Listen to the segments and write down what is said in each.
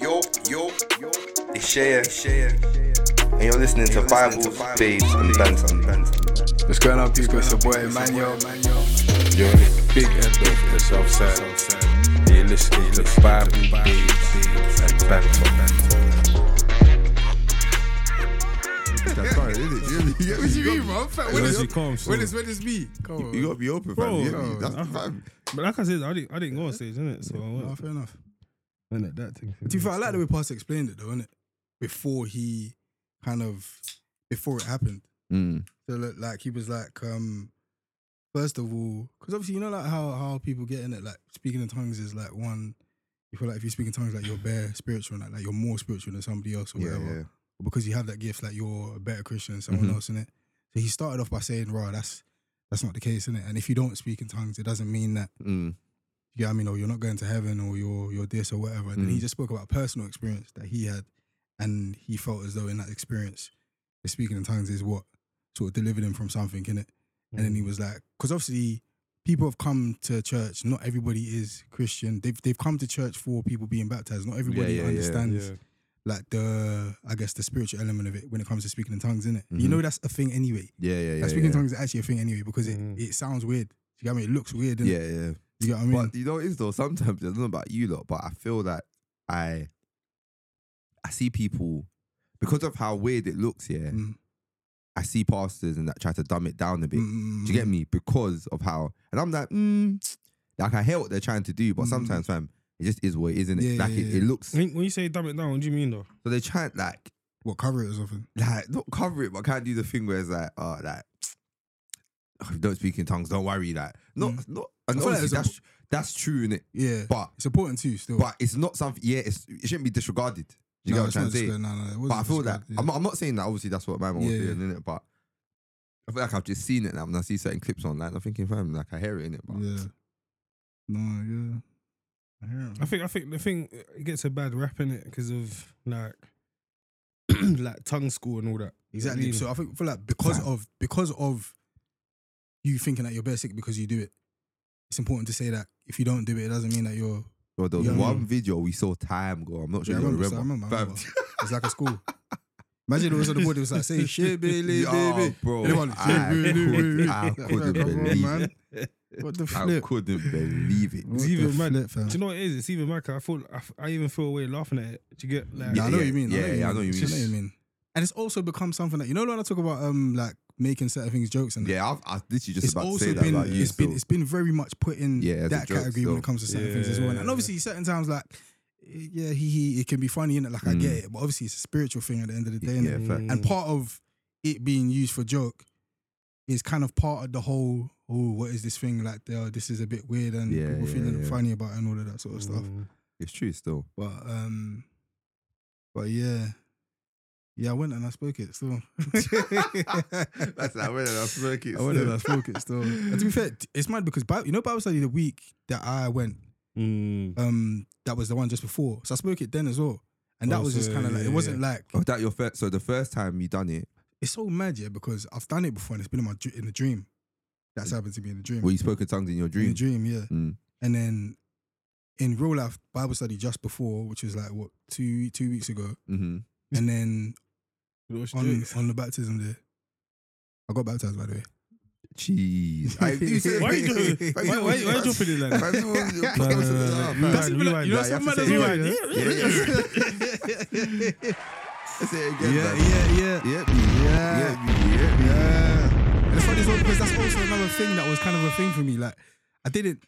Yo, They share, share. and you're listening to Bibles, Babes, and Bantam. What's going on, people? It's your boy Emmanuel. You're in the big end of the south side. You're listening to Bible Babes and Banter. That's fine, isn't it? You, you, get me? What do You you mean, got- bro? Fam, It's When is, actually calm still. when is, when is me? Come on. You gotta be open, fam. Bro, you get me? no. That's Uh-huh. fam. But like I said, I didn't, I didn't go on stage, innit? So uh, I Nah, went. fair enough. went at that thing. To be fair, I like the way Pastor explained it, though, innit? Before he kind of, before it happened. Mm. So, like, like, he was like, um, first of all, because obviously, you know, like how, how people get in it, like speaking in tongues is like one, you feel like if you speak in tongues, like you're bare spiritual, like, like you're more spiritual than somebody else or Yeah, whatever. yeah. Mm-hmm. But because you have that gift, like you're a better Christian than someone else in it. So he started off by saying, "Raw, that's that's not the case in it. And if you don't speak in tongues, it doesn't mean that you get what I mean, or you're not going to heaven, or you're you're this or whatever." And then Mm. he just spoke about personal experience that he had, and he felt as though in that experience, the speaking in tongues is what sort of delivered him from something in it. And then he Mm. was like, because obviously people have come to church. Not everybody is Christian. They've they've come to church for people being baptized. Not everybody yeah, yeah, understands yeah. like the I guess the spiritual element of it when it comes to speaking in tongues, isn't it? You know that's a thing anyway. Yeah, Mm-hmm. yeah, yeah. Like, speaking in yeah. Mm. tongues is actually a thing anyway because it, it sounds weird. You get what I mean? It looks weird. innit? Yeah, yeah. You get what I mean? But you know what it is though? Sometimes I don't know about you lot, but I feel that I I see people because of how weird it looks, yeah. Mm. I see pastors and that try to dumb it down a bit. Mm, Do you get me? Because of how and I'm like, mm, like I hear what they're trying to do, but sometimes fam, it just is what it is, isn't it? Yeah, like yeah, it, yeah. it looks When, when you say dumb it down, what do you mean though? so they try and like What cover it or something? like not cover it, but can't do the thing where it's like, oh, like if you don't speak in tongues, don't worry. Like not not and Mm. I feel like obviously it's a- that's that's true in it, Yeah, but it's important too. Still, but it's not something. Yeah, it's, it shouldn't be disregarded. Do you get No, what I'm it's trying not to say? disclaimed. No, no, it but I wasn't feel that disclaimed, I'm, yeah. I'm not saying that. Obviously, that's what my mom was Yeah, doing in it, but. I feel like I've just seen it now, and I see certain clips online. I'm thinking, fam, like I hear it in it, but yeah. No, yeah. I hear it. I man. think I think the thing it gets a bad rap in it because of like like tongue school and all that. Exactly. You know So what I think feel like because of because of you thinking that you're basic because you do it, it's important to say that if you don't do it, it doesn't mean that you're Bro, there was Yeah, I one mean- video we saw time ago. I'm not sure Yeah, I you remember. remember, I remember, I Fam, remember. It's like a school. Imagine it was on the board. It was like, say, shit, baby, Yo, baby. bro, Everyone, I "Shit, baby, could- baby." I Like, couldn't come on, believe man. it. What the I flip? couldn't believe it. What It's even the mad. flip, fam? Do you know what it is? It's even mad. 'cause I thought I, f- I even feel away laughing at it. Do you get like Yeah, I know what yeah, you mean. yeah, yeah, I know what you It's just- mean. what you mean. And it's also become something that you know when I talk about um like making certain things jokes and that, Yeah, I've, I literally just it's about to also say that been about you. it's been so- it's been very much put in Yeah, as a that joke category when still. it comes to certain things as well. And Yeah. obviously certain times like yeah, he, he it can be funny and like I get it, but obviously it's a spiritual thing at the end of the day. innit? Mm. yeah, fact. Mm. And part of it being used for joke is kind of part of the whole, oh, what is this thing? Like, oh, this is a bit weird and Yeah, people yeah, feeling yeah. funny about it and all of that sort of stuff. Mm. It's true still. But, um, but yeah. Yeah, I went and I spoke it still. That's that way that I smoke it. I went and I spoke it still. And to be fair, it's mad because Bi- you know Bible study the week that I went, Mm. um, that was the one just before. So I spoke it then as well. And that Oh, was just so kind of like, yeah, it wasn't like, Oh, that your first? So the first time you done it, it's so mad, yeah, because I've done it before and it's been in my dr- in a dream. That's happened to me in a dream. well, you spoke in tongues in your In a dream. dream, yeah. Mm. And then in real life Bible study just before, which was like what two two weeks ago, Mm-hmm. and then What's on jokes? on the baptism day, I got baptized by the way. Mm-hmm. Jeez. Why you doing? Why, why, why you dropping it like that? That's even rewind like- you know that, you have some to man say as well, it. yeah? Say it again. Yeah, man. yeah, yeah. Yeah, yeah, yeah, Yeah. And Uh, it's funny as well because that's also another thing that was kind of a thing for me. Like I didn't,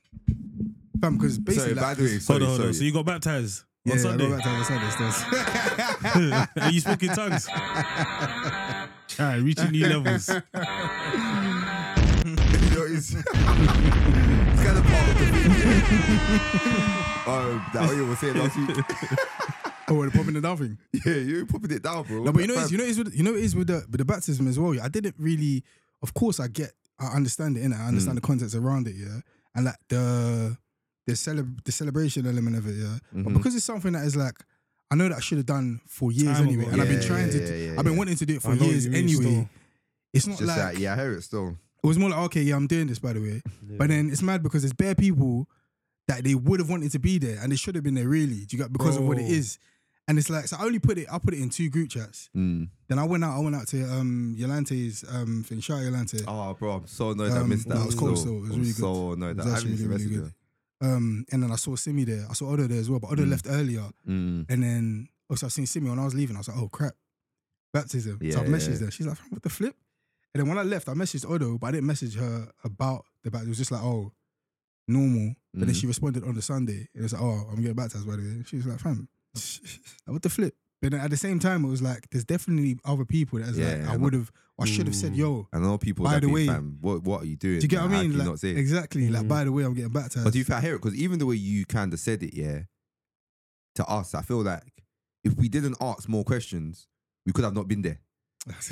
fam, because yeah. Sorry, basically, by like, the way, Hold sorry, on, hold on. So sorry. you got baptized yeah, on I got Sunday, baptized on Sunday. still. and you spoke in tongues. All right, reaching new levels. You know, it's, it's kind of part of the thing. yeah. Um, that what you were saying last week. Oh, well, the popping and diving. Yeah, you popping it down, bro. No, but you know, it's, you know, it's with, you know, it is with the with the baptism as well. yeah. I didn't really. Of course, I get, I understand it, and I understand the context around it, yeah, and like the the celeb the celebration element of it, yeah. But because it's something that is like, I know that I should have done for years Time anyway, ago. and I've been Yeah, trying yeah, to, yeah, yeah, I've been yeah. wanting to do it for I know what years you mean, anyway. still. It's not just like that. Yeah, I hear it still. it was more like, okay, yeah, I'm doing this by the way. But then it's mad because there's bare people that they would have wanted to be there and they should have been there really. Do you got because of what it Bro. is. And it's like so I only put it I put it in two group chats. Mm. Then I went out I went out to um Yolante's um thing. Shout out Yolante. Oh, bro, I'm so annoyed I Um, missed that. no, it was I'm cool so, still, it was I'm really good. so annoyed It that was I actually haven't even really, really messaged Um and then I saw Simi there. I saw Odo there as well, but Odo Mm. left earlier. her. Mm. And then also I seen Simi when I was leaving. I was like, oh crap, baptism. so I Yeah. messaged her. She's like, what the flip? And then when I left, I messaged Odo, but I didn't message her about the baptism. It was just like, oh, normal. But then Mm. she responded on the Sunday. It was like, oh, I'm getting baptized by the way. She was like, fam, like, what the flip? But then at the same time, it was like, there's definitely other people that's Yeah, like, I I'm- would have, I should have said, Mm. yo. I know people By that the be, way- fam, what, what are you doing? Do you get Like, what I how mean? can you Like, not say it? Mm-hmm. exactly. Like, Mm. by the way, I'm getting baptized. But do you feel I hear it? Because even the way you kind of said it, yeah, to us, I feel like if we didn't ask more questions, we could have not been there.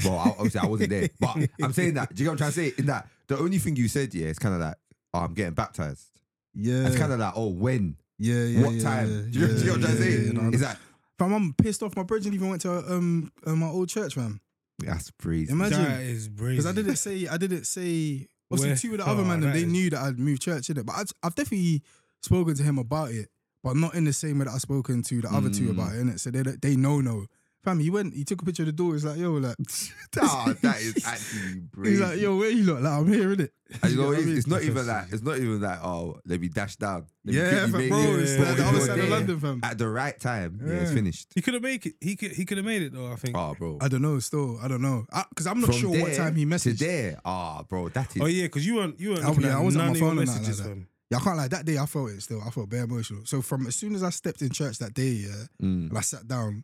Well, I, obviously, I wasn't there. But I'm saying that. Do you get what I'm trying to say? In that, the only thing you said, yeah, it's kind of like, oh, I'm getting baptized. yeah, It's kind of like, oh, when? yeah, yeah, what yeah, time? yeah, do you, do you get what I'm trying to yeah, say? yeah, no, no. it's like, Fam, I'm pissed off. My brethren even went to um uh, my old church, man. that's crazy. That Imagine, is brazy. because I didn't say I didn't say. Obviously, Where- two of the other oh, man, that they is- knew that I'd moved church in it, but I'd, I've definitely spoken to him about it, but not in the same way that I've spoken to the other two Mm. about it. Innit? So they don't- they know no. Fam, he went, he took a picture of the door. He's like, yo, like, Nah, that is actually crazy. he's like, yo, where you look? Like, I'm here, innit? And you know, You get what what it I is? mean? it's not even like it's not even like oh let me dash down. Let me Yeah, quickly fam, make bro, it. it's But like if the other you're side there of London, fam. At the right time, yeah, it's Yeah. finished. He could have made it. He could. He could have made it though. I think. Oh, bro. I don't know, still, I don't know. Because I'm not sure what there time he messaged. To there, ah, bro, that is. oh yeah, because you weren't. You weren't. Oh, looking yeah, at I wasn't on my none of your phone and that like messages, that. fam. Yeah, I can't like that day. I felt it still. I felt bare emotional. So from as soon as I stepped in church that day, yeah, Mm. and I sat down,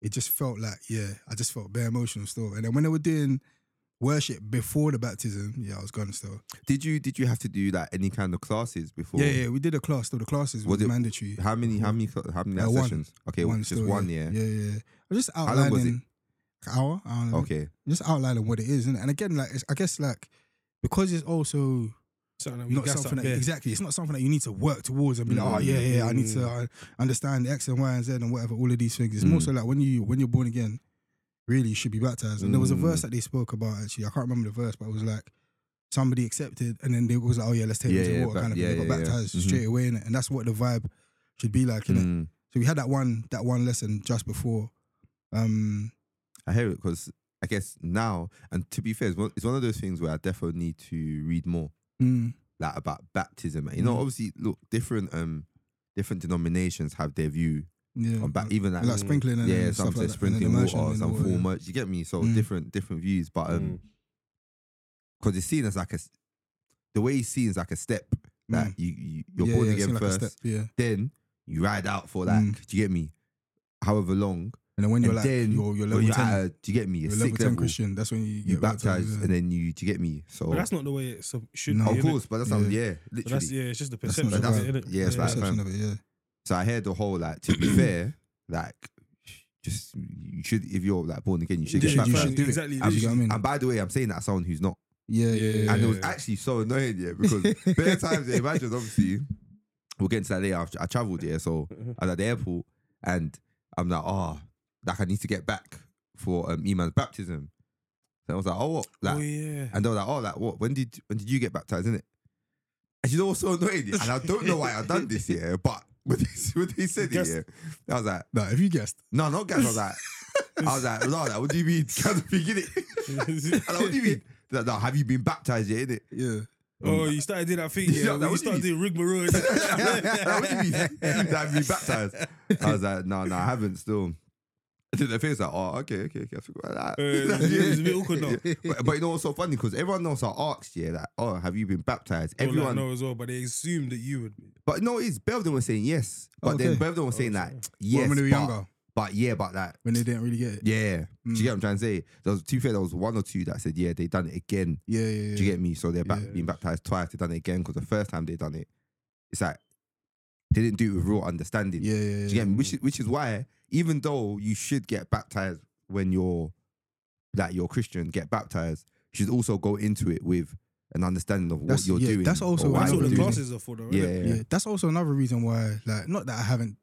it just felt like yeah, I just felt bare emotional still. And then when they were doing worship before the baptism, yeah, I was gone still. Did you did you have to do like any kind of classes before? Yeah, yeah, we did a class still. The classes was, Was it- mandatory. How many how many cl- how many Uh, one. sessions? Okay, one, just still, one. yeah. Yeah. yeah, yeah. I was just How long outlining. was it? An hour, hour and a bit. Okay. Just outlining what it is, innit? and again, like it's, I guess like because it's also Something that we not gassed up something that there. exactly. It's not something that you need to work towards and be like, oh yeah, yeah, I need to uh, understand X and Y and Z and whatever. All of these things. It's more Mm. so like when you when you're born again, really you should be baptized. And there was a Mm. verse that they spoke about actually. I can't remember the verse, but it was like somebody accepted and then they was like, oh yeah, let's take Yeah, them to yeah, water ba- kind of yeah, thing. They yeah, got yeah. baptized Mhm. straight away, innit? and that's what the vibe should be like. innit? Mm. So we had that one that one lesson just before. Um, I hear it because I guess now and to be fair, it's one, it's one of those things where I definitely need to read more. mm, like about baptism. You know, Mm. obviously, look, different um different denominations have their view yeah, on ba- even like, Mm, like sprinkling and yeah, some stuff say like that, and then sprinkling immersion water, in the some water, full yeah. merch. You get me? So Mm. different different views, but Mm. um, because it's seen as like a s- the way it's seen is like a step that Mm. you, you you're Yeah, born yeah, it again seemed like a first, step, yeah. then you ride out for like, Mm. do you get me? However long, And then when you're and like then you're, you're when level you're ten, at a- do you get me? A you're sick level level, ten Christian. That's when you you get baptize baptized. yeah. and then you, do you get me? So But that's not the way it so- should No. be. of innit? course, but that's not- Yeah. yeah, But literally. that's yeah. It's just the That's perception. not of the vibe. it, innit? Yeah, it's like- perception of it. Yeah. So I heard the whole like. To be fair, like just you should if you're like born again, you should Yeah, get you baptized. should do it. Exactly. Do Uh, you get what I mean? And by the way, I'm saying that as someone who's not. Yeah, yeah, yeah. And it was Yeah. actually so annoying, yeah, because bare times, yeah, imagine obviously, we'll get into that later. I've- I traveled, yeah, so I was at the airport and I'm like, oh, like I need to get back for um, Eman's baptism. So I was like, oh, what? Like, oh yeah. and they were like, "Oh, like what? When did when did you get baptized? In it?" And you know what's so annoying? And I don't know why I done this yeah, but when they, when they said Guess- it, yeah, I was like, Nah, if you guessed, "No, not guys." I was like, "I was like, no, like, what do you mean? Can I begin it?" And I, what do you mean? They're Like, no, have you been baptized yet? In it? yeah. Oh, you started doing that thing. Yeah, Yeah, like, where you what do you started doing rigmarole. what do you mean? That I've been baptized? I was like, "No, no, I haven't still." And then their face like, "Oh, okay, okay, okay." I forgot about Uh, that. it's a bit awkward now. But, but you know what's so funny? Because everyone else I asked, yeah, like, "Oh, have you been baptized?" Everyone Everyone know as well, but they assumed that you would. be. But no, it's Belden was saying yes. But then Okay. Belden was saying Oh, that sorry. yes. when we were but, younger, but yeah, but that when they didn't really get it. yeah. Do you Hmm. Mm. get what I'm trying to say? There was two fair, there was one or two that said, yeah, they done it again. Yeah, yeah, yeah. Do you get me? So they're back, Yeah. being baptized twice, they done it again, because the first time they done it, it's like they didn't do it with real understanding. Yeah, yeah, yeah. Do you get me? Which is which is why, even though you should get baptized when you're like you're Christian, get baptized, you should also go into it with an understanding of what That's- you're yeah, doing. that's or also why why That's you're what the doing it. classes are for, though. Yeah, innit? yeah, yeah. Yeah, that's also another reason why, like, not that I haven't,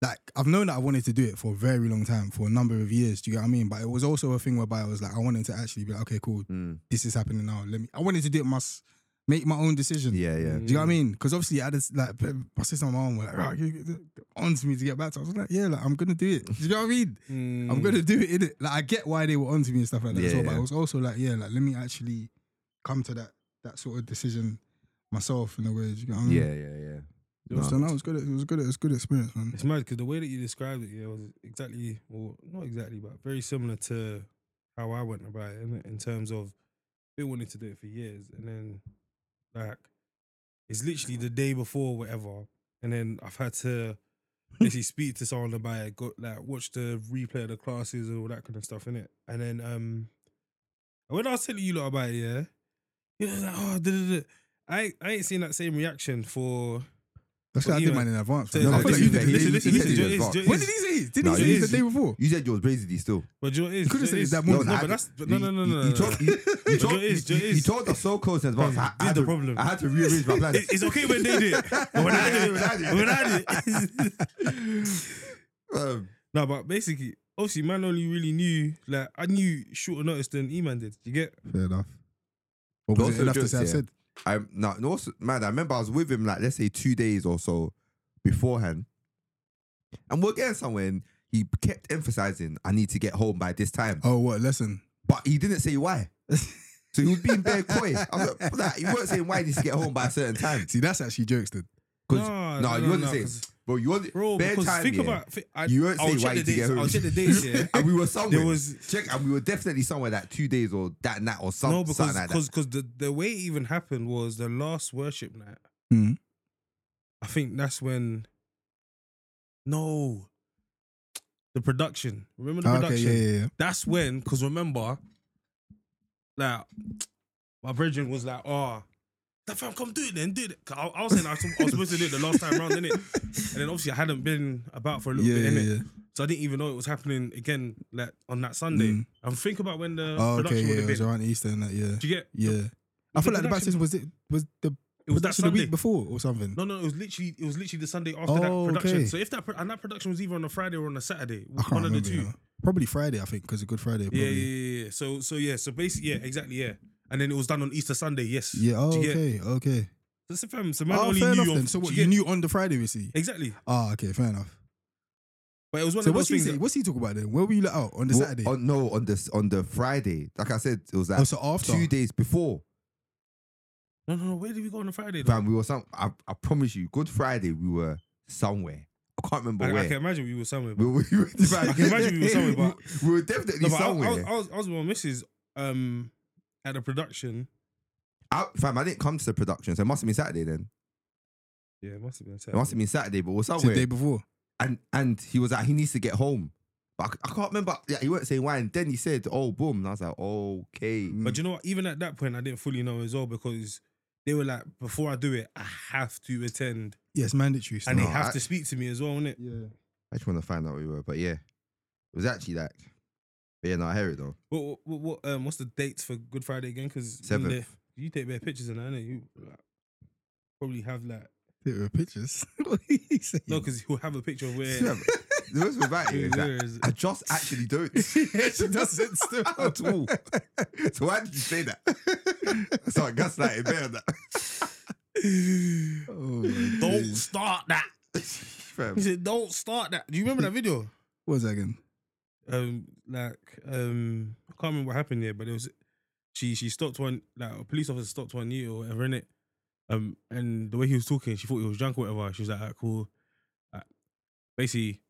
like, I've known that I wanted to do it for a very long time, for a number of years. Do you get what I mean? But it was also a thing whereby I was like, I wanted to actually be like, okay, cool, Mm. this is happening now. Let me. I wanted to do it, must make my own decision. yeah, yeah. Mm. Do you know what I mean? Because obviously, I just like my sister and my mom were like, right, onto me to get back to. I was like, yeah, like I'm gonna do it. Do you know what I mean? I'm Mm. gonna do it in it. Like I get why they were onto me and stuff like that. as Yeah, well, But yeah. I was also like, yeah, like let me actually come to that that sort of decision myself in a way. Do you know what I mm-hmm. mean? Yeah, yeah, yeah. Mm. So, Nah. So no, it was good. It was good. It was good experience, man. It's mad because the way that you described it, yeah, was exactly, or not exactly, but very similar to how I went about it innit? in terms of been wanting to do it for years, and then like it's literally the day before, or whatever, and then I've had to basically speak to someone about it, go, like watch the replay of the classes and all that kind of stuff in it, and then um, when I was telling you lot about it, yeah, you was like, oh, duh, duh, duh. I I ain't seen that same reaction for. That's why I But did Eli- mine in advance. So man. No, I it's feel this like like- you is did. the- Listen, this listen, is listen. the- this listen, is listen, the- Joe, When did it's- he say it? Didn't Nah, he you say it the said- day before? You said yours brazy still. But Joe is. You could have said it that No, morning. I- I- but that's but no, you- no, no, you- no. You no. told, you, you Joe told, is, Joe you, you is. told us so close in advance. I, I This had is the to- problem. I had to rearrange my plans. It- It's okay when they did it. But when I did it, when I did it, when I did it. Um, No, but basically, obviously, man only really knew, like, I knew shorter notice than E-Man did. You get? Fair enough. Or But was also it enough to just, say I yeah. said? I no, and also, man, I remember I was with him like let's say two days or so beforehand, and we're getting somewhere. And he kept emphasizing, "I need to get home by this time," Oh, what lesson? but he didn't say why. So he was being bare coy. I was like, "Nah, you weren't saying why he needs to get home by a certain time. See, that's actually jokes, dude. Because Nah, no, no, you no, wasn't no, saying, 'cause- bro. You wasn't Bro, bare because time. think yeah. about... fi- I, You weren't I'll saying check why the you didn't dates, get home. I'll check the dates, yeah. and we were somewhere. There was- check, and we were definitely somewhere that two days or that night or some, no, because something like that. because because the, the way it even happened was the last worship night. Mhm. I think that's when. No. The production. Remember the Ah, production? Okay, yeah, yeah, yeah. that's when, because remember, like, my brethren was like, oh, that fam, come do it then, do it. 'Cause I, I was saying I was, I was supposed to do it the last time round, innit? And then obviously I hadn't been about for a little Yeah, bit, yeah, innit? yeah. So I didn't even know it was happening again, like, on that Sunday. Mm. And think about when the Oh, okay, production yeah. would It have was been. around Easter and that, yeah. Do you get? Yeah. I feel like the baptism was it was the It was production that the Sunday. week before or something. No, no, it was literally it was literally the Sunday after Oh, that production. okay. So if that pro- and that production was either on a Friday or on a Saturday, I can't one of the remember. two. you know. Probably Friday, I think, because of Good Friday. Probably. Yeah, yeah, yeah, yeah. So, so yeah. So basically, yeah, exactly, yeah. And then it was done on Easter Sunday. Yes. Yeah, oh, Do you get- okay, okay. So, it's a fam, so man Oh, only fair knew enough on- then. So do what you you get- knew on the Friday, we see. exactly. Ah, okay, fair enough. But it was one So of those what's he things. say? that- What's he talking about then? Where were you let out on the Well, Saturday? on- no, on the on the Friday, like I said, it was like Oh, so after. two days before. no, no, no. Where did we go on a Friday? though? Fam, we were some. I, I promise you, Good Friday, we were somewhere. I can't remember I, where. I can imagine we were somewhere. we, But, we, we, I can imagine we were somewhere, but- we were definitely no, but I, I, somewhere. was- I was, I was with my missus um, at the production. I- fam, I didn't come to the production, so it must have been Saturday then. Yeah, it must have been. It must have been Saturday, but we're It's the somewhere. day before. and and he was like, he needs to get home. But I, c- I can't remember. Yeah, he weren't saying why. And then he said, "Oh, boom." And I was like, "Okay." But you know what? Even at that point, I didn't fully know as well because they were like, before I do it, I have to attend, Yeah, it's mandatory. and still. they have I- to speak to me as well, innit? yeah. I just want to find out where we were, but yeah, it was actually like, but yeah, no, I hear it though. What, what, what, what, um, what's the dates for Good Friday again? Because Seventh. you take bare pictures and that, innit? You like, probably have like They were pictures. what are you saying? no, because you'll have a picture of where. Yeah, but the worst about it is that where is it? I just actually don't she doesn't still. at all. So why did you say that? So I gaslighted better that. Oh, my Don't days. start that. He Fam. said, "Don't start that." Do you remember that video? What was that again? Um, like, um, I can't remember what happened there, but it was she. She stopped one. Like a police officer stopped one you or whatever in it. Um, and the way he was talking, she thought he was drunk or whatever. She was like, "Alright, "Cool." Uh, basically,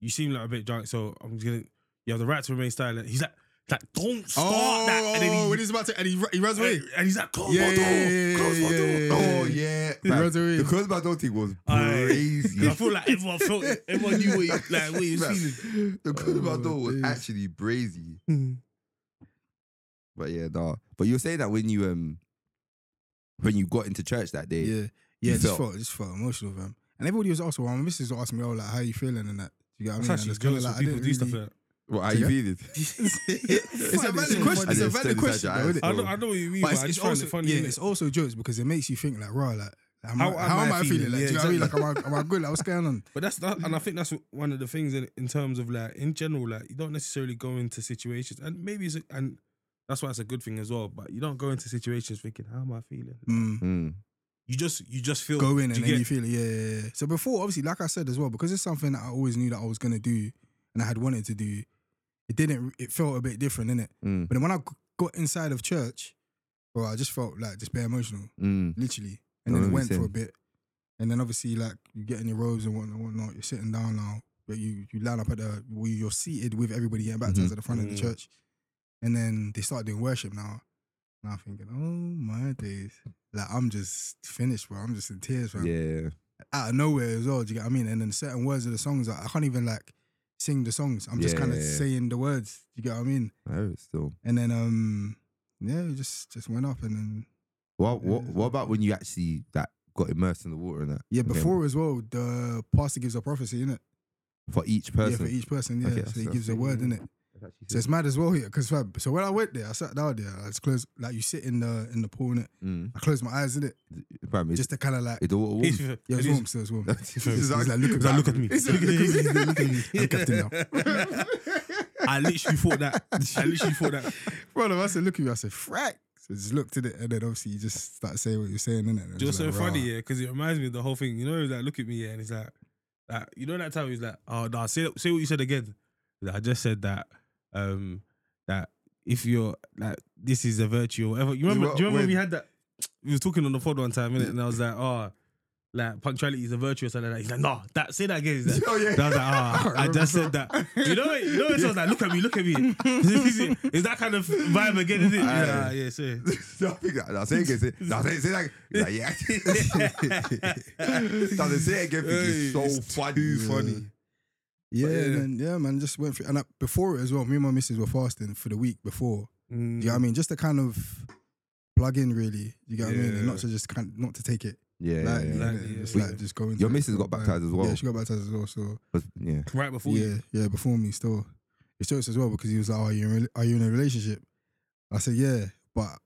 you seem like a bit drunk, so I'm just gonna. You have the right to remain silent. He's like, like, don't start that. And then he, Oh, Oh, when he's about to, and he, ru- he runs away. and he's like, close Yeah, my door, yeah, yeah, close my yeah, door. yeah, Oh yeah, He fam. runs away. the close my door thing was Aye. crazy. 'Cause I feel like everyone felt, it. everyone knew what you, like what you Fam, feeling. The close Oh, my door was days. actually brazy. Hmm. But yeah, nah. But you were saying that when you um when you got into church that day, Yeah, yeah, You just felt- felt just felt emotional, fam. And everybody was also, well, my missus was asking me, oh, like, how you feeling and that. Do you get what I mean? That's And actually it's kinda jealous when I people didn't do stuff really- like that. what are you Yeah. feeling? it's a Funny, valid so question. funny. It's a It's valid still question, inside though, your isn't eyes, it? I know, I know what you mean, But but, it's, I it's just find also it funny. yeah, innit? it's also jokes because it makes you think like, right, like, like, am How I- am how I am I feeling? feeling? Like, Yeah, do you know what I mean? Like, exactly. am I, am I good? Like, what's going on? but that's that, and I think that's one of the things in, in terms of like in general, like you don't necessarily go into situations, and maybe it's a, and that's why it's a good thing as well. But you don't go into situations thinking, "How am I feeling?" Mm. Mm. You just you just feel go in and do then get- you feel it. Yeah, yeah, yeah. So before, obviously, like I said as well, because it's something that I always knew that I was gonna do and I had wanted to do. It didn't. It felt a bit different, innit? Mm. But then when I g- got inside of church, bro, I just felt like just bare emotional, Mm. literally. I And then it remember went for a saying. bit, and then obviously like you get in your robes and whatnot, whatnot. You're sitting down now, but you you line up at the where you're seated with everybody getting baptized Mhm. at the front of Mm. the church, and then they start doing worship now. And I'm thinking, oh my days, like I'm just finished, bro. I'm just in tears, bro Yeah. out of nowhere as well. Do you get what I mean? And then certain words of the songs, like, I can't even like sing the songs. I'm just kind of Yeah. saying the words. Do you get what I mean? I heard it still. And then um, yeah, it just just went up. And then What what Yeah. what about when you actually that got immersed in the water and that? yeah, Okay. before as well, the pastor gives a prophecy in it. for each Yeah, person. for each person. Yeah, Okay, so he that's- gives a word in it. So it's mad as well here, because so when I went there, I sat down there. I just closed like you sit in the in the pool in it. Mm. I closed my eyes in it, Fam, it's- just to kind of like it's all warm. He's- yeah, it was he's- warm, so it was warm. He's He's like- like, look at he's like, look at me. He's like, look at me. I'm captain now. I literally thought that. I literally thought that. Bro, I said, look at you. I said, frack. So just looked at it, and then obviously you just start saying what you're saying, innit? it? Just so funny, yeah, because it reminds me of the whole thing. You know, he's like, look at me, yeah, and he's like, like, you know that time he's like, oh nah, say say what you said again. He's like, I just said that, um, that if you're like, this is a virtue or whatever. You remember? what- do you remember when we when- had that? We was talking on the pod one time, innit? and I was like, oh, like punctuality is a virtue or something like that. He's like, nah, that say that again. He's like, Oh, yeah. And I was like, ah, I, just said that. You know, it, you know, it's yeah. like, look at me, look at me. Is it- is that kind of vibe again? Is it? Yeah, Aye. yeah, sure. No, I think that- no, say it again, say- no, say- say that- He's like, yeah. No, they say it again, because it's so Hey, it's funny. too funny. Yeah, yeah. and then, yeah, man, just went through. And I, before it as well, me and my missus were fasting for the week before. Do you Mm, Mm. know what I mean? Just to kind of plug in, really. You get what I mean? Yeah. And not to just kind not to take it. Yeah, lightly, yeah, yeah. like- innit? Lightly, yeah, Just yeah. like just going. Your missus got baptized as well. Yeah, she got baptized as well. So But- yeah. Right before you. yeah, yeah, before me still. It's jokes as well because he was like, "Are you in, rela- are you in a relationship?" I said, "Yeah," but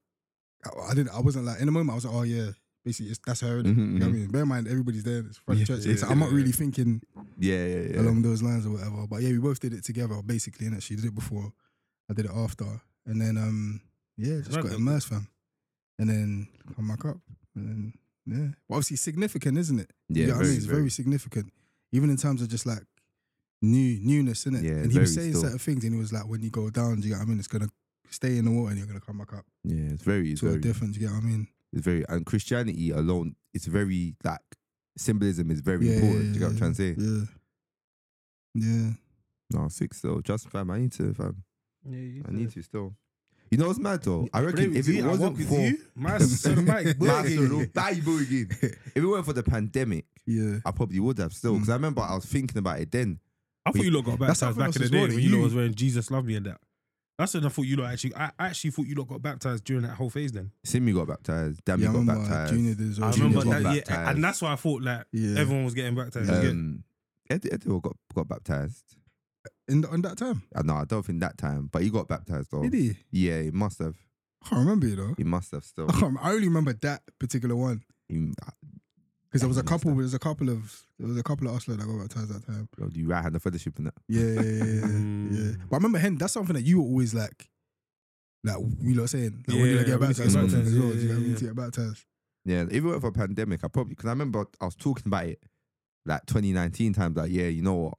I, I didn't. I wasn't like in the moment. I was like, "Oh yeah." Basically, it's, that's her. innit? Mhm, You know what I mhm. mean, bear in mind everybody's there. It's front of Yeah, church. yeah, so I'm not yeah, really thinking Yeah, yeah, yeah. along those lines or whatever. But yeah, we both did it together, basically. And she did it before, I did it after, and then um, yeah, just Right, got though. immersed, fam. And then come back up, and then yeah, but obviously significant, isn't it? Yeah, you know what I very, mean? It's very, very. significant, even in terms of just like new newness, innit? Yeah, and he was very saying still. certain things, and he was like, when you go down, do you get what I mean? It's gonna stay in the water, and you're gonna come back up. Yeah, it's very, it's It's all very, different. Do you get what I mean? it's very, and Christianity alone, it's very, like, symbolism is very Yeah, important. yeah, do you get what I'm yeah, trying to say? Yeah, yeah. No, six still. Just fam, I need to fam. Yeah, you I need to still. You know what's mad though? I reckon Blame if you, it I wasn't walk with for you, my son of Mike, boy, Man, so again. don't die, boy, again. if it weren't for the pandemic, Yeah, I probably would have still. Because I Mm. remember I was thinking about it then. I thought you lot got That's baptized something back in else the as day well, when that you lot you- was wearing Jesus Love Me and that. That's when I thought you lot actually. I I actually thought you lot got baptized during that whole phase. Then Simi got baptized, Dami yeah. I got remember uh, baptized. Junior did as well. I Junior remember got that, yeah, baptized. and that's why I thought like Yeah. everyone was getting baptized. Yeah. um, Ed, Ed got, got baptized. in the, on that time. Uh, no, I don't think that time, but he got baptized though. Did he? Yeah, he must have. I can't remember it though. He must have still. I, can't, I only remember that particular one He, uh, because there was a Definitely couple. There was a couple of there was a couple of us lot that got baptized that time. bro, you right hand the fellowship in that. Yeah, yeah, yeah, yeah, yeah. Mm. But I remember him. That's something that you were always like, like you lot saying. Like, when you Yeah, lot get when you get baptized, something baptized, as well. yeah, do you know what I yeah, mean? yeah. To get baptized. Yeah, if it weren't for pandemic, I probably because I remember I was talking about it like 2019 times. Like, yeah, you know what?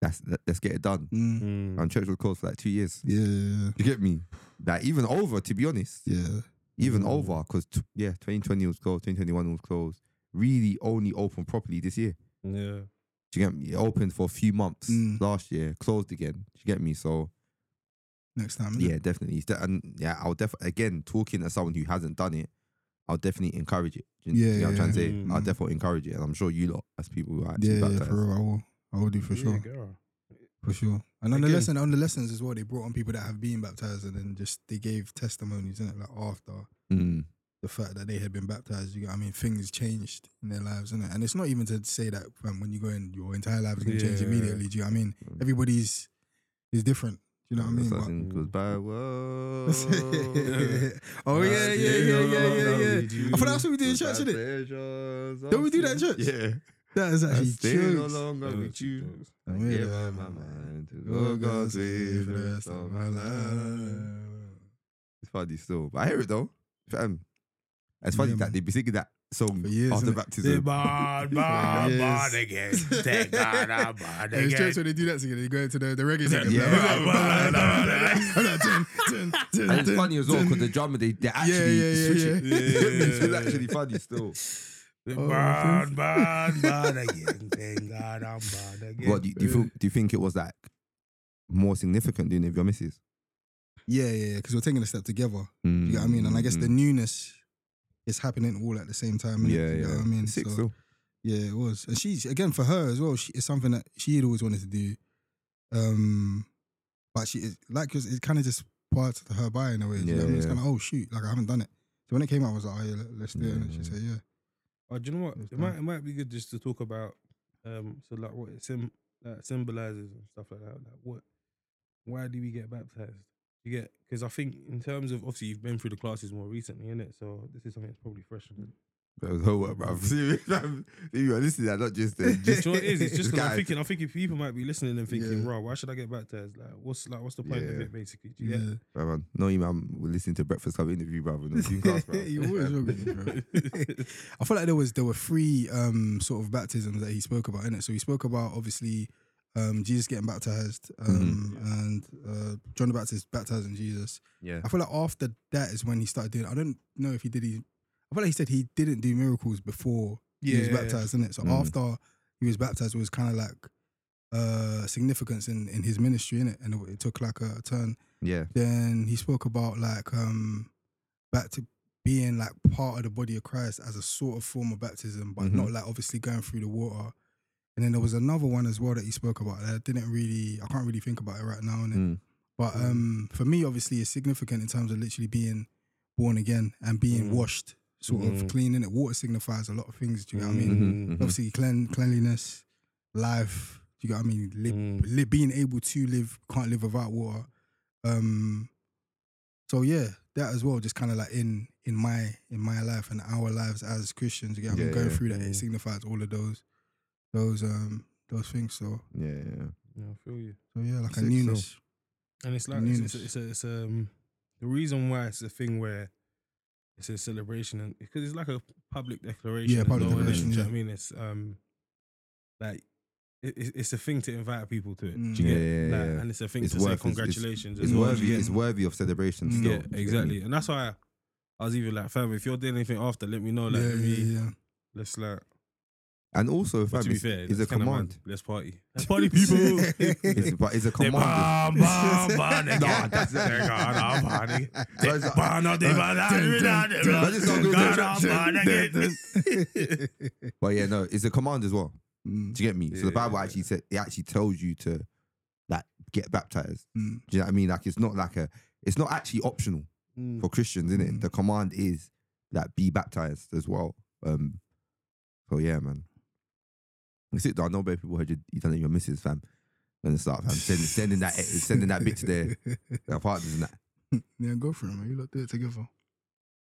That's let, let's get it done. Mm. Mm. And church was closed for like two years. Yeah, yeah, You get me? Like even over, to be honest, yeah, yeah. even Mm. over because t- yeah, 2020 was closed, 2021 was closed. Really, only opened properly this year. Yeah. Do you get me? It opened for a few months Mm. last year, closed again. Do you get me? So Next time, innit? yeah, definitely. De- And yeah, I'll definitely again talking as someone who hasn't done it, I'll definitely encourage it. Do you, Yeah, do you know what I'm yeah, Mm. trying to say? yeah. I'll definitely encourage it, and I'm sure you lot as people who are yeah, actually yeah, baptized. for real. I will, I will do for Yeah, sure, girl. for sure. And on the Again- lesson, on the lessons as well, they brought on people that have been baptized and then just they gave testimonies, innit? Like after. Mm. the fact that they had been baptized. You, got- I mean, things changed in their lives, innit? and it's not even to say that fam, when you go in, your entire life is going to change Yeah. immediately. Do you know what I mean? Mm. Everybody's is different. Do you know what I mean? But- Mm. Something goes by. Whoa. oh yeah, yeah, yeah, yeah, yeah, yeah. I thought that's what we do in church, Without innit? pleasures, Don't we do that in I'm church? still- Yeah. That is I actually stay no true. longer Yeah, with it's you. jokes. I Oh, Yeah. gave up my mind to go Oh, God's way for the rest of my life. It's funny still, but I hear it though. Fam, It's funny Yeah, that man. they'd be singing that song For years, after innit? baptism. Born, born, Yes. born again. Thank God I'm born It's again. just when they do that together, they go into the, the reggae second. And it's funny as well because the drummer they they actually yeah, yeah, switch it. yeah. it's Yeah. actually funny still. Oh, Born, born, born again. Thank God I'm born again. What do you, do you feel? Do you think it was like more significant doing it with your missus? Yeah, yeah, because we're taking a step together. You get what I mean? And I guess Mm. the newness is happening all at the same time. innit? Mm-hmm. yeah, yeah. you Know what I mean, Six So, still. yeah, it was. And she's again for her as well. She, it's something that she had always wanted to do. Um, but she is like it's, it's kind of just part of her by in a way. you know what I mean? It's Yeah, kind of oh shoot, like I haven't done it. So when it came out, I was like, oh yeah, let- let's do it. And Yeah, she yeah. said, yeah. Oh, do you know what? It's It might done. it might be good just to talk about um so like what it sim like symbolizes and stuff like that. Like what why do we get baptized? You get because I think in terms of obviously you've been through the classes more recently, innit? So this is something that's probably fresh. in it. That was homework, bro. Serious, bruv. You are listening, that, not just the. Do you know what it is? It's just 'cause guys. I'm thinking. I'm thinking people might be listening and thinking, Yeah. "Raw, why should I get baptized? Like, what's like, what's the point of Yeah. it, basically?" Do you get? Bruv, man, no, you man, we're listening to Breakfast Club interview, brother. No, you can't, bruv. You always wrong with me, bro. I feel like there was there were three um, sort of baptisms that he spoke about in it. So he spoke about obviously um, Jesus getting baptized um, and uh, John the Baptist baptizing Jesus. Yeah. I feel like after that is when he started doing. I don't know if he did. He, I feel like he said he didn't do miracles before he was Yeah. baptized in it. So Mm. after he was baptized, it was kind of like uh, significance in in his ministry in it, and it, it took like a turn Yeah. then he spoke about like um back to being like part of the body of Christ as a sort of form of baptism, but Mhm. not like obviously going through the water. And then there was another one as well that he spoke about that I didn't really I can't really think about it right now. innit? Mm. But um for me obviously it's significant in terms of literally being born again and being Mm. washed, sort of Mm. clean in it. Water signifies a lot of things, do you know what I mean? Mhm, mhm. Obviously clean cleanliness, life, do you know what I mean? Lib- Mm. li- being able to live can't live without water. Um, so yeah, that as well, just kind of like in in my in my life and our lives as Christians, you get what I mean? Yeah, going yeah. through that. It Mm. signifies all of those those um those things. So mm-hmm. Yeah, yeah, yeah. Yeah, I feel you. so yeah, like Sick, a so- newness. And it's like it's, it's, Newness. it's, a, it's um the reason why it's a thing where it's a celebration and because it's like a public declaration. Yeah, as public well, innit? declaration, Do you know yeah. what I mean? It's um like it, it's it's a thing to invite people to it. Mm. Do you get? Yeah, yeah, Like, yeah. And it's a thing It's to worth- say it's- it's- congratulations. It's as well, do worthy. you get? It's worthy of celebration. Mm. Still. Yeah, exactly. And that's why I was even like, fam, if you're doing anything after, let me know. Like, yeah, let me, yeah, yeah. let's like. And also, But fam, to be it's, fair, it's a that's kinda command. mad. Let's party. Let's party, people. It's, but it's a They command. bomb, bomb, bomb, they No, got- that's it. they got all party. Bro, it's like- Burn out the bad habits, not the That just sound good, God, don't I'm born again. But yeah, no, it's a command as well. Mm, Do you get me? So the Yeah, Bible yeah. actually said it actually tells you to like get baptized. mm. Do you know what I mean? Like it's not like a it's not actually optional Mm. for Christians, isn't it? The command is that be baptized as well. Um so yeah, man. That's it though. I know bare people heard you you done it with your missus, fam. And it's like fam, send, sending that eh, sending that bit to their, their partners and that. Yeah, go for it, man. You lot do it together.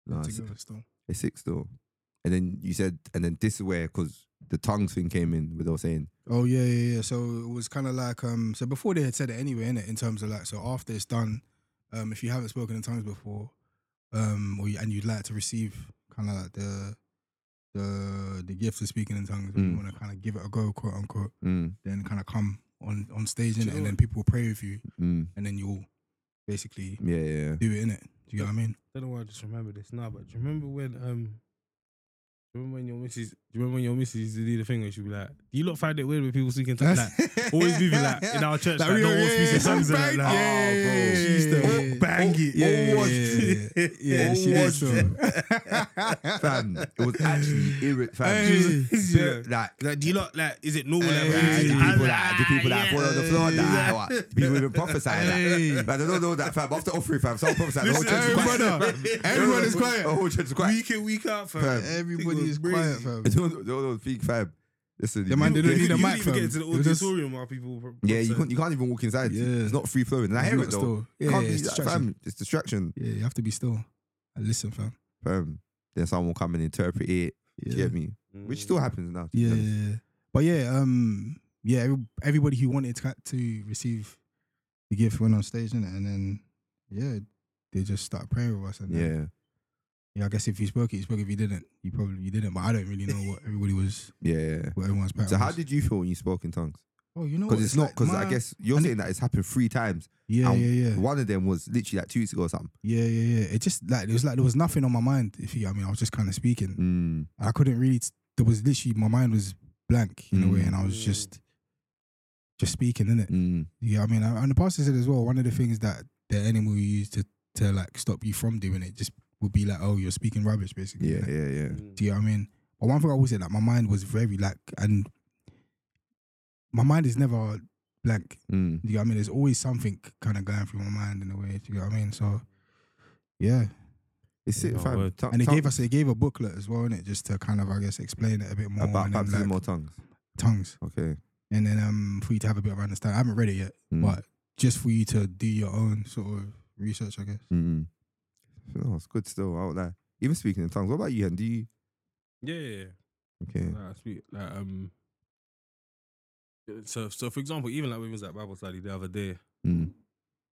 No, it's, together still. it's six though. And then you said and then this is where because the tongues thing came in with us saying Oh yeah, yeah, yeah. So it was kind of like um. So before they had said it anyway, innit? In terms of like, so after it's done, um, if you haven't spoken in tongues before, um, or you, and you'd like to receive kind of like the the the gift of speaking in tongues, Mm. you want to kind of give it a go, quote unquote. mm, Then kind of come on on stage innit? Sure. and then people will pray with you, mm, and then you'll basically yeah, yeah, yeah. do it in it. Do you know what I mean? don't know why I just remember this now, but do you remember when um do you remember when your missus do you remember when your missus used to do the thing where she'd be like, Do you lot find it weird when people speak in tongues? Like always be like in our church, like, we- no one speaks in tongues and bang, like, like yeah, oh, bro. yeah, She used yeah, yeah, to yeah. bang it. Yeah, yeah, was- yeah, yeah, yeah. Yeah, what she did was so. fam. It was actually irrit, fam. Hey. Just bare- like Like, do you lot like is it normal Hey. like, the when you Hey. see people the people that the people that fall on the floor, that what? The people even prophesy Hey. that. But I don't know that fam. After offering, fam, someone prophesy. The whole church is Everybody, quiet. everyone is quiet. The whole church is quiet. week in, week out, fam. Fam. Everybody is quiet, fam. It's all- it's all those big fam. Listen, Yeah, man, you- they don't need a you mic, didn't even fam. get into the It was just- auditorium while people. were- yeah, you so- can't, you can't even walk inside. Yeah. It's not free flowing. And I It's hear not it though. still. Yeah, can't yeah, be it's that, distraction. fam. It's distraction. Yeah, you have to be still. And listen, fam. Fam. Then someone will come and interpret it. Do Yeah. You get me? Which Mm. still happens now. to be Yeah, honest. yeah, yeah. but yeah, um, yeah. every- Everybody who wanted to, to receive the gift went on stage, innit? and then yeah, they just started praying with us, and then, Yeah. Yeah, I guess if you spoke it, you spoke. If you didn't, you probably you didn't. But I don't really know what everybody was, Yeah. what everyone's pattern So how was. did you feel when you spoke in tongues? Oh, you know, Because what, it's not like because I my- guess you're and it- saying that it's happened three times. Yeah, and yeah, yeah. One of them was literally like two weeks ago or something. Yeah, yeah, yeah. It just like it was like there was nothing on my mind. If you, I mean, I was just kind of speaking. Mm. I couldn't really. There was literally my mind was blank in a way, and I was Mm. just just speaking in it. Mm. Yeah, I mean, I, and the pastor said as well. One of the things that the enemy will use to to like stop you from doing it just would be like, oh, you're speaking rubbish, basically. Yeah, innit? yeah, yeah. Mm. Do you know what I mean? But one thing I always say, like, my mind was very like, and my mind is never blank. Mm. Do you know what I mean? There's always something kind of going through my mind in a way. Do you know what I mean? So, yeah. It's it, No, fam. word. Tongue- And they tongue- gave us they gave a booklet as well, innit? Just to kind of I guess explain it a bit more about and then, baptism like, or tongues. tongues. Okay. And then um for you to have a bit of understanding. I haven't read it yet, Mm. but just for you to do your own sort of research, I guess. Mm. No, it's good still. I would like even speaking in tongues. What about you? And do you? Yeah, yeah, yeah. Okay. Like, I speak, like, um, so, so for example, even like we was at Bible study the other day, Mm.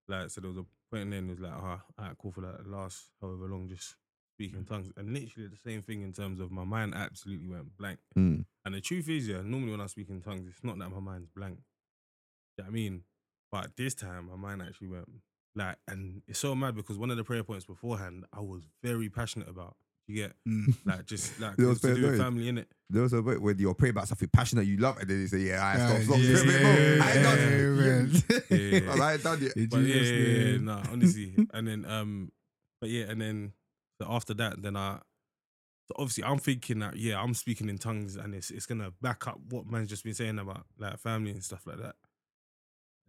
like, so there was a point and then it was like, ah, alright, cool for like the last however long, just speaking Mm. tongues, and literally the same thing in terms of my mind absolutely went blank. Mm. And the truth is, yeah, normally when I speak in tongues, it's not that my mind's blank. You know what I mean? But this time, my mind actually went like, and it's so mad because one of the prayer points beforehand, I was very passionate about. You get Mm. like just like It was it's to very do with annoying. family in it. There was a bit where you pray about something passionate you love, and then you say, "Yeah, I Yeah, stop, stop, yeah, stop, stop, yeah, stop. I ain't done yeah, it. yeah, yeah, yeah. I ain't done it." Did But you yeah, just- yeah, yeah, yeah, nah, honestly. and then um, but yeah, and then so after that, then I. So obviously, I'm thinking that yeah, I'm speaking in tongues, and it's it's gonna back up what man's just been saying about like family and stuff like that.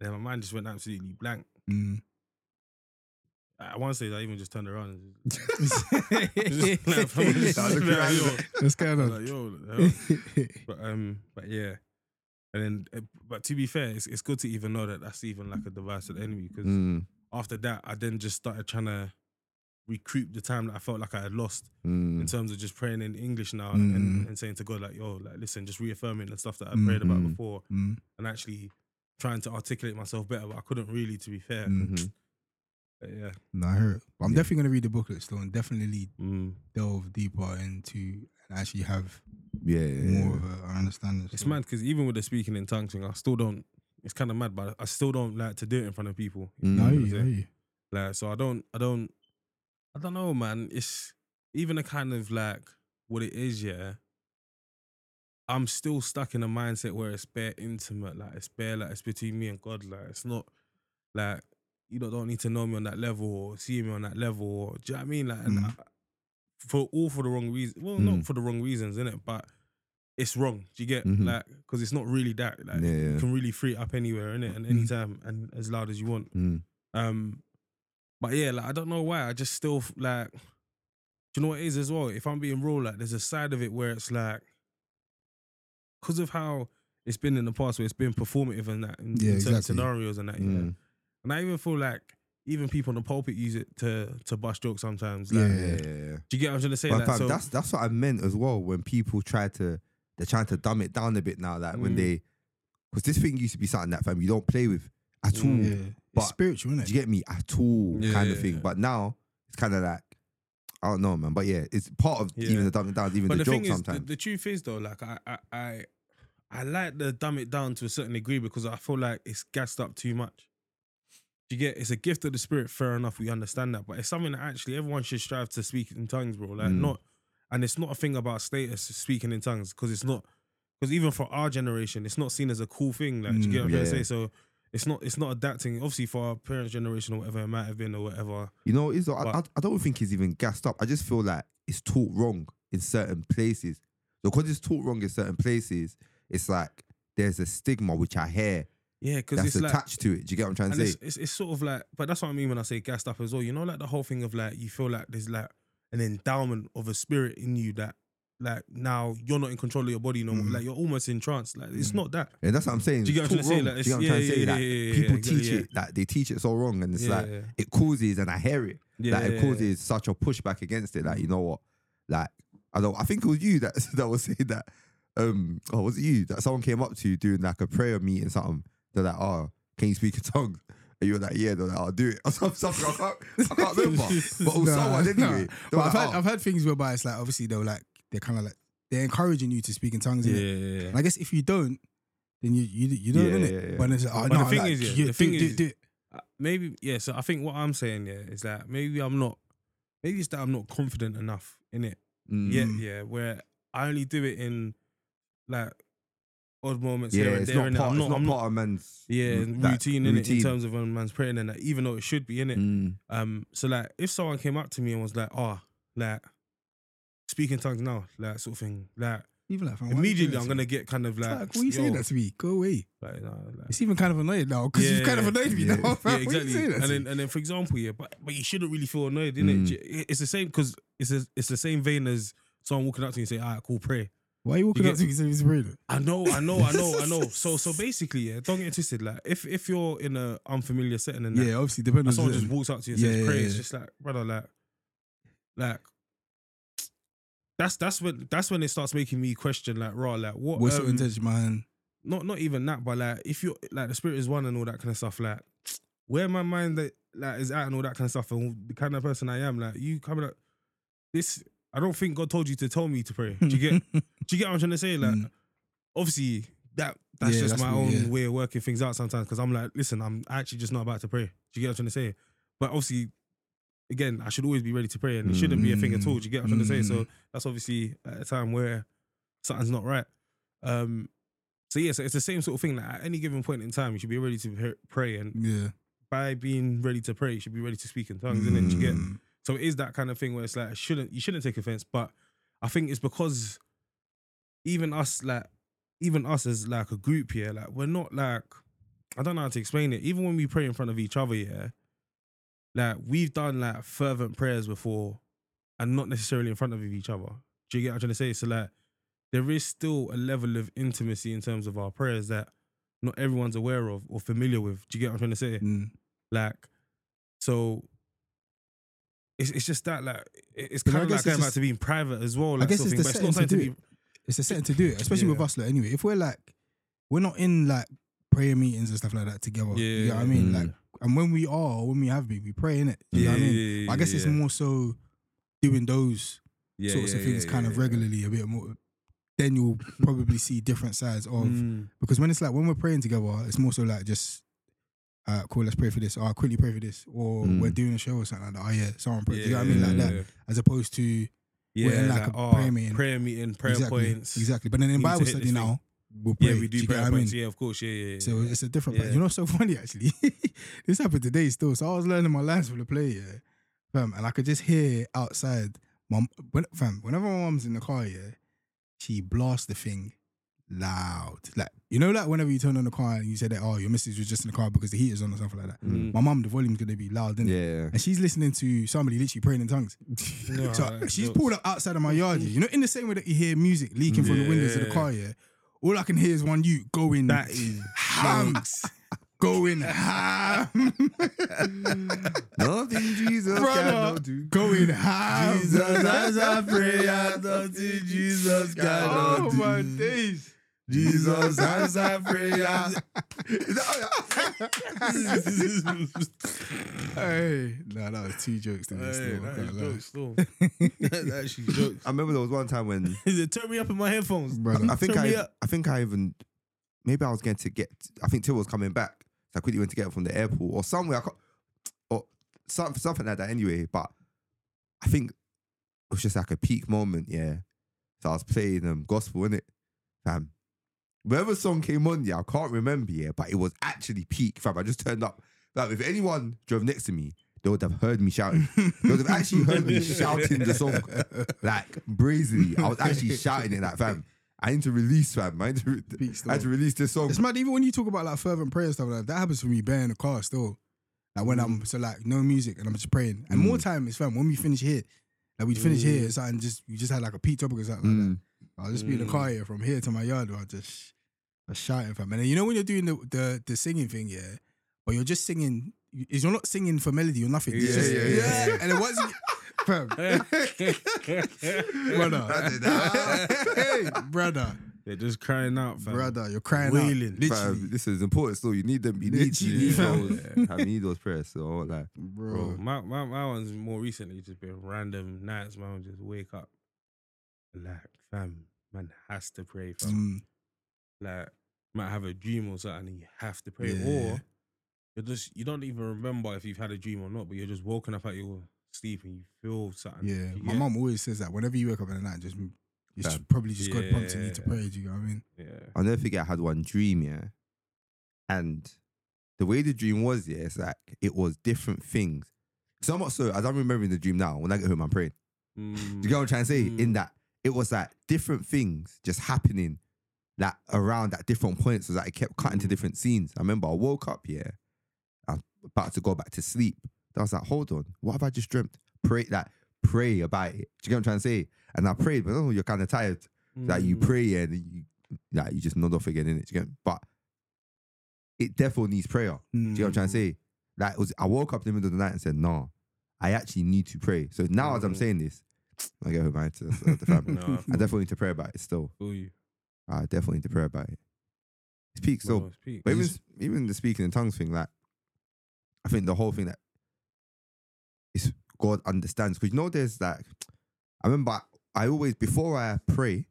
And then my mind just went absolutely blank. Mm. I want to say I even just turned around. And just, like, from- Just just look like, around. yo, What's going like, on? yo, what the hell? but um, but yeah, and then uh, but to be fair, it's it's good to even know that that's even like a device of the enemy because Mm, after that, I then just started trying to recoup the time that I felt like I had lost in mm, terms of just praying in English now Mm. and, and saying to God like, yo, like listen, just reaffirming the stuff that I prayed about Mm. before Mm. and actually trying to articulate myself better, but I couldn't really, to be fair. Mm. mhm. But yeah. No, I hear it. But I'm Yeah. definitely gonna read the booklet still and definitely Mm. delve deeper into and actually have Yeah, yeah, yeah. more of a an understanding. It's still. mad because even with the speaking in tongues thing, I still don't. It's kind of mad, but I still don't like to do it in front of people. Mm. No, what you, I'm no, saying? you. Like, so I don't, I don't, I don't know, man. It's even a kind of like what it is, yeah. I'm still stuck in a mindset where it's bare intimate, like it's bare, like it's between me and God, like it's not, like you lot don't need to know me on that level or see me on that level. Or, do you know what I mean? Like, and Mm. I, for all for the wrong reason. Well, Mm. not for the wrong reasons, innit? But it's wrong. Do you get Mhm. like because it's not really that. Like Yeah, Mm. you yeah. can really free it up anywhere, innit? And Mhm. anytime and as loud as you want. Mm, Um, but yeah, like I don't know why. I just still f- like, do you know what it is as well? If I'm being real, like there's a side of it where it's like, because of how it's been in the past, where it's been performative and that, in, Yeah, in certain exactly. scenarios and that. Yeah. mm. And I even feel like even people in the pulpit use it to to bust jokes sometimes. Yeah, Like, Yeah. yeah, yeah, yeah. Do you get what I'm trying to say? But Like, fam, so, that's that's what I meant as well. When people try to, they're trying to dumb it down a bit now. Like when Mm. they, because this thing used to be something that fam you don't play with at Mm. all. Yeah. But- it's spiritual, Do isn't it? you get me at all Yeah, kind yeah, of thing? yeah. But now it's kind of like I don't know, man. But yeah, it's part of Yeah. even the dumb it down, even but the, the joke thing is, the, sometimes. the truth is though, like I, I, I, I like the dumb it down to a certain degree because I feel like it's gassed up too much. Do you get? It's a gift of the spirit. Fair enough, we understand that, but it's something that actually everyone should strive to speak in tongues, bro. Like Mm. not, and it's not a thing about status speaking in tongues because it's not. Because even for our generation, it's not seen as a cool thing. Like, do you Mm, get what I'm yeah. trying to say? So. It's not. It's not adapting. Obviously, for our parents' generation or whatever it might have been or whatever. you know, is I, I, But- I don't think it's even gassed up. I just feel like it's taught wrong in certain places. Because it's taught wrong in certain places, it's like there's a stigma which I hear Yeah, because that's it's like attached to it. Do you get what I'm trying and to it's, say? it's it's sort of like, but that's what I mean when I say gassed up as well. You know, like the whole thing of like you feel like there's like an endowment of a spirit in you that like now you're not in control of your body no more. Mm-hmm. Mhm. Like you're almost in trance. Like it's not that. And that's what I'm saying. Do you it's get what taught I'm trying to say? wrong. Like, Do you get what I'm it's- yeah, trying to yeah, say? yeah, yeah, Like, yeah, people yeah, teach yeah. it, like they teach it so wrong, and it's yeah, like yeah, it causes, and I hear it. yeah, like it causes such a pushback against it. Like you know what? Like I don't. I think it was you that that was saying that. Um, oh, was it you that someone came up to you doing like a prayer meeting something? They're like, oh, can you speak in tongues? and you're like, yeah, they're like, I'll do it. Or some- something I can't, I can't remember. But also, Nah, anyway, nah. they But were I've, like, had, oh, I've had things whereby it's like obviously they're like they're kind of like they're encouraging you to speak in tongues. Yeah, innit? yeah, yeah. And I guess if you don't, then you you you don't, Yeah, innit? yeah, yeah. But it's like, oh, But no, the thing like, is, yeah, you- the do thing it, do is- it, do it. Uh, maybe yeah. So I think what I'm saying yeah is that maybe I'm not. Maybe it's that I'm not confident enough in it. mm, Yeah, yeah. Where I only do it in like odd moments yeah, here and it's there, not and part, it's I'm not, not I'm not part of man's yeah mm, that routine in it in routine. terms of when man's praying and that, even though it should be in it. Mm, Um, so like if someone came up to me and was like, "Oh, like speaking tongues now, like sort of thing," like Even like, fam, why are you immediately doing I'm this? gonna get kind of It's like, like, why are you saying yo, that to me? Go away. like, nah, like- It's even kind of annoyed now because Yeah, you've kind of yeah. annoyed me Yeah. now. yeah, fam. Why you exactly. saying that And to then, me? and then, for example, yeah, but but you shouldn't really feel annoyed, innit? Mm. J- it? It's the same because it's a, it's the same vein as someone walking up to you and saying, "Alright, cool, pray." Why are you walking You up get- to me saying it's rude? I know, I know, I know, I know. So so basically, yeah, don't get it twisted. Like if if you're in an unfamiliar setting and that, Yeah, obviously, depending and on someone just certain- walks up to you and Yeah, says yeah, pray, yeah. it's just like, brother, like, like that's that's when that's when it starts making me question, like, raw, like what what's um, your intention, man? not not even that, but like if you're like the spirit is one and all that kind of stuff, like where my mind that like is at and all that kind of stuff, and the kind of person I am, like you coming up this I don't think God told you to tell me to pray. Do you get do you get what I'm trying to say? Like Mm. obviously that that's Yeah, just that's my what- own yeah. way of working things out sometimes because I'm like, listen, I'm actually just not about to pray. Do you get what I'm trying to say? But obviously, again, I should always be ready to pray and it shouldn't be a thing at all. Do you get what I'm trying to Mm. say? So that's obviously at a time where something's not right. Um, so yeah, so it's the same sort of thing. Like at any given point in time, you should be ready to pr- pray, and Yeah. by being ready to pray, you should be ready to speak in tongues. And then you get Mm. so it is that kind of thing where it's like shouldn't you shouldn't take offense, but I think it's because even us like even us as like a group here, like we're not like I don't know how to explain it. Even when we pray in front of each other, yeah, like we've done like fervent prayers before, and not necessarily in front of each other. Do you get what I'm trying to say? So like there is still a level of intimacy in terms of our prayers that not everyone's aware of or familiar with. Do you get what I'm trying to say? Mm. Like, so it's it's just that like it- it's But I kind of guess it's like going back just- to being private as well. I Like, guess sort of it's the thing, but it's not setting to something do It's a setting to do it, especially with Yeah. us. Like anyway, if we're like, we're not in like prayer meetings and stuff like that together. you know what I mean? Mm. Like, and when we are, when we have been, we pray in it. to You know yeah, what I mean? yeah, But I guess it's yeah, more so doing those yeah, sorts yeah, of things yeah, kind yeah, of yeah. regularly a bit more. Then you'll probably see different sides of Mm. because when it's like when we're praying together, it's more so like just. Uh, cool, let's pray for this. Or quickly pray for this. Or Mm. we're doing a show or something like that. Oh yeah, someone pray. Do you know what I Yeah, mean? Like yeah, that. yeah. As opposed to Yeah, in like like, a oh, prayer meeting. prayer meeting, prayer exactly, points. Exactly. But then need in to Bible hit this study thing. now, we'll pray. Yeah, we do you get prayer what I points. mean? Yeah, of course. Yeah, yeah. yeah. So it's a different. Yeah. You know, so funny actually. this happened today still. So I was learning my lines for the play, yeah, fam, and I could just hear outside. My when, fam, whenever my mom's in the car, yeah, she blasts the thing loud, like you know, like whenever you turn on the car and you say that, oh, your message was just in the car because the heat is on or something like that. Mm. My mom, the volume's gonna be loud, innit? yeah. And she's listening to somebody literally praying in tongues. No, so that's she's jokes. pulled up outside of my yard. yeah. You know, in the same way that you hear music leaking from the windows of the Yeah. car, yeah. All I can hear is one you going That is ham, going ham, Nothing Jesus brother, cannot do. going ham. Jesus, as I pray, nothing Jesus cannot oh do. my days! Jesus, as I pray, I... Is that- Hey, nah, that was two jokes. To me, Hey, still, I that can't is lie. jokes. Still, that's actually jokes. I remember there was one time when Is it turn me up in my headphones? brother. I think Turn me I, up. I think I even maybe I was going to get I think Till was coming back. So I quickly went to get him from the airport or somewhere I can't, or some, something like that anyway. But I think it was just like a peak moment, yeah. So I was playing um gospel, innit? Fam. Whatever song came on, yeah, I can't remember, yeah, but it was actually peak, fam. I just turned up. Like if anyone drove next to me, they would have heard me shouting. they would have actually heard me shouting the song like brazenly. I was actually shouting it like, fam. I need to release, fam. I need to, re- Peak I need to still. release this song. It's mad, even when you talk about like fervent prayer and stuff like that, that happens for me bare in the car still. Like when I'm so like no music and I'm just praying. And more time is fam, when we finish here, like we'd finish here, it's like and just we just had like a peak topic or something like Mm. that. I'll just be in the car here from here to my yard where I just I shouting fam. And then you know when you're doing the the, the singing thing, yeah, but you're just singing is you're not singing for melody or nothing. It's Yeah, just, yeah, yeah, yeah. And then once you, fam, yeah, brother. hey, brother. They're just crying out, fam. brother. You're crying Wailing. out, literally, Fam, this is important still. You need them. You need, you Literally, need fam. those. I need those prayers. So like, Bro, bro. my, my my one's more recently just been random nights. My one just wake up, like fam, man has to pray. Fam. Mm, Like might have a dream or something, and you have to pray, Yeah. or you're just you don't even remember if you've had a dream or not, but you're just woken up out your sleep and you feel something. yeah, You my get- mum always says that whenever you wake up in the night, just it's Fam. probably just God prompting you to Yeah. pray. Do you know what I mean? Yeah. I'll never forget I had one dream, yeah. And the way the dream was, yeah, it's like it was different things. So much so, as I'm remembering the dream now, when I get home, I'm praying. Do you Mm, get what I'm trying to say? In that it was like different things just happening like around at different points. So like it kept cutting to different scenes. I remember I woke up, yeah. I'm about to go back to sleep. I was like, hold on, what have I just dreamt? Pray like pray about it. Do you get what I'm trying to say? And I prayed, but oh, you're kind of tired. Like you mm, pray yeah, and then you like you just nod off again in it again. But it definitely needs prayer. Do you know what I'm trying to Mm. say? Like it was, I woke up in the middle of the night and said, "Nah, I actually need to pray." So now, as I'm Mm. saying this, I go home I had to to the family. Nah, I definitely need to pray about it. Still, feel you. I definitely need to pray about it. It's peak. So, Bro, it's peak. but even Yes. even the speaking in tongues thing, like I think the whole thing that is God understands because you know there's like I remember I always before I pray,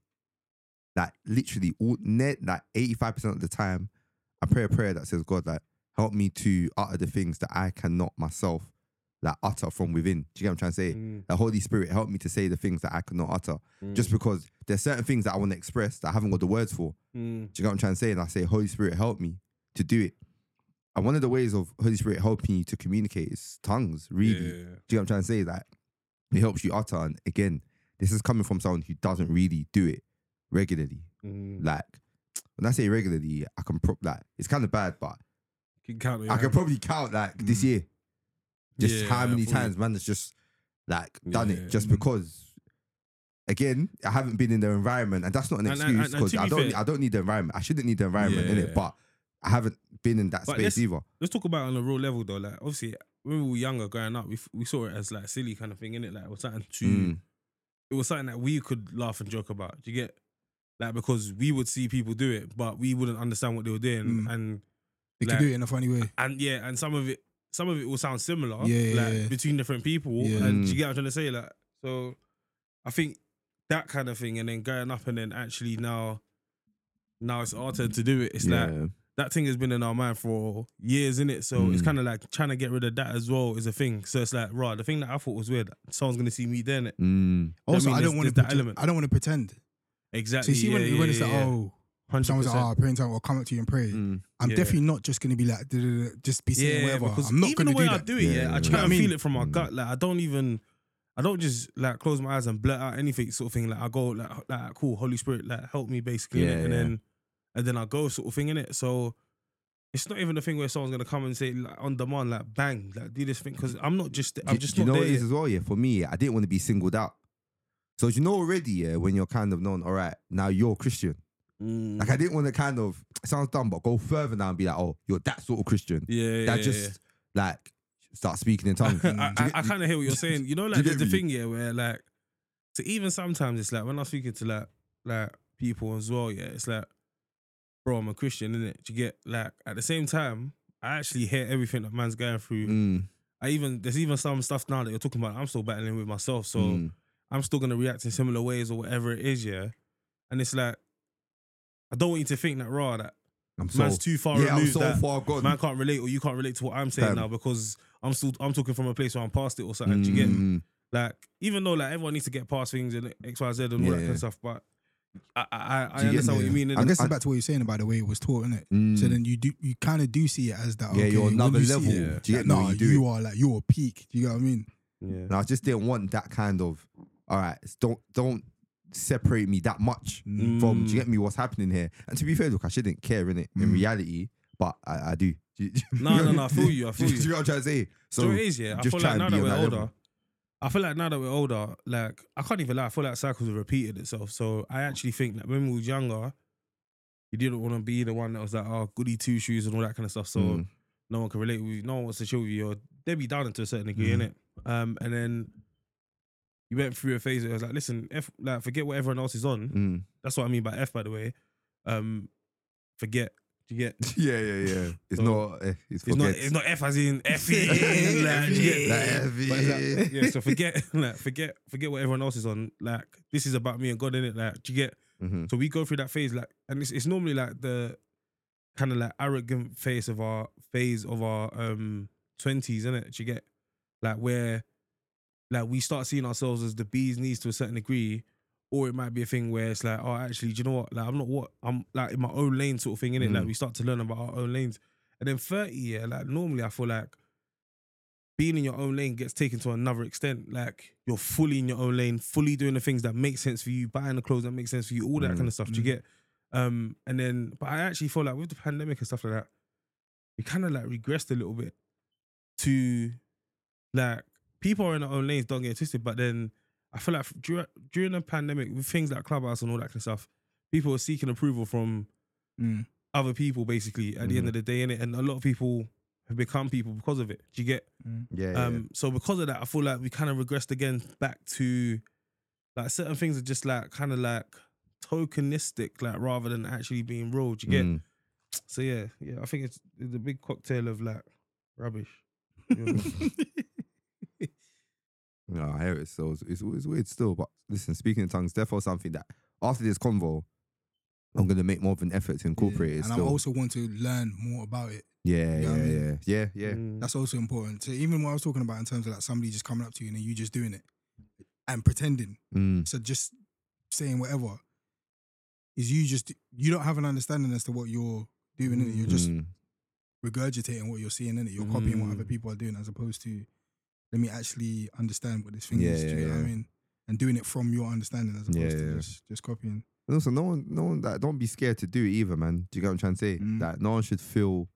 like literally all net like eighty five percent of the time, I pray a prayer that says God like help me to utter the things that I cannot myself like utter from within. Do you get what I'm trying to say? Mm, The Holy Spirit help me to say the things that I cannot utter. mm, Just because there's certain things that I want to express that I haven't got the words for. mm, Do you get what I'm trying to say? And I say, Holy Spirit, help me to do it. And one of the ways of Holy Spirit helping you to communicate is tongues, really. Do yeah, you get what I'm trying to say? That it helps you utter. And again, this is coming from someone who doesn't really do it regularly. mm. Like, when I say regularly, I can prop that. it's kind of bad, but Can count on I your can hand. probably count like this Mm. year. Just Yeah, how I many feel you. times man has just like done Yeah. it just Mm. because again, I haven't been in the environment and that's not an And- and- and- excuse and because to I be don't fair- I don't need the environment. I shouldn't need the environment in it, Yeah. but I haven't been in that But space let's- either. Let's talk about it on a real level though. Like obviously when we were younger growing up, we, f- we saw it as like silly kind of thing, innit? Like it was something to Mm. it was something that we could laugh and joke about. Do you get like because we would see people do it, but we wouldn't understand what they were doing. Mm. And They Like- can do it in a funny way. and yeah, and some of it some of it will sound similar. Yeah, yeah, like yeah. between different people. Yeah. And Mm. do you get what I'm trying to say? Like so I think that kind of thing and then growing up and then actually now now it's our turn to do it. It's like that thing has been in our mind for years, in it. So it's Mm. kind of like trying to get rid of that as well is a thing. So it's like, right, the thing that I thought was weird, someone's gonna see me doing it. Mm. Also, mean, I there's- don't want there's to. that element. I don't want to pretend. So Exactly. you see, when, yeah, when yeah, it's like, yeah, oh, hundred someone's like, percent. oh, praying time, I'll come up to you and pray. Mm. I'm Yeah. definitely not just going to be like, "Duh, duh, duh, just be saying Yeah, whatever. because I'm not even going to the way do I that. do it, yeah, Yeah, I yeah, try yeah. and I mean- feel it from my Mm. gut. Like I don't even, I don't just like close my eyes and blurt out anything sort of thing. Like I go like, h- like cool, Holy Spirit, like help me basically, Yeah, innit? and yeah. then and then I go sort of thing in it. So. It's not even a thing where someone's gonna come and say like, on demand, like bang, like do this thing because I'm not just, I'm Do- just do you not know what there. it yet. is as well, yeah. For me, I didn't want to be singled out. So do you know already, yeah, when you're kind of known, all right, now you're Christian. Mm. Like I didn't want to kind of it sounds dumb, but go further now and be like, oh, you're that sort of Christian. that yeah, yeah, yeah. just like start speaking in tongues. Do you I, I, get- I kind of hear what you're saying. You know, you like get there's the me? thing, yeah, where like, so even sometimes it's like when I'm speaking to like like people as well, yeah, it's like, bro, I'm a Christian, innit? Do You get like at the same time, I actually hear everything that man's going through. Mm, I even there's even some stuff now that you're talking about. I'm still battling with myself, so mm, I'm still gonna react in similar ways or whatever it is, yeah. And it's like, I don't want you to think that raw that I'm man's too far yeah, I'm removed. so that, far gone. man can't relate or you can't relate to what I'm saying Fam. now because I'm still I'm talking from a place where I'm past it or something. Do you get Mm, like even though like everyone needs to get past things and X Y Z and all Yeah, that kind yeah. of stuff, but I I, I, I Do you get understand what me? you mean. innit? I guess I- it's back to what you're saying about the way it was taught, innit? mm. So then you do, you kind of do see it as that. yeah, okay, you're when another you see level. it, Yeah. Do you get me? nah, When you do you it. are like you're peak. Do you get what I mean? yeah. And I just didn't want that kind of. All right, it's- don't don't separate me that much from. Do you Mm. get me? What's happening here? And to be fair, look, I shouldn't care in it in Mm. reality, but I, I do. Do you- do you- No, no, no, I feel you, I Do feel Do you you. know what I'm trying to say? So, So, it is, yeah. I just feel try like and now be on that we're that older, level. I feel like now that we're older, like I can't even lie, I feel like cycles have repeated itself. So I actually think that when we was younger, you didn't want to be the one that was like, oh, goody two shoes and all that kind of stuff. So Mm. no one can relate with you, no one wants to chill with you, or they be down to a certain degree, Hmm. Mhm. innit? Um, and then you went through a phase where it was like, listen, F, like forget what everyone else is on. Mm, That's what I mean by F, by the way. um, forget. Do you get? Yeah, yeah, yeah. It's So- not. eh, It's, It's not, forgets. it's not F as in F E. like, do you get? Like, F- E. But it's like- yeah, so forget, like, forget, forget what everyone else is on. Like, this is about me and God in it. Like, do you get? Mhm. So we go through that phase, like, and it's, it's normally like the kind of like arrogant phase of our phase of our um twenties, isn't it? Do you get? Like where, like we start seeing ourselves as the bees knees to a certain degree, or it might be a thing where it's like, oh, actually, do you know what? Like, I'm not what I'm like in my own lane, sort of thing, innit? Like we start to learn about our own lanes, and then thirty, yeah, like normally I feel like being in your own lane gets taken to another extent. Like you're fully in your own lane, fully doing the things that make sense for you, buying the clothes that make sense for you, all that kind of stuff. Do you get? Um, and then, but I actually feel like with the pandemic and stuff like that, we kind of like regressed a little bit to like people are in their own lanes, don't get it twisted. But then I feel like during, during the pandemic, with things like Clubhouse and all that kind of stuff, people are seeking approval from Mm. other people basically at the end of the day, innit? And a lot of people have become people because of it. Do you get? yeah, yeah. Um, so because of that, I feel like we kind of regressed again back to like certain things are just like kind of like tokenistic, like rather than actually being real. Do you get? Mm. So yeah, yeah, I think it's, it's a big cocktail of like rubbish. Mm. You know? No, I hear it. So it's, it's, it's weird still. But listen, speaking in tongues, therefore something that after this convo, I'm gonna make more of an effort to incorporate it. And I still. also want to learn more about it. yeah, know what I yeah, yeah, mean? yeah, yeah. Mm. That's also important. So even what I was talking about in terms of like somebody just coming up to you and then you just doing it and pretending. Mm. So just saying whatever is you just you don't have an understanding as to what you're doing. innit? You're just mm. regurgitating what you're seeing in it. You're copying what Mm. other people are doing as opposed to let me actually understand what this thing Yeah, is. Do you yeah, know what I yeah. mean? And doing it from your understanding as opposed Yeah, to yeah. Just, just copying. And also, no one, no one that don't be scared to do it either, man. Do you get what I'm trying to say? Mm. That no one should feel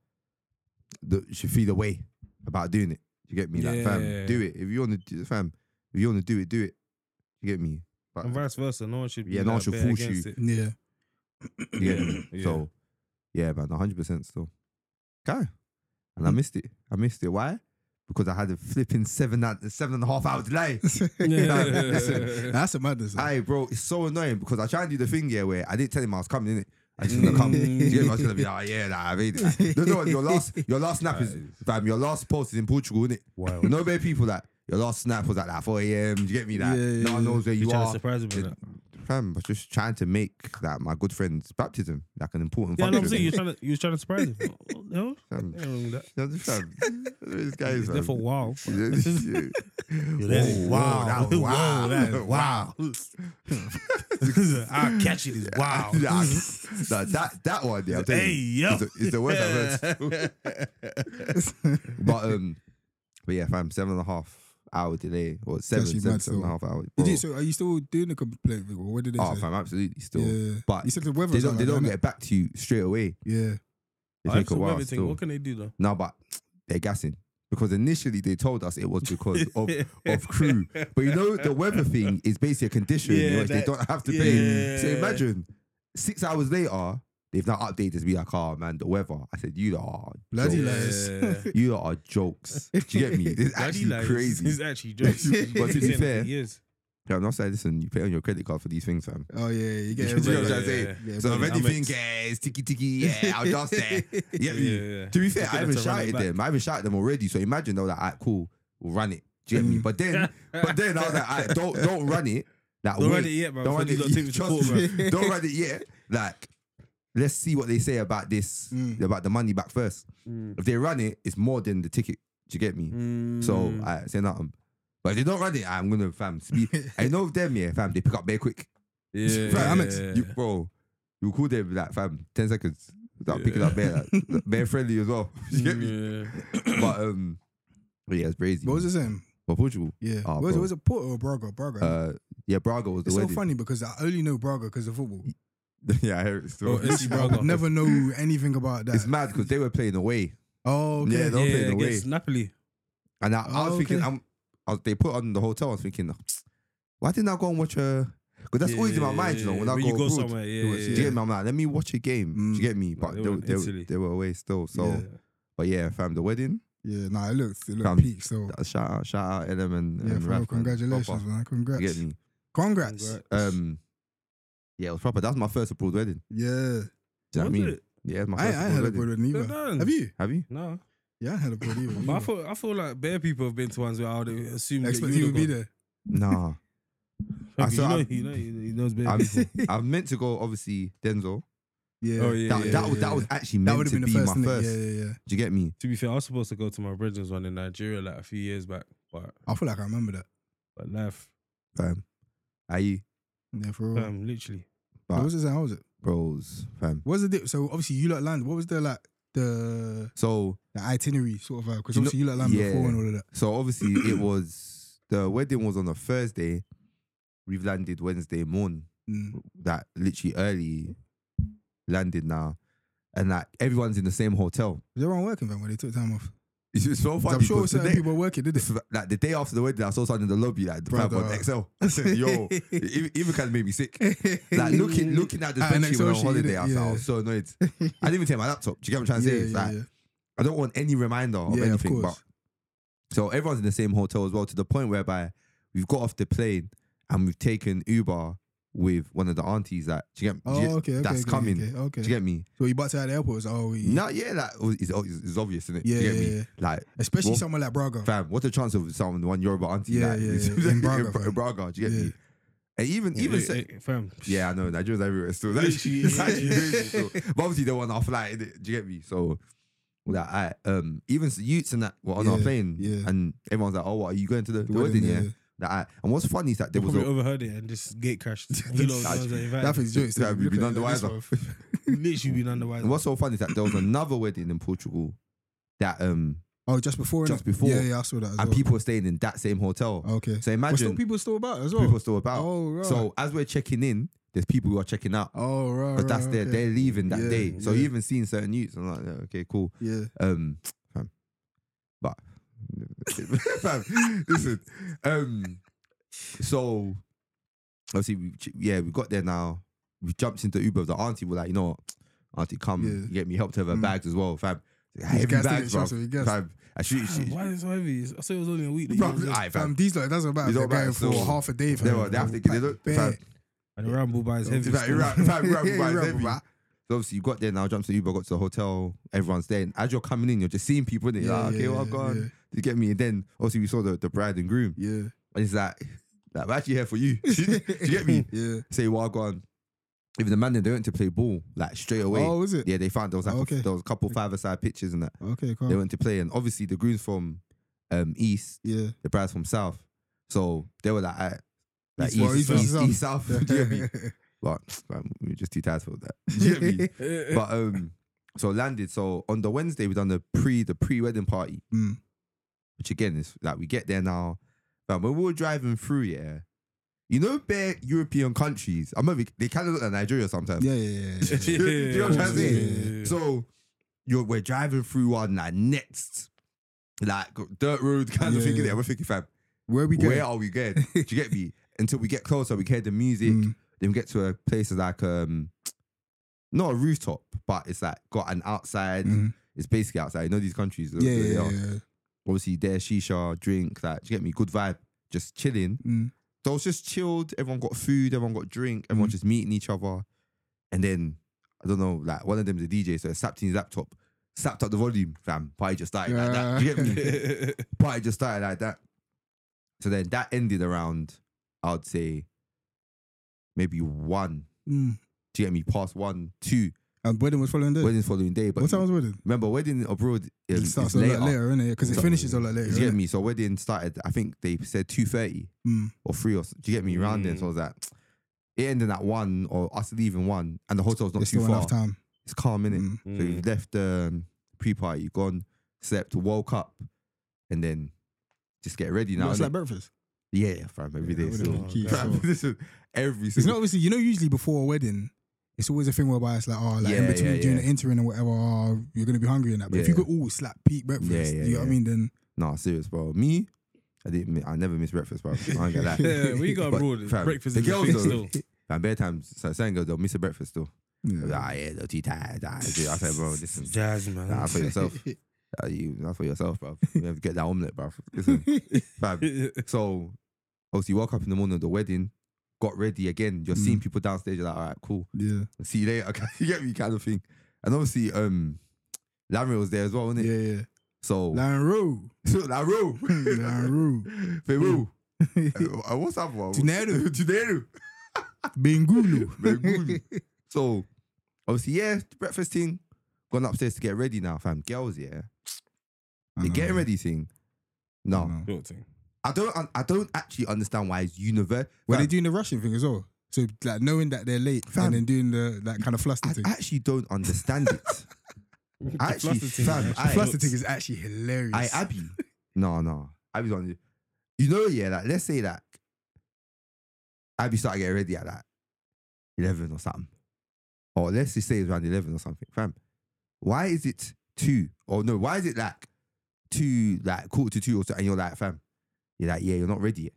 the should feel the way about doing it. Do you get me? Like, fam, Yeah. do it if you want to. Fam, if you want to do it, do it. Do you get me? But and vice versa, no one should. Be Yeah, no one like, should bare force against you. It. Yeah. you get me? Yeah. So, yeah, man, 100 percent still. Okay, and I Mm-hmm. missed it. I missed it. Why? Because I had a flipping seven out seven and a half hours delay. Yeah. That's a madness. though. Hey, bro, it's so annoying because I tried to do the thing here where I didn't tell him I was coming, innit? I just gonna come. Mm. yeah, I was gonna be like, oh, yeah, nah, I made it. No, no, your last, your last snap is, fam, your last post is in Portugal, innit? Wow. No bare people that your last snap was at like 4 a.m. Do you get me? That Yeah, yeah, no one yeah. knows where You you trying to are. surprise me with that? Fam, I was just trying to make that my good friend's baptism like an important Yeah, I know what I'm saying. function. You're trying to, you're trying to surprise him. Oh, no, Fam, nothing wrong with that. you understand? this guy is He's there fam. for a while. Whoa, wow, that was wow, wow. I'll catch it. Is wow. Nah, nah, that that one, yeah. I'm telling Hey, you, yo. Oh, is the, is the worst I've heard. but um, but yeah, fam, seven and a half hour delay or seven, actually seven, mad seven and a still. half hour. Did bro. you, so are you still doing the complaint thing? Or what did they oh, say? fam, absolutely still. Yeah. But You said the weather they was don't, like they that, don't innit? get back to you straight away. Yeah. They I take a saw while everything. still. What can they do though? No, but they're gassing because initially they told us it was because of of crew. But you know, the weather thing is basically a condition Yeah, which they that- don't have to pay. So yeah. imagine six hours later. They've now updated to be like, oh man, the weather. I said, you lot are Bloody jokes. lies. You lot are jokes. Do you get me? This is Bloody actually lies. crazy. It's actually jokes. But to He's been be saying that for fair- years. Yeah, I'm not saying, listen, you pay on your credit card for these things, fam. Oh yeah, you get Do you know everybody. what I'm Yeah, saying? yeah, so yeah. if Yeah, I'm anything, ex- yeah, it's ticky ticky, yeah, I'll just there. Yeah, Yeah, you- yeah. To be fair, Just I get haven't them to run it shouted back. them. I haven't shouted them already. So imagine though that, like, cool, we'll run it. Do you get me? Mm. But then, but then I was like, alright, don't don't run it. Like, Don't wait, run it yet, bro. Don't run it Before yet. these lot take Trust me to court, me, Don't run it yet. Like, let's see what they say about this, Mm. about the money back first. Mm. If they run it, it's more than the ticket. Do you get me? So Mm. I say nothing. But if they don't run it, I'm gonna fam speed. I know them, yeah, fam. They pick up very quick. Mm. yeah, fam, Alex, you, bro, you call them like fam, ten seconds. Start picking up bare, like, bare friendly as well. You get me? Mm. But um, but yeah, it's crazy. What was man. his name? But Portugal. Yeah. Ah, what was it bro. was it Porto or Braga? Braga. Uh, yeah, Braga was the it's so wedding. funny because I only know Braga because of football. yeah, I hear it still. Oh, it's- I Braga. would never know anything about that. It's mad because they were playing away, oh, okay. Yeah, Yeah, they'll play the against Napoli. and I, I was Oh, thinking, okay. I'm, I was, they put on the hotel. I was thinking, why didn't I go and watch a? Because that's always in my mind, you know, when I you go abroad. somewhere. Yeah, Do you yeah, get me? I'm like, let me watch a game. Do Mm. you get me? But they they, were were- in they, were, Italy. they were away still. So, yeah. but yeah, fam, the wedding. Yeah, nah, it looked it Fam, looked peak. So uh, Shout out, shout out, Elem and, yeah, and Raf, for real, man. congratulations, Proper. man. Do Congrats. You get me? Congrats. Congrats. Um, yeah, it was proper. That's my first abroad wedding. Yeah. Do you know what I Was mean? it? Yeah, it's my I, first ain't- I time ain't had a already. broad wedding either. done. Have you? Have you? No, Yeah, I ain't had a broad wedding. but I feel I feel like bare people have been to ones where I would assume I that you expect you would would be there. there. Nah. I I saw- you know, I'm- you know, he he knows bare I'm, people. I'm meant to go, obviously, Denzel. Yeah. Oh yeah, That, yeah, that, was, yeah, that was yeah. actually That meant would have to been the be first. my innit? first. Yeah, yeah, yeah. Do you get me? To be fair, I was supposed to go to my brethren's one in Nigeria like a few years back, but I feel like I remember that. but life, Fam. Are you? Yeah, for real. um, literally, What but- was it? How was it? Bros, fam. What was the dip? So obviously you lot land. What was the like the So, the itinerary sort of because You know- obviously you lot land yeah. before and all of that. so obviously it was, the wedding was on a Thursday. We've landed Wednesday morning. Mm. that literally early landed now, and like everyone's in the same hotel. Was everyone working then when they took time off? 'Cause It's just so funny. I'm sure 'cause certain the day- people were working, did they? this- like the day after the wedding, I saw something in the lobby, like the fam on Brother. XL. I said, "Yo, it even- even kind of made me sick." Like looking, looking at the At an spreadsheet when I'm on Excel sheet, holiday, I was, like, I yeah. was so annoyed. I didn't even take my laptop. Do you get what I'm trying to yeah, say? It's yeah, like, yeah. I don't want any reminder of Yeah, of anything. course. but so everyone's in the same hotel as well, to the point whereby we've got off the plane and we've taken Uber with one of the aunties. Like, do you get? do you Oh, get- okay, okay, that's okay, coming. Okay, okay. Do you get me? So you bought it at the airport? It's oh, we, No, yeah, like oh, it's, oh, it's, it's obvious, isn't it? Yeah, you get yeah, me? yeah. Like, especially Well, someone like Braga. fam, what's the chance of someone one Yoruba auntie? Yeah, like, yeah, it's- yeah. In Braga, Bra- fam. Braga, do you get Yeah. me? And even, even, Eh, se- eh, fam, yeah, I know Nigerians everywhere still. That's actually, Literally, crazy, still. but obviously they want our flight. innit? Do you get me? So, like, I um, even s- youths and that were on our Yeah, plane, yeah. and everyone's like, "Oh, what are you going to the, the wedding?" wedding, Yeah. yeah. Like, I, and what's funny is that there was probably a, overheard it and just gate crashed. You know, I was like, if I- that thing's jokes. Yeah, though. we'd Look be at none the it like this, wiser. bruv. literally been underwise. and what's so funny is that there was another wedding in Portugal that um, Oh, just before, innit? Just before. Yeah, yeah, I saw that. As and well. people were staying in that same hotel. So Okay. But still imagine people, people still about as well. are still about. Oh, right. So as we're checking in, there's people who are checking out. oh, right. But that's right, their okay. they're leaving that Yeah, day. So yeah. you even seen certain youths. I'm like, yeah, okay, cool. Yeah. Um, fam. but fam, listen. Um, so obviously, we, ch- yeah, we got there now. We jumped into Uber. The auntie were like, you know, what? auntie, come Yeah. get me. Helped her with her Mm. bags as well, fam. He Heavy gassed, innit? bags, bro. Trust me, he gassed. Fam, and she, she, Fam, why is it so heavy? I said it was only a week. that you Bruv, was there. aye, fam. Fam, these lot, it doesn't matter. It if They're don't matter, going for so- half a day. They fam. were- they have to- Packed they don't- bare. fam, And the ramble by is heavy. It's like, still. right, right, right, Yeah, right, right, heavy. right. So obviously you got there now, jumped to Uber, got to the hotel, everyone's there. And as you're coming in, you're just seeing people, innit? You're Yeah, like, okay, yeah, well, yeah, God, yeah. you get me? And then obviously we saw the, the bride and groom. Yeah. And it's like, like we're actually here for you. Do you get me? Yeah. Say, well, gone. Even the man, there, they went to play ball, like straight away. Oh, is it? Yeah, they found there was like Okay. Oh. a, there was a couple five-a-side pitches and that. Okay, They cool. went to play. And obviously the groom's from um, East, Yeah. the bride's from South. So they were like, I, like East- well, East, East versus East, South. East, South. Do you get me? But man, we were just too tired for that. Do you get me? Eh, eh. but um, so landed. So on the Wednesday, we done the pre the pre wedding party, Mm. which again is like we get there now. But when we were driving through, yeah, you know, bare European countries. I'm not, even- they kind of look like Nigeria sometimes. Yeah, yeah, yeah, yeah. Do you know what I'm trying to Yeah, say? yeah, yeah. So you're we're driving through one like next, like dirt road kind of Yeah, thing. yeah. Yeah. We're thinking, fam, Where we where going? are we going? Do you get me? Until we get closer, we can hear the music. Mm. Then we get to a place that's like um, not a rooftop, but it's like got an outside. Mm. It's basically outside. You know these countries. Yeah, they yeah, are. yeah. Obviously, there shisha, drink, like do you get me? Good vibe, just chilling. Mm. So it's just chilled. Everyone got food. Everyone got drink. Everyone Mm. just meeting each other. And then I don't know, like one of them's a DJ, so it sapped in his laptop, sapped up the volume. Fam, party just started like that. Do you get me? party just started like that. So then that ended around, I would say, maybe one. Mm. Do you get me? Past one, two. And wedding was following day. Wedding's following day. But What time was wedding? remember, wedding abroad It is, starts is a later. lot later, innit? Because it So- finishes a lot Do later. you get innit? me? So wedding started, I think they said 2.30 Mm. or 3 or, s- do you get me? Around then. So I was like, it ended at one or us leaving one and the hotel's not There's too still far. enough time. It's calm, innit? Mm. So you've left the um, pre-party, you've gone, slept, woke up, and then just get ready now. Not innit? like breakfast. Yeah, yeah, fam, every day. that still. would've been key, Fam, so- listen, every It's single. not obviously, you know, usually before a wedding, it's always a thing whereby it's like, oh, like in Yeah, between yeah, during yeah. the interim and whatever, oh, you're gonna be hungry and that. But if Yeah. you could all slap peak breakfast, Yeah, yeah, you know what I yeah. mean? Then nah, serious, bro. Me, I didn't. mi- I never miss breakfast, bro. I ain't get that. Yeah, we got But, abroad. fam, Breakfast the is a girls thing though. still. And bare times, so certain girls they'll miss a breakfast still. yeah. Like, Ah, yeah, they're too tired. ah, I said, bro, listen, Jazz, man. nah, for yourself. Nah, you, that's for yourself, bro. You have to get that omelet, bro. Listen, fam. So, obviously, woke up in the morning of the wedding. got ready again. You're Mm. seeing people downstairs. You're like, all right, cool. Yeah. See you later. you get me, kind of thing. And obviously, um, Lamry was there as well, wasn't it? Oh. Yeah, yeah. So Lanru. Larue, Lanru. Peru. Uh, what's up, one? Tuneru. Tuneru. Bengulu. So, obviously, yeah, the breakfast thing. Gone upstairs to get ready now, fam. Girls, yeah. I The know, getting ready thing. No, I know. Sort of thing. I don't. I, I don't actually understand why it's universe. Well, fam, they're doing the rushing thing as well. So like knowing that they're late Fam. and then doing the that kind of fluster I thing. actually don't understand it. The actually, fluster thing fam, actually I- fluster looks- thing is actually hilarious. I Abby. No, no. Abby's on. You know, yeah. Like, let's say that Abby started getting ready at like eleven or something, or let's just say it's around eleven or something, fam. Why is it two? Or no, why is it like two, like quarter to two or so? And you're like, fam, you're like, yeah, you're not ready yet.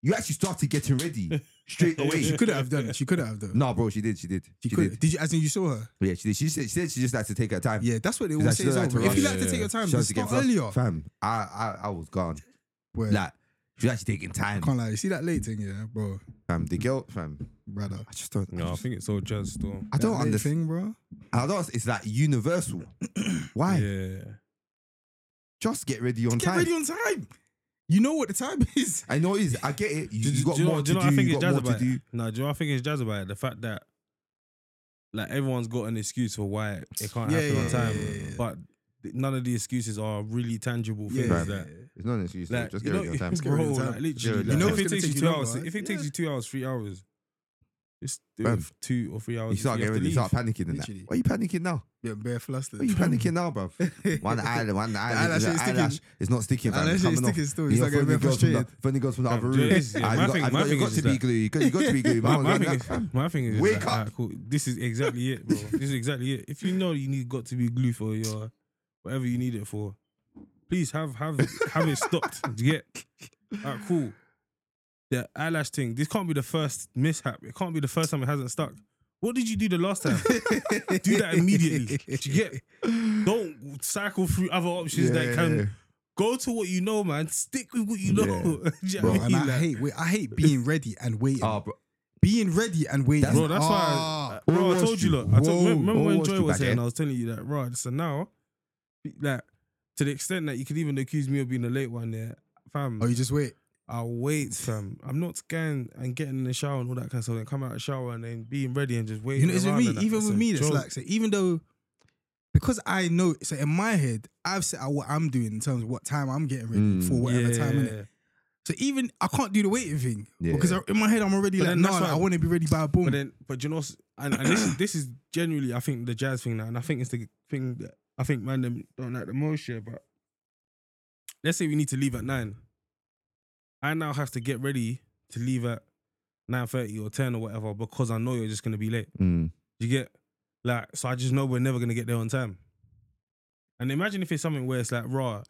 You actually started getting ready straight she away. couldn't have done it. She couldn't have done it. no, bro, she did. She did. she, She, could. did. Did you? As in you saw her? Yeah, she did. She said she, said she just had to take her time. Yeah, that's what they She's always like, say. she as don't well, like to bro. If you rush. like to take your time, She had just to get start flustered. earlier. Fam, I, I, I was gone. Where- Like, she was actually taking time. can't lie. You see that late thing, yeah, bro, Fam, the girl, fam. brother. I just don't. No, I think it's all jazz still. I don't That late understand. thing, bro. I don't. It's like universal. Why? Yeah. Just get ready on Get time. ready on time. You know what the time is. I know it is. I get it. You, Do, you you got do, you more know, to do you know do. what I think you it's got jazz more about to do. it? No, do you know what I think it's jazz about it? The fact that like everyone's got an excuse for why it can't Yeah, happen yeah, on time. yeah, yeah, yeah. But th- none of the excuses are really tangible things Right. that It's not an excuse. though. like, just you get know, ready on time. get ready on Bro, time. like, Get ready literally, on you time. know if It's it gonna takes take you you two longer, hours, right? if it takes Yeah. you two hours, three hours, just do Bro. it for two or three hours. You start getting have to ready. You leave. start panicking and that. Literally. Why are you panicking now? Yeah, bare flustered. Why are you panicking now, bruv? One eyelid, one eyelid. eyelash The ain't sticking. eyelash is not sticking. fam. Eyelash It's ain't coming off. sticking still. You He's know, not getting funny very girls from the- frustrated. Funny girls from the Fam, other do room. it. Yeah, Ah, You my got- thing- you my got- you thing got is to be that- gluey. You got you got to be gluey. My, Mum my was thing like, is, "Nah, fam." my thing is, Wake like, up. alright, cool. This is exactly it, bro. This is exactly it. If you know you need got to be glue for your whatever you need it for, please have have it- have it stopped. Do you get alright, cool. The eyelash thing. This can't be the first mishap. It can't be the first time it hasn't stuck. What did you do the last time? do that immediately. Do you get? Don't cycle through other options that can go to what you know, man. Stick with what you know. Yeah. Do you know Bro, what Bro, I and mean? I Like- hate wait, I hate being ready and waiting. Ah, bro. being ready and waiting. Bro, that's why. Ah. Bro, All I Wall told you, Street. look. I told, Whoa. remember All when Wall Joy Street was back here and there. I was telling you that, right? So now, like, to the extent that you could even accuse me of being the late one, there, fam. Oh, you just wait. I wait, fam. I'm not scaring and getting in the shower and all that kind of stuff. Then come out of the shower and then being ready and just waiting. You know, it's with around me. and that. Even It's with a me, that's joke. like so. Even though, because I know, so in my head, I've set out what I'm doing in terms of what time I'm getting ready Mm. for whatever yeah. time. Innit? So even I can't do the waiting thing Yeah. because I, in my head I'm already But like, then no, that's like, why- I want to be ready by boom. But then, but you know, s- and, and this is this is generally, I think the jazz thing now, and I think it's the thing that I think man them don't like the most. Yeah, but let's say we need to leave at nine. I now have to get ready to leave at nine thirty or ten or whatever because I know you're just gonna be late. Mm. You get like, so I just know we're never gonna get there on time. And imagine if it's something where it's like raw,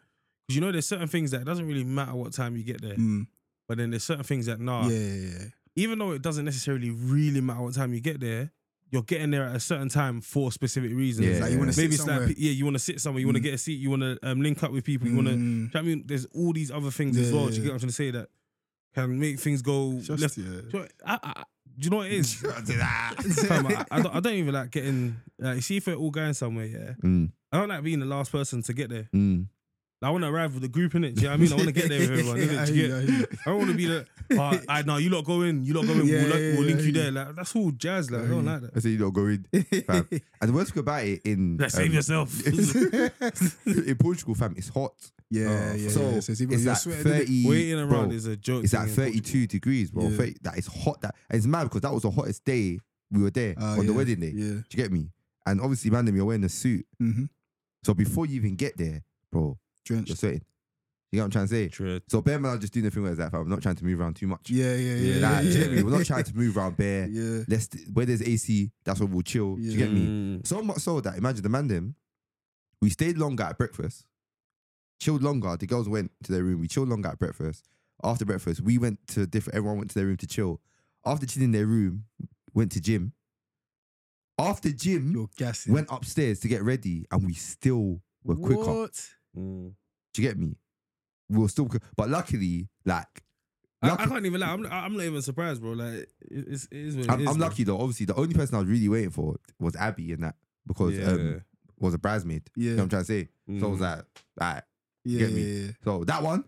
because you know there's certain things that it doesn't really matter what time you get there, Mm. but then there's certain things that nah, yeah, yeah, yeah. even though it doesn't necessarily really matter what time you get there, you're getting there at a certain time for specific reasons. Yeah, Like, you wanna sit maybe it's somewhere. like yeah, you want to sit somewhere, you want to Mm. get a seat, you want to um, link up with people, you want to. Mm. I mean, there's all these other things as Yeah, well. yeah, Do you yeah. get what I'm trying to say? That can make things go Just, left. yeah. Do you, know, I, I, do you know what it is? Fam, Fam, I, I don't, I don't even like getting. Like, see if we're all going somewhere. Yeah, Mm. I don't like being the last person to get there. Mm. I want to arrive with a group in it. Do you know what I mean? I want to get there with everyone. innit? I Do hear you you, I get- hear you. I don't want to be the. Uh, I know you lot go in. You lot go in. Yeah, we'll, yeah, we'll link yeah, you yeah. there. Like that's all jazz. Like I don't like that. I said you don't go in. Fam. And the worst thing about it in Like, save um, yourself. in Portugal, fam, it's hot. yeah, yeah, so yeah. Ah, So it's, even- it's you're like sweating, innit? thirty. Waiting around bro, is a joke. it's thing like in thirty-two degrees, bro. Yeah. 30 that it's hot. That and it's mad because that was the hottest day we were there Ah, on the yeah, wedding day. Yeah. Do you get me? And obviously, man, them, you're wearing a suit, Mm-hmm. so before you even get there, bro, Drenched. you're sweating. You get what I'm trying to say? Portugal. So bear man, I'm just doing the thing where it's like, fam, I'm not trying to move around too much. Yeah, yeah, yeah. Like, yeah, do you yeah, get me? We're not trying to Hmm? move around bare. Yeah. Let's where there's AC, that's where we'll chill. Do you Yeah. get me? Mm, So much so that imagine the man them, we stayed longer at breakfast, chilled longer. The girls went to their room. We chilled longer at breakfast. After breakfast, we went to different. Everyone went to their room to chill. After chilling in their room, went to gym. After gym, You're gassing. went upstairs to get ready, and we still were quicker. What? Mm. Do you get me? We were still quick, but luckily, like I, Lucky- I can't even lie. I'm, I'm not even surprised, bro. Like it, it's, it is what it I'm, is, I'm bro. lucky though. Obviously, the only person I was really waiting for was Abby in that because Yeah. um, was a bridesmaid. You Yeah. know what I'm trying to say? So I was Mm. like, all right. Yeah, get yeah, me. yeah. So that one,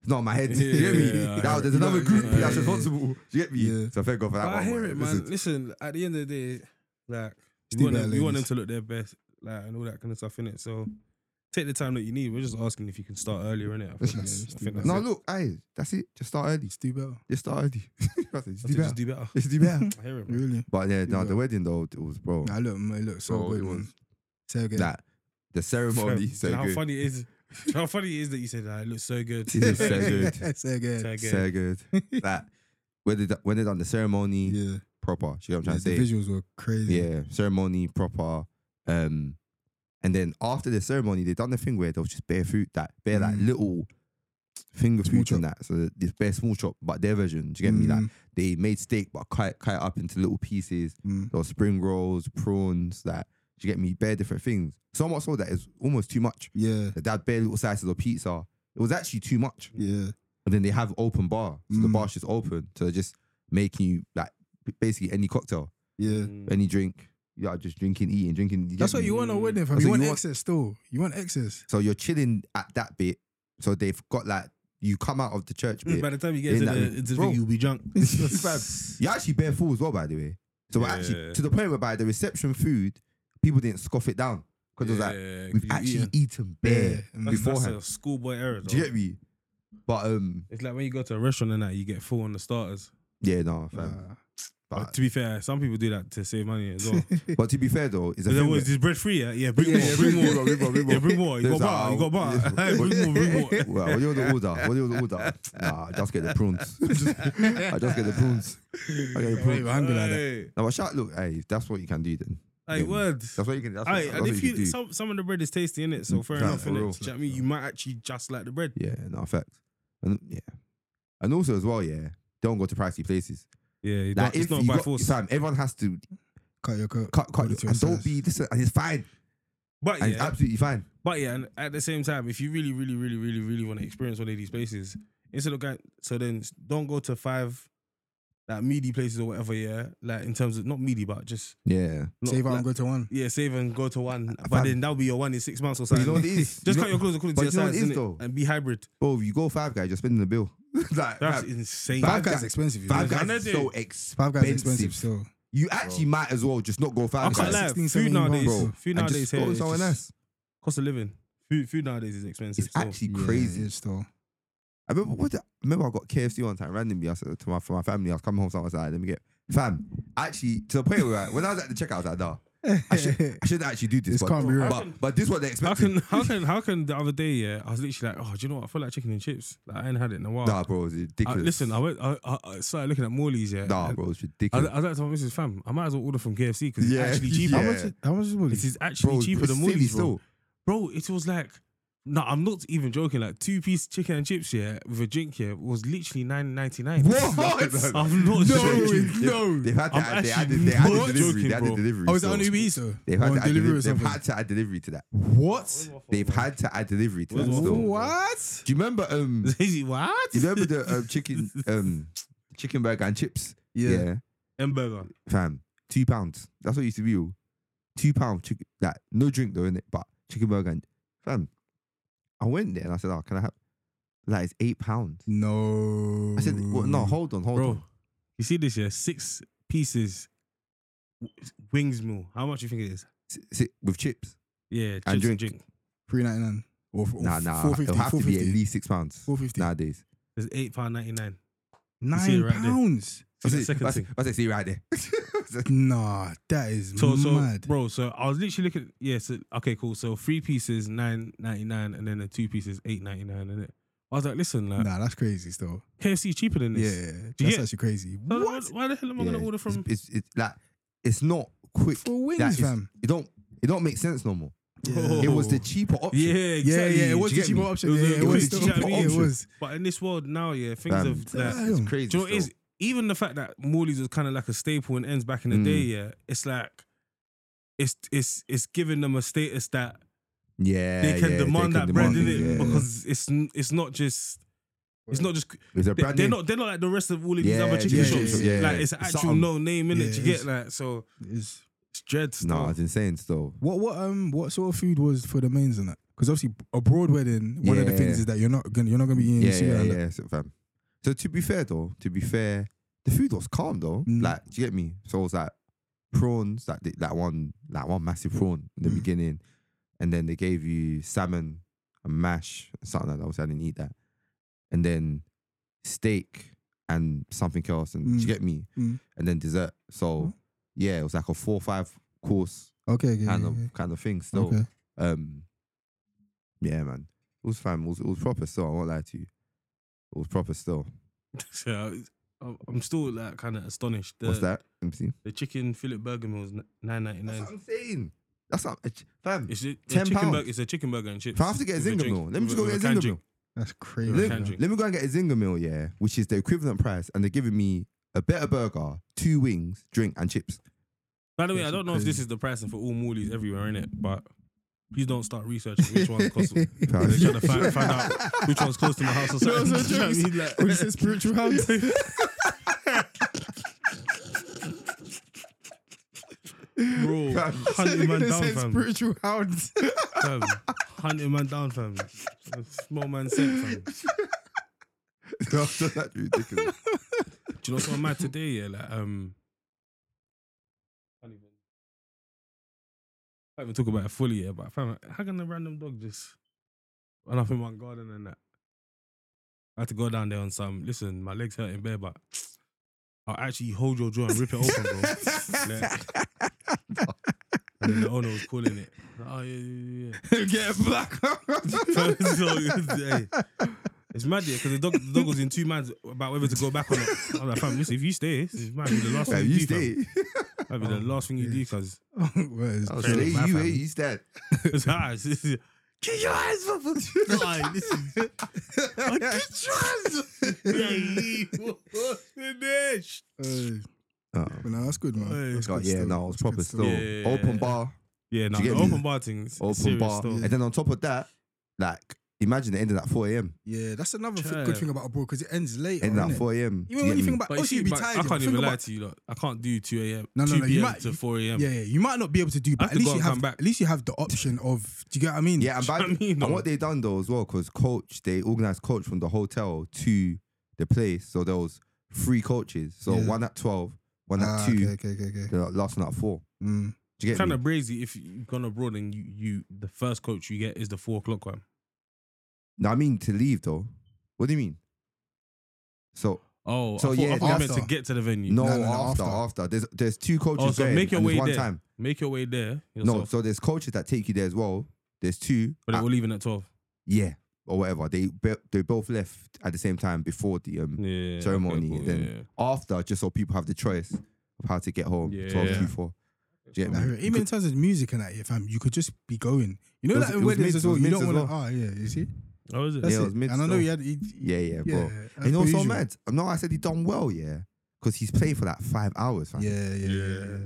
it's not in my head. Yeah, you get me? yeah, I That- hear there's it. another No, group yeah, that's yeah, yeah. responsible. You get me? Yeah. So thank God for that But one. I hear man. it, man. Listen, Listen, at the end of the day, like Just we do want, better, them, we want them ladies. to look their best, like and all that kind of stuff in it. So take the time that you need. We're just asking if you can start earlier in it. I think, Yes. I think that's No, it. look, hey, that's it. Just start early. Just do better. Just start early. I said, just I do think better. just do better. Just do better. I hear it, man. Really? But yeah, no, the better. wedding though, it was bro. I look, it looks so Bro, good. it man. was- Say again. That the Fam, ceremony, do you know so how good. funny it is. do you know how funny it is that you said that it looks so good. It is so good. Say again. So good. So good. that when they do- when they done the ceremony Yeah. proper, you know what yeah I'm the trying to say? visuals were crazy. Yeah, ceremony proper. Um, and then after the ceremony, they done the thing where there was just bare fruit, that bare like Mm. little finger Small foods and that. So this bare small chop, but their version. Do you get me? Like Mm, they made steak, but cut cut it up into little pieces. mm. There was spring rolls, prawns, that do you get me? Bare different things. So much so that it's almost too much. Yeah. That they had bare little slices of pizza. It was actually too much. Yeah. And then they have open bar. So the Mm. bar's just open. So they're just making you like b- basically any cocktail, Yeah. Mm. any drink. You are just drinking, eating, drinking. You That's get what me? you want at a wedding, fam. That's You what want you want. excess still. You want excess. So you're chilling at that bit. So they've got like you come out of the church bit. By the time you get In to that the, room. into the Bro. thing, you'll be drunk. Fam, You're actually bare full as well, by the way. So we're actually Yeah. to the point whereby the reception food, people didn't scoff it down. Because it was like, Yeah, 'cause we've you actually eaten. eaten bare Yeah. that's, that's beforehand. a schoolboy error. Do you Though. get me? But um, It's like when you go to a restaurant and that you get full on the starters. yeah, no, fam. Nah. But But, to be fair, some people do that to save money as well. but to be fair though, it's a Is thing where- was this bread free? Yeah, yeah. Bring Yeah, more, yeah, bring bring more, more, bring more, bring more. Yeah, bring more. You There's got bar, you a- got bar. bring more, bring more. well, what do you want to order? What do you want to order? Nah, I just get the prawns. I just get the prawns. I get the I'm not even prawns. hungry like that. Hey, Now, but shout, look, hey, if that's what you can do then. hey, then words. That's what you can. That's what, Hey, that's and what if you can you do. some some of the bread is tasty in it, so fair Nah, enough for innit? real. Do you know what I mean? You might actually just like the bread. Yeah, no fact. And yeah, and also as well, yeah, don't go to pricey places. Yeah, you Like don't- if it's not you by got force. time, everyone has to Cut your coat. cut, cut, Cut it to and your don't size. be this, and it's fine, But and it's Uh, yeah, absolutely fine. but yeah, and at the same time, if you really, really, really, really, really want to experience one of these places, instead of going, so then s- don't go to five like meaty places or whatever. Yeah, like in terms of not meaty, but just Yeah, not, Save out like- and go to one. Yeah, save and go to one. But uh, fam. then that'll be your one in six months or But you something. know what it is. Just You cut know- your clothes according but to your you know what size it is innit? though? and be hybrid. Bro, if you go five guys, you're spending the bill. like, That's fam, insane. Five guys Guys- expensive. you Five know. guys is Hundred so Five expensive. guys expensive still. You actually might as well just not go I five can't guys. lie. 16, Food 17 nowadays, bro. food and nowadays just here go with is someone just- else. cost of living. Food, food nowadays is expensive. It's so. actually Yeah, crazy. it is still. I remember what the, I remember I got KFC one time randomly. I said to my for my family, I was coming home, so I was like, let me get fam. Actually, to the point where like, when I was at the checkout, I was like, nah, I should I should actually do this. This but, can't be real. but but this is what they How expected. can how can how can the other day? Yeah, I was literally like, oh, do you know what? I feel like chicken and chips. Like I ain't had it in a while. Nah, bro, it's I- ridiculous. Uh, listen, I went. I, I, I started looking at Morley's. Yeah. nah, and bro, it's I, ridiculous. I was like to my missus, fam, I might as well order from KFC because Yeah, it's actually cheaper. yeah. How much? is- How much is Wally? It is actually bro, cheaper it's than silly Morley's, bro. still. Bro, it was like, no, I'm not even joking. Like two piece chicken and chips here with a drink here was literally nine ninety nine. What? I'm not joking. They've- They've had to I'm add, they actually added, they added not delivery. joking, they added bro. delivery. Oh, is it so on Uber Eats though? They've had, Or to add delivery delivery or they've something? had to add delivery to that. What? They've had to add delivery to that. Where's my still. phone? What? Do you remember um what? Do you remember the um, chicken um chicken burger and chips? Yeah. hamburger? Fam. Two pounds. That's what it used to be. oh. Two pound chicken that no drink though, innit? But chicken burger and fam. I went there and I said, Oh, can I have like it's eight pounds? No. I said, well, no, hold on, hold on. Mm. Bro, you see this here? Six pieces w- wings meal. How much do you think it is? S- sit with chips. Yeah, chips And and drink. drink. Three ninety nine or, or Nah, nah. four fifty. It'll have Four to be at fifty. least six pounds. Four fifty. Nowadays. There's eight pound ninety nine. see it Nine right there. pounds. See That's that it. second That's it. thing. That's it. See right there. Nah, that is So, so, mad. bro, so I was literally looking. Yeah, so, okay, cool. So three pieces nine ninety nine, and then the two pieces eight ninety nine, and it. I was like, listen, like, Nah, that's crazy still. KFC is cheaper than Yeah, this. yeah, that's you get- actually crazy. So What? Why, why the hell am I Yeah, gonna order it's- from? It's, it's, like it's not quick. For That wings, is- fam. It don't it don't make sense no more. Yeah. It was the cheaper option. Oh. yeah, Yeah, exactly. yeah, it was you the get cheaper me? option. It was yeah, a- yeah, it it was was the the cheaper cheaper option. It option. was. But in this world now, yeah, things Fam. have. Like, Damn. do It's crazy. you know what it still. is? Even the fact that Morley's was kind of like a staple in ends back in the Mm. day, yeah, it's like. It's it's it's giving them a status that Yeah, they can yeah, demand they can that bread, demand innit? yeah. Because it's n- it's not just It's not just Is there they, brand they're name? not they're not like the rest of all of these Yeah, other chicken yeah, shops. yeah, yeah. Like it's an It's actual something- no name in Yeah, it. You it get is. that? So Is it's dread No, stuff. it's insane still. what what um what sort of food was for the mains and that? Because obviously a broad wedding, one of the things Yeah. is that you're not gonna you're not gonna be eating Yeah, seaweed yeah, and that. yeah, so, fam. So to be fair though, to be fair, the food was calm though. Mm. Like, do you get me? So it was like prawns, that that one, that one massive prawn in the Mm. beginning, and then they gave you salmon and mash, something like that. Obviously, I didn't eat that, and then steak and something else, and do Mm. you get me? Mm. And then dessert. So yeah, it was like a four five course Okay, okay, kind okay, of okay. kind of thing still. okay. Um, yeah, man, it was fine. It was, it was proper still. I won't lie to you. It was proper still. So it's- I'm- I'm still like kind of astonished. The, What's that? Let me see. The chicken fillet burger meal is nine ninety That's nine. what I'm saying. That's not, fam. It's a, £10 a chicken burger. It's a chicken burger and chips. If I have to get a with Zinger drink- meal, let me with just go with get a canned Zinger drink. meal. That's crazy. Look- man. Let, let me go and get a Zinger meal, yeah, which is the equivalent price, and they're giving me a better burger, two wings, drink, and chips. By the way, I That's don't know if this crazy. is the pricing for all Morleys everywhere, innit? But please don't start researching which one costs. They're Fam. trying to find, find out which one's close to my house or No, something. so You know what I jokes. mean? Like- When you say spiritual house, Bro, Fam. hunting man They down, said fam. spiritual hounds. fam. Hunting man down, fam. Small man sent, fam. After that, ridiculous. Do you know what's mad today? Yeah, like um, can't even, can't even talk about it fully. Yeah, but fam, how can a random dog just run up in my garden and that? I had to go down there on some. Listen, my legs hurting bare, but I'll actually hold your jaw and rip it open, bro. Like- and then the owner was calling it. Like, oh yeah, yeah, yeah. Get black. So, so, hey, it's mad, yeah, because the dog, the dog was in two minds about whether to go back or not. I was like, fam, listen, if you stay, this might be the last Fam, thing you, you do, fam. stay. That'd be the Oh, last thing you do, cause Where's I'll Fair stay. enough, You, fam. eh, you stay. it's hard. This is- Get your eyes off of Like, this is- Finish. Oh, but no, that's good, man. Hey. That's God, good yeah, still. no, it was That's proper good still. still. Yeah. Open bar, Yeah, no, Do you the get me? open bar thing. is open serious bar. stuff. And then on top of that, like, imagine it ended at 4 a.m. Yeah, that's another thi- Child. good thing about abroad because it ends late. Ended at innit? 4 a.m. Even when you think about, But you obviously see, you'd be but tired. I can't think even lie about- to you. Lot. I can't do two a.m. No, no, two no, you p.m. might- to four a.m. Yeah, yeah, you might not be able to do, but have at to least go you and have, come back. at least you have the option of, do you get what I mean? Yeah, and, by, I mean, and no. what they done though as well, because coach, they organized coach from the hotel to the place. So there was three coaches. So Yeah. one at 12, one Ah, at 2, Okay, okay, okay, okay. the last one at 4. Mm. Do you get Kind me? of brazy if you've gone abroad and you, you the first coach you get is the four o'clock one. No, I mean to leave though. What do you mean? So Oh, So, I thought, yeah, I thought you meant after. to get to the venue. no, no, no, after, after after. there's there's two coaches oh, so going, make your and it's way one there. time. Make your way there. No, Yourself, so there's coaches that take you there as well. There's two, but at- they were leaving at twelve. yeah, or whatever. They be- they both left at the same time before the um Yeah, ceremony. okay, cool, then yeah. after, just so people have the choice of how to get home. Yeah. 12 to 4. Do you get Nah, me? even in terms of music and that, yeah, fam, you could just be going. You know, It was- like in it was weddings mids- as it well. was You mids don't as want to. well. Ah, yeah, you see. Oh, is it? That's it was mids And I know still. he had. He, yeah, yeah, bro. yeah, you that's know per what's so usual. mad? No, I said he done well, yeah, because he's played for like five hours, fam. Yeah, yeah, yeah, yeah.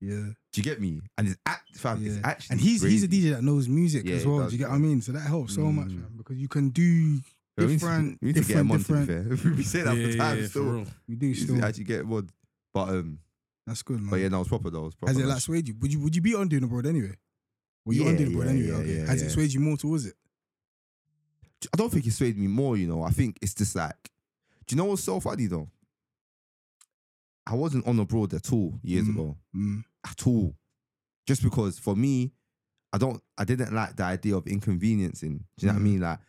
yeah. Do you get me? And it's, act, fam, it's Yeah. actually. And he's he's a crazy. DJ that knows music Yeah, as he well. does, Do you get what I yeah. mean? So that helps so much, Mm. man, because you can do We need to- different, we need to get different, him on, to be different. fair. we say that for yeah, time yeah, still. for real. We do We need to still. actually get him on. But um, That's good, man. but yeah, no, it's proper though. It was proper. Has it though. like swayed you? Would you would you be on doing abroad anyway? Were you Yeah, on doing abroad yeah, anyway? yeah, okay. yeah, Has yeah. it swayed you more towards it? I don't think it swayed me more, you know. I think it's just like, do you know what's so funny though? I wasn't on abroad at all years Mm. ago, Mm. at all. Just because for me, I don't, I didn't like the idea of inconveniencing. Do you know what I Mm. mean? Like,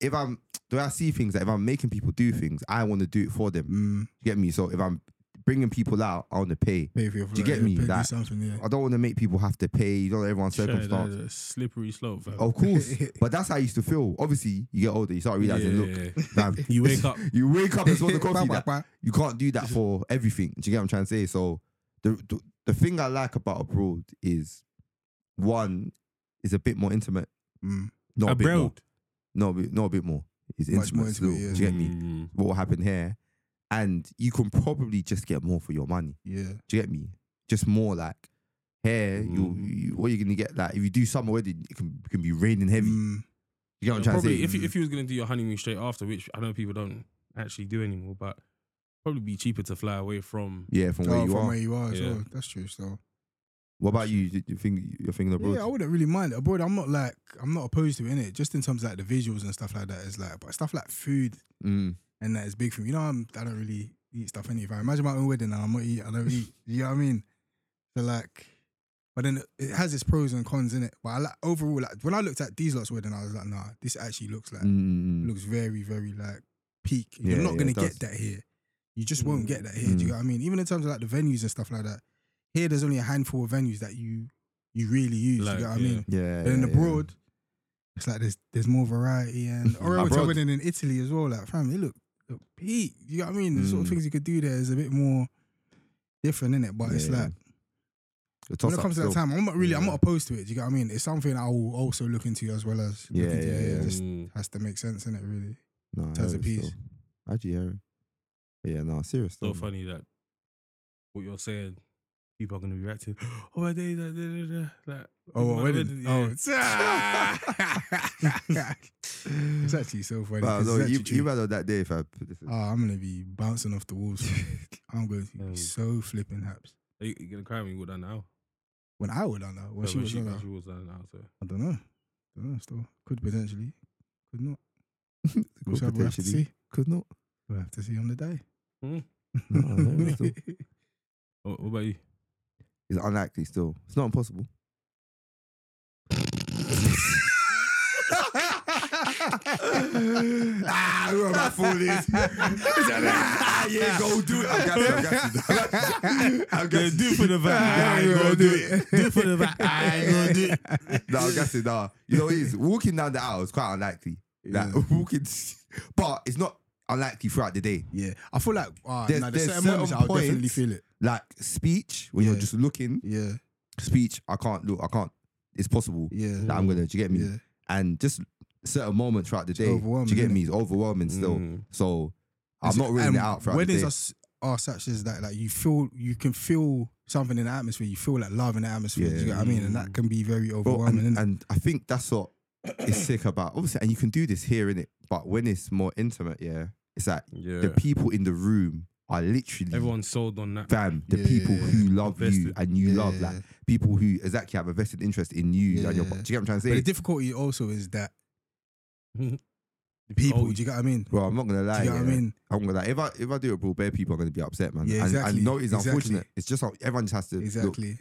if I'm, do I see things that if I'm making people do things, I want to do it for them. Mm. You get me? So if I'm bringing people out, I want to pay. Pay for your Do you get yeah, me? pay- do That- something, yeah. I don't want to make people have to pay. You don't know everyone's Shit, circumstance. that is a slippery slope. fam. Of course. but that's how I used to feel. Obviously, you get older, you start realizing, look, Yeah. fam, You wake up. you wake up and smell the Bah, coffee. bah, that- bah. you can't do that for everything. Do you get what I'm trying to say? So the, the the thing I like about abroad is one is a bit more intimate. Mm. Not a, bit more. Abroad. No, a bit- not a bit more. It's Much intimate. more still. intimate, yeah. Mm. Do you get Mm. me? What will happen here? And you can probably just get more for your money. Yeah. Do you get me? Just more like Mm. here, you, you what you're gonna get like if you do summer wedding, it can, it can be raining heavy. Mm. Do You know what I'm trying probably to if say? you, if you was gonna do your honeymoon straight after, which I know people don't actually do anymore, but probably be cheaper to fly away from. yeah, from where Oh, you from are. where you are as Yeah. well. That's true. So What about you? Do you think you're thinking abroad? yeah, I wouldn't really mind abroad. I'm not like I'm not opposed to it, innit? Just in terms of like the visuals and stuff like that is like, but stuff like food mm. and that is big for me. You know, I'm I don't really eat stuff anyway. If I imagine my own wedding and I'm not eat, I don't eat. you know what I mean? So like, but then it has its pros and cons in it. But I like overall, like when I looked at these lots wedding, I was like, nah, this actually looks like Mm. looks very very like peak. Yeah, You're not yeah, gonna it does. get that here. You just won't get that here. Do Mm. you know what I mean? Even in terms of like the venues and stuff like that, here there's only a handful of venues that you you really use. Like, do you know what yeah. I mean? Yeah. But in yeah, abroad, it's like there's there's more variety and or I went to a Abroad. wedding in Italy as well. Like fam, it look look peak. You know what I mean? The sort of Mm. things you could do there is a bit more different in it. But it's Yeah. like yeah. The when it toss-up comes to that still. time, I'm not really I'm Yeah. not opposed to it. Do you get what I mean? It's something I will also look into as well as look Yeah, into, yeah, it. yeah. It just Mm. has to make sense in it really. No, I terms heard of it peace. Still. Actually, hear it. But yeah, no, serious. So though, Mm. man. funny that what you're saying, people are gonna be reacting. Oh, I did that. da, da, da," Like, Oh, my a wedding. Oh, yeah. it's actually so funny. But 'cause no, it's you, actually you true. rather that day if I put this. Oh, I'm gonna be bouncing off the walls. fam. I'm going to Um, be so flipping haps. Are you you gonna cry when you walk down now? When I would, I know. When she was she, on when that, she walks down now. So I don't know. don't know. Still, could potentially, could not. could Could we'll have to potentially- see. Could not. We'll have to see on the day. No, I heard it still. what, what about you? It's unlikely still. It's not impossible. ah, who am I fooling? Ah, yeah, go do it. I got you, I got you. I got you. do for the I ain't gonna do it. Do for the vibe. I ain't gonna do it. No, I guess it. Nah, you know what it is. Walking down the aisle is quite unlikely. Like walking, but it's not unlikely throughout the day. Yeah, I feel like uh, There's- nah, there's there's certain moments certain I'll definitely points- feel it. Like speech, when you're Yeah. just looking, Yeah, speech. I can't look. I can't. It's possible yeah, that I'm gonna. Do you get me? yeah. And just certain moments throughout the It's day. Do you overwhelming, get innit? me? It's overwhelming still. Mm. So I'm It's- not ruling and it out throughout Weddings the day. are s- are such as that, like you feel, you can feel something in the atmosphere. You feel like love in the atmosphere. Do you Yeah. know what I mean? And that can be very Bro, overwhelming. Mm. and, innit? and I think that's what is sick about obviously, and you can do this here in it, but when it's more intimate, yeah, it's like Yeah. the people in the room are literally Everyone's sold on that. fam, the Yeah. people who love you Invested. and you love Yeah. like people who exactly have a vested interest in you and your. Do Yeah. you get what I'm trying to but say? the difficulty also is that the people. Oh, do you get what I mean? Bro, I'm not gonna lie. Do you know what I yeah. mean? I'm gonna lie. If I if I do it, bro, bare people are gonna be upset, man. and, Yeah, exactly, and no, it's exactly. unfortunate. It's just how everyone just has to look, Exactly.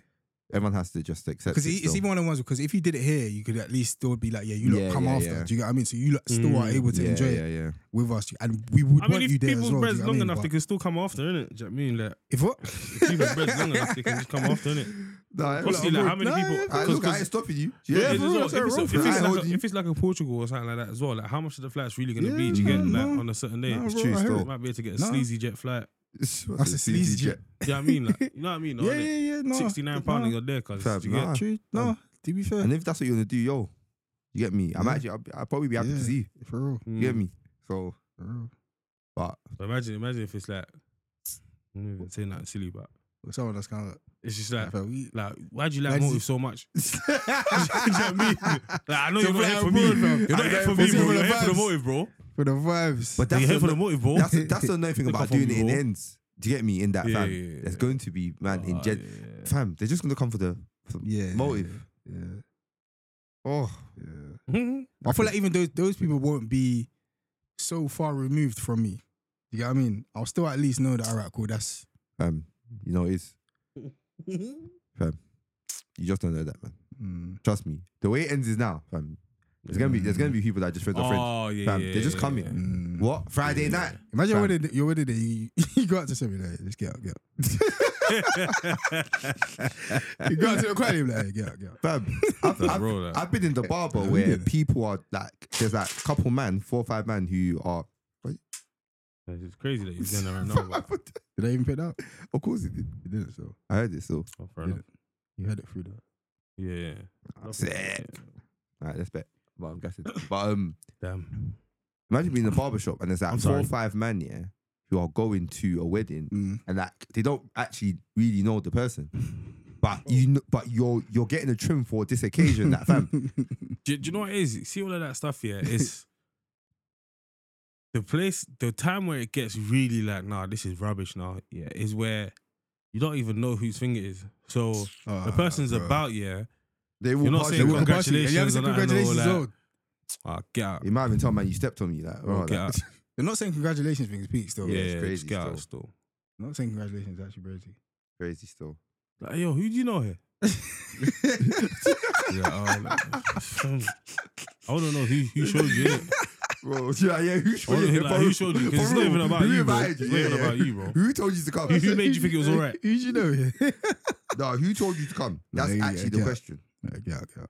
everyone has to just accept. Because it it's still. even one of the ones. Because if you did it here, you could at least still be like, yeah, you look Yeah, come yeah, after. yeah. Do you get what I mean? So you lot still are Mm. able to yeah, enjoy yeah, it yeah. with us, and we would I mean, want you if there as well. people's do you breads know what I long mean? enough, they But can still come after, innit? Do you know what I mean? Like, if what? if people's breads long enough, they can just come after, innit? No, I- Obviously, like, how many Nah, people? yeah, I, 'cause- look, I 'cause- ain't stopping you. Yeah, Yeah, as bro, well, that's if all it's, right, if bro. it's I like hold a, you. if it's like a Portugal or something like that as well, like how much of the flight's really gonna be? Yeah, Do you get no, like no. on a certain day? Nah, It's bro, true I heard- still. You might be able to get a No. sleazy jet flight. That's a sleazy jet. Do you know what I mean? Like, you know what I mean? Yeah, yeah, yeah. No, Sixty nine pound no. in your day, cause Fam, do you get nah. True. No, to be fair, And if that's what you're gonna do, yo, you get me. I'm Yeah. actually, I'll, be- I'll probably be happy Yeah. to see you. for real, You get Mm. me? So, for real. but But Imagine, imagine if it's like, I'm not even saying that silly, but Someone that's kind of it's just like, like, like, we, like, why do you like Imagine- motive so much? Do you know what I mean? Like, I know So you're not fly here for me. abroad, fam. You're not I'm going here for for me, the bro. You're here for the vibes. motive, bro. for the vibes. but You're that's here for ano- the motive, bro. that's that's the annoying thing Look about out for doing me, it in bro. ends. Do you get me? In that Yeah, fam, yeah, yeah, there's yeah. going to be man in Ah, gen. yeah, yeah. Fam, they're just gonna come for the for yeah, motive. Yeah, Oh, yeah. Mhm. I feel like even those those people won't be so far removed from me. You get what I mean? I'll still at least know that alright, cool. That's fam, you know it is. Fam, you just don't know that, man. mm, Trust me. The way it ends is now, fam. There's gonna be there's Mm. gonna be people that just friends are friends. Oh yeah, Fam, yeah, they're just yeah, coming. yeah. mm. What Friday night? Imagine Fam. what it, you're with it, you, you go out to something like, let's get out, get out. you go out to the aquarium like, get out, get out. Fam, I've, That's I've- raw, that. I've been in the barber Yeah, where yeah. people are like, there's like a couple man, four or five man who are. It's just crazy that he's doing that right now. but- Did I even pick that up? of course it did. You didn't, so I heard it so. Oh, fair enough. you heard it through that. Yeah, yeah. Sick. All right, let's bet. But I'm guessing. But um, Damn. imagine being in the barber shop and there's like I'm four or sorry. five man, yeah, who are going to a wedding Mm. and like they don't actually really know the person. But Oh. you, kn- but you're you're getting a trim for this occasion, that fam. Do, do you know what it is? See all of that stuff here. It's the place, the time where it gets really like, nah, this is rubbish. Now, yeah, is where you don't even know whose thing it is. So Oh, the person's about yeah. They will You're not pass saying you. go- They will- congratulations Congratulations. on that and congratulations. all that. though. Ah, get out. You might even tell man you stepped on me. Like, oh, Bro, like, get out. They're not saying congratulations things peaks though. yeah, it's yeah, crazy just get out still. still. They're Not saying congratulations actually crazy. crazy still. Like, yo, who do you know here? yeah, oh, like, I want to know who, who showed you. innit? Bro, yeah, yeah. Who I showed wanna you? hear, like, who showed you? Because it's not even about you, bro. invited It's not even about you, bro. Who told you to come? Who- who made you think it was all right? Who'd you know? Yeah. No, who told you to come? No, That's yeah, yeah, actually the yeah. question. yeah, yeah.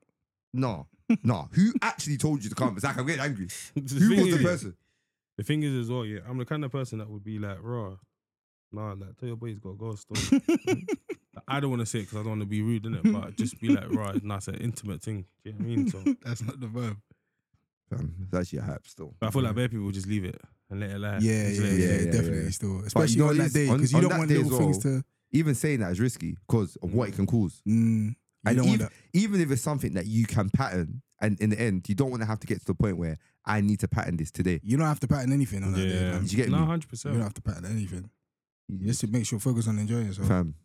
No, no. Who actually told you to come? Zach, I'm getting angry. The Who thing was the is- person? The thing is, as well, yeah, I'm the kind of person that would be like, raw, nah, like, tell your boy he's got a ghost story. I don't want to say it because I don't want to be rude, innit? But just be like, raw, nah, it's an intimate thing. Do you know what I mean? So That's not the verb. Fam, it's actually a hype still. but I feel like bare people just leave it and let it lie. Yeah, Just yeah, yeah, let it- yeah, yeah, definitely yeah. still. Especially know on what it that is? day, On- because you on don't that want day little as things well, to. Even saying that is risky because of what it can cause. Mm, you And don't even, want that. even if it's something that you can pattern, and in the end, you don't want to have to get to the point where I need to pattern this today. You don't have to pattern anything on that day, Yeah. man. Did you get Nah, me? 100%. You don't have to pattern anything. Just to make sure focus on enjoying yourself. Fam.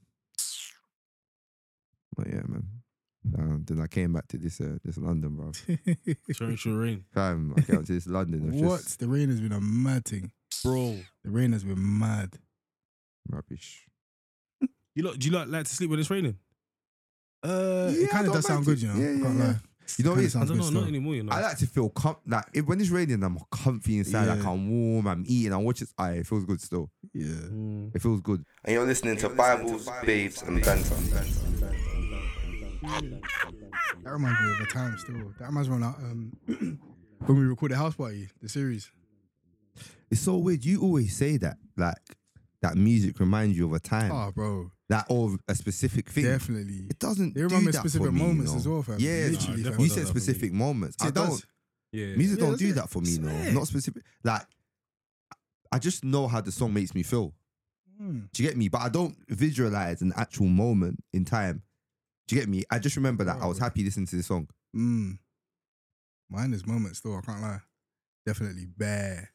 But yeah, man. Um, then I came back to this uh, this London, bro. Sharing Shireen. Fam, I came up to this London. It was what? Just The rain has been a mad thing. Bro. The rain has been mad. rubbish. You lot, do you lot like to sleep when it's raining? Uh, Yeah, it I kind don't of does sound mind good, it. you know. Yeah, yeah, can't yeah. lie. You know, what it Kinda is? I sounds don't good know, still. not anymore, you know. I like to feel com- like if, when it's raining, I'm comfy inside. Like Yeah. I'm warm, I'm eating, I'm watching. Aye, it feels good still. Yeah. Mm. It feels good. And you're listening to Bibles, Babes, and Banter. That reminds me of a time still. That reminds me of um, when we recorded House Party, the series. It's so weird. You always say that, like that music reminds you of a time, Oh, bro. that of a specific thing. Definitely. It doesn't. They remember do that specific for me, you moments know. as well, fam. Yeah, Literally, Nah, it fam. definitely you does said that for me. specific moments. I It does. don't. Yeah. Music Yeah, don't that's do it. that for me, no. Swear. Not specific. Like, I just know how the song makes me feel. Mm. Do you get me? But I don't visualize an actual moment in time. Do you get me? I just remember that I was Wow. happy listening to this song. Mm. Mine is moments still, I can't lie. Definitely bare.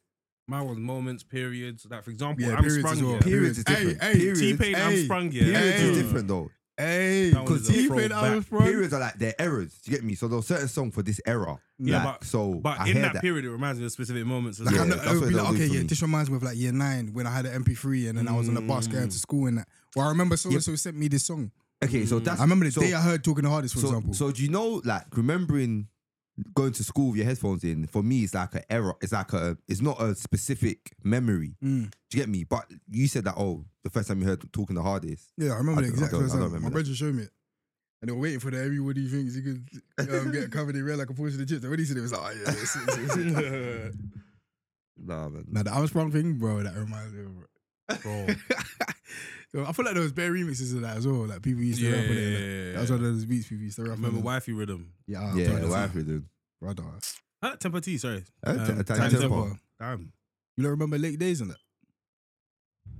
Mine was moments, periods. Like, for example, Yeah, I'm periods sprung as well. here. Period. Periods is Hey, different. hey, periods, T-Pain, I'm Hey, sprung here. periods Hey. is different though. Hey, That one is because a he been out throwback. of front. Periods are like they're errors. Do you get me? So there's certain song for this era. Yeah, Like, but- so But I in hear that, period, it reminds me of specific moments. As Like Yeah, I'm well. not, that's it what would be that like, would do okay, for yeah, me. this reminds me of like year nine when I had an MP3 and then I was on the bus going Mm. to school and that. Well, I remember so and so sent me this song. Okay, mm. so that's I remember the so, day I heard Talking the Hardest, for so, example. So do you know like remembering going to school with your headphones in? For me, it's like an error. It's like a. It's not a specific memory. Mm. Do you get me? But you said that, oh, the first time you heard talking the hardest. Yeah, I remember I the don't- I exact don't- first I don't time. My remember brother showed me it. And they were waiting for the everybody thinks he could um, get covered in red like a portion of chips. And when he said it, it was like, oh, yeah. It's, it's, it's, it's. Nah, man. Now, the I'm Sprung thing, bro, that reminds me of Bro. So I feel like there was bare remixes of that as well. Like people used to rap on it. Like, that was one of those beats people used to rap I on. remember Wifey Rhythm. Yeah, yeah, brother, why we doing? brother. Um, Ah, Temper T, sorry. Uh, t- Um, t- Time tempo. Tempo. Damn. You don't remember Late Days on that?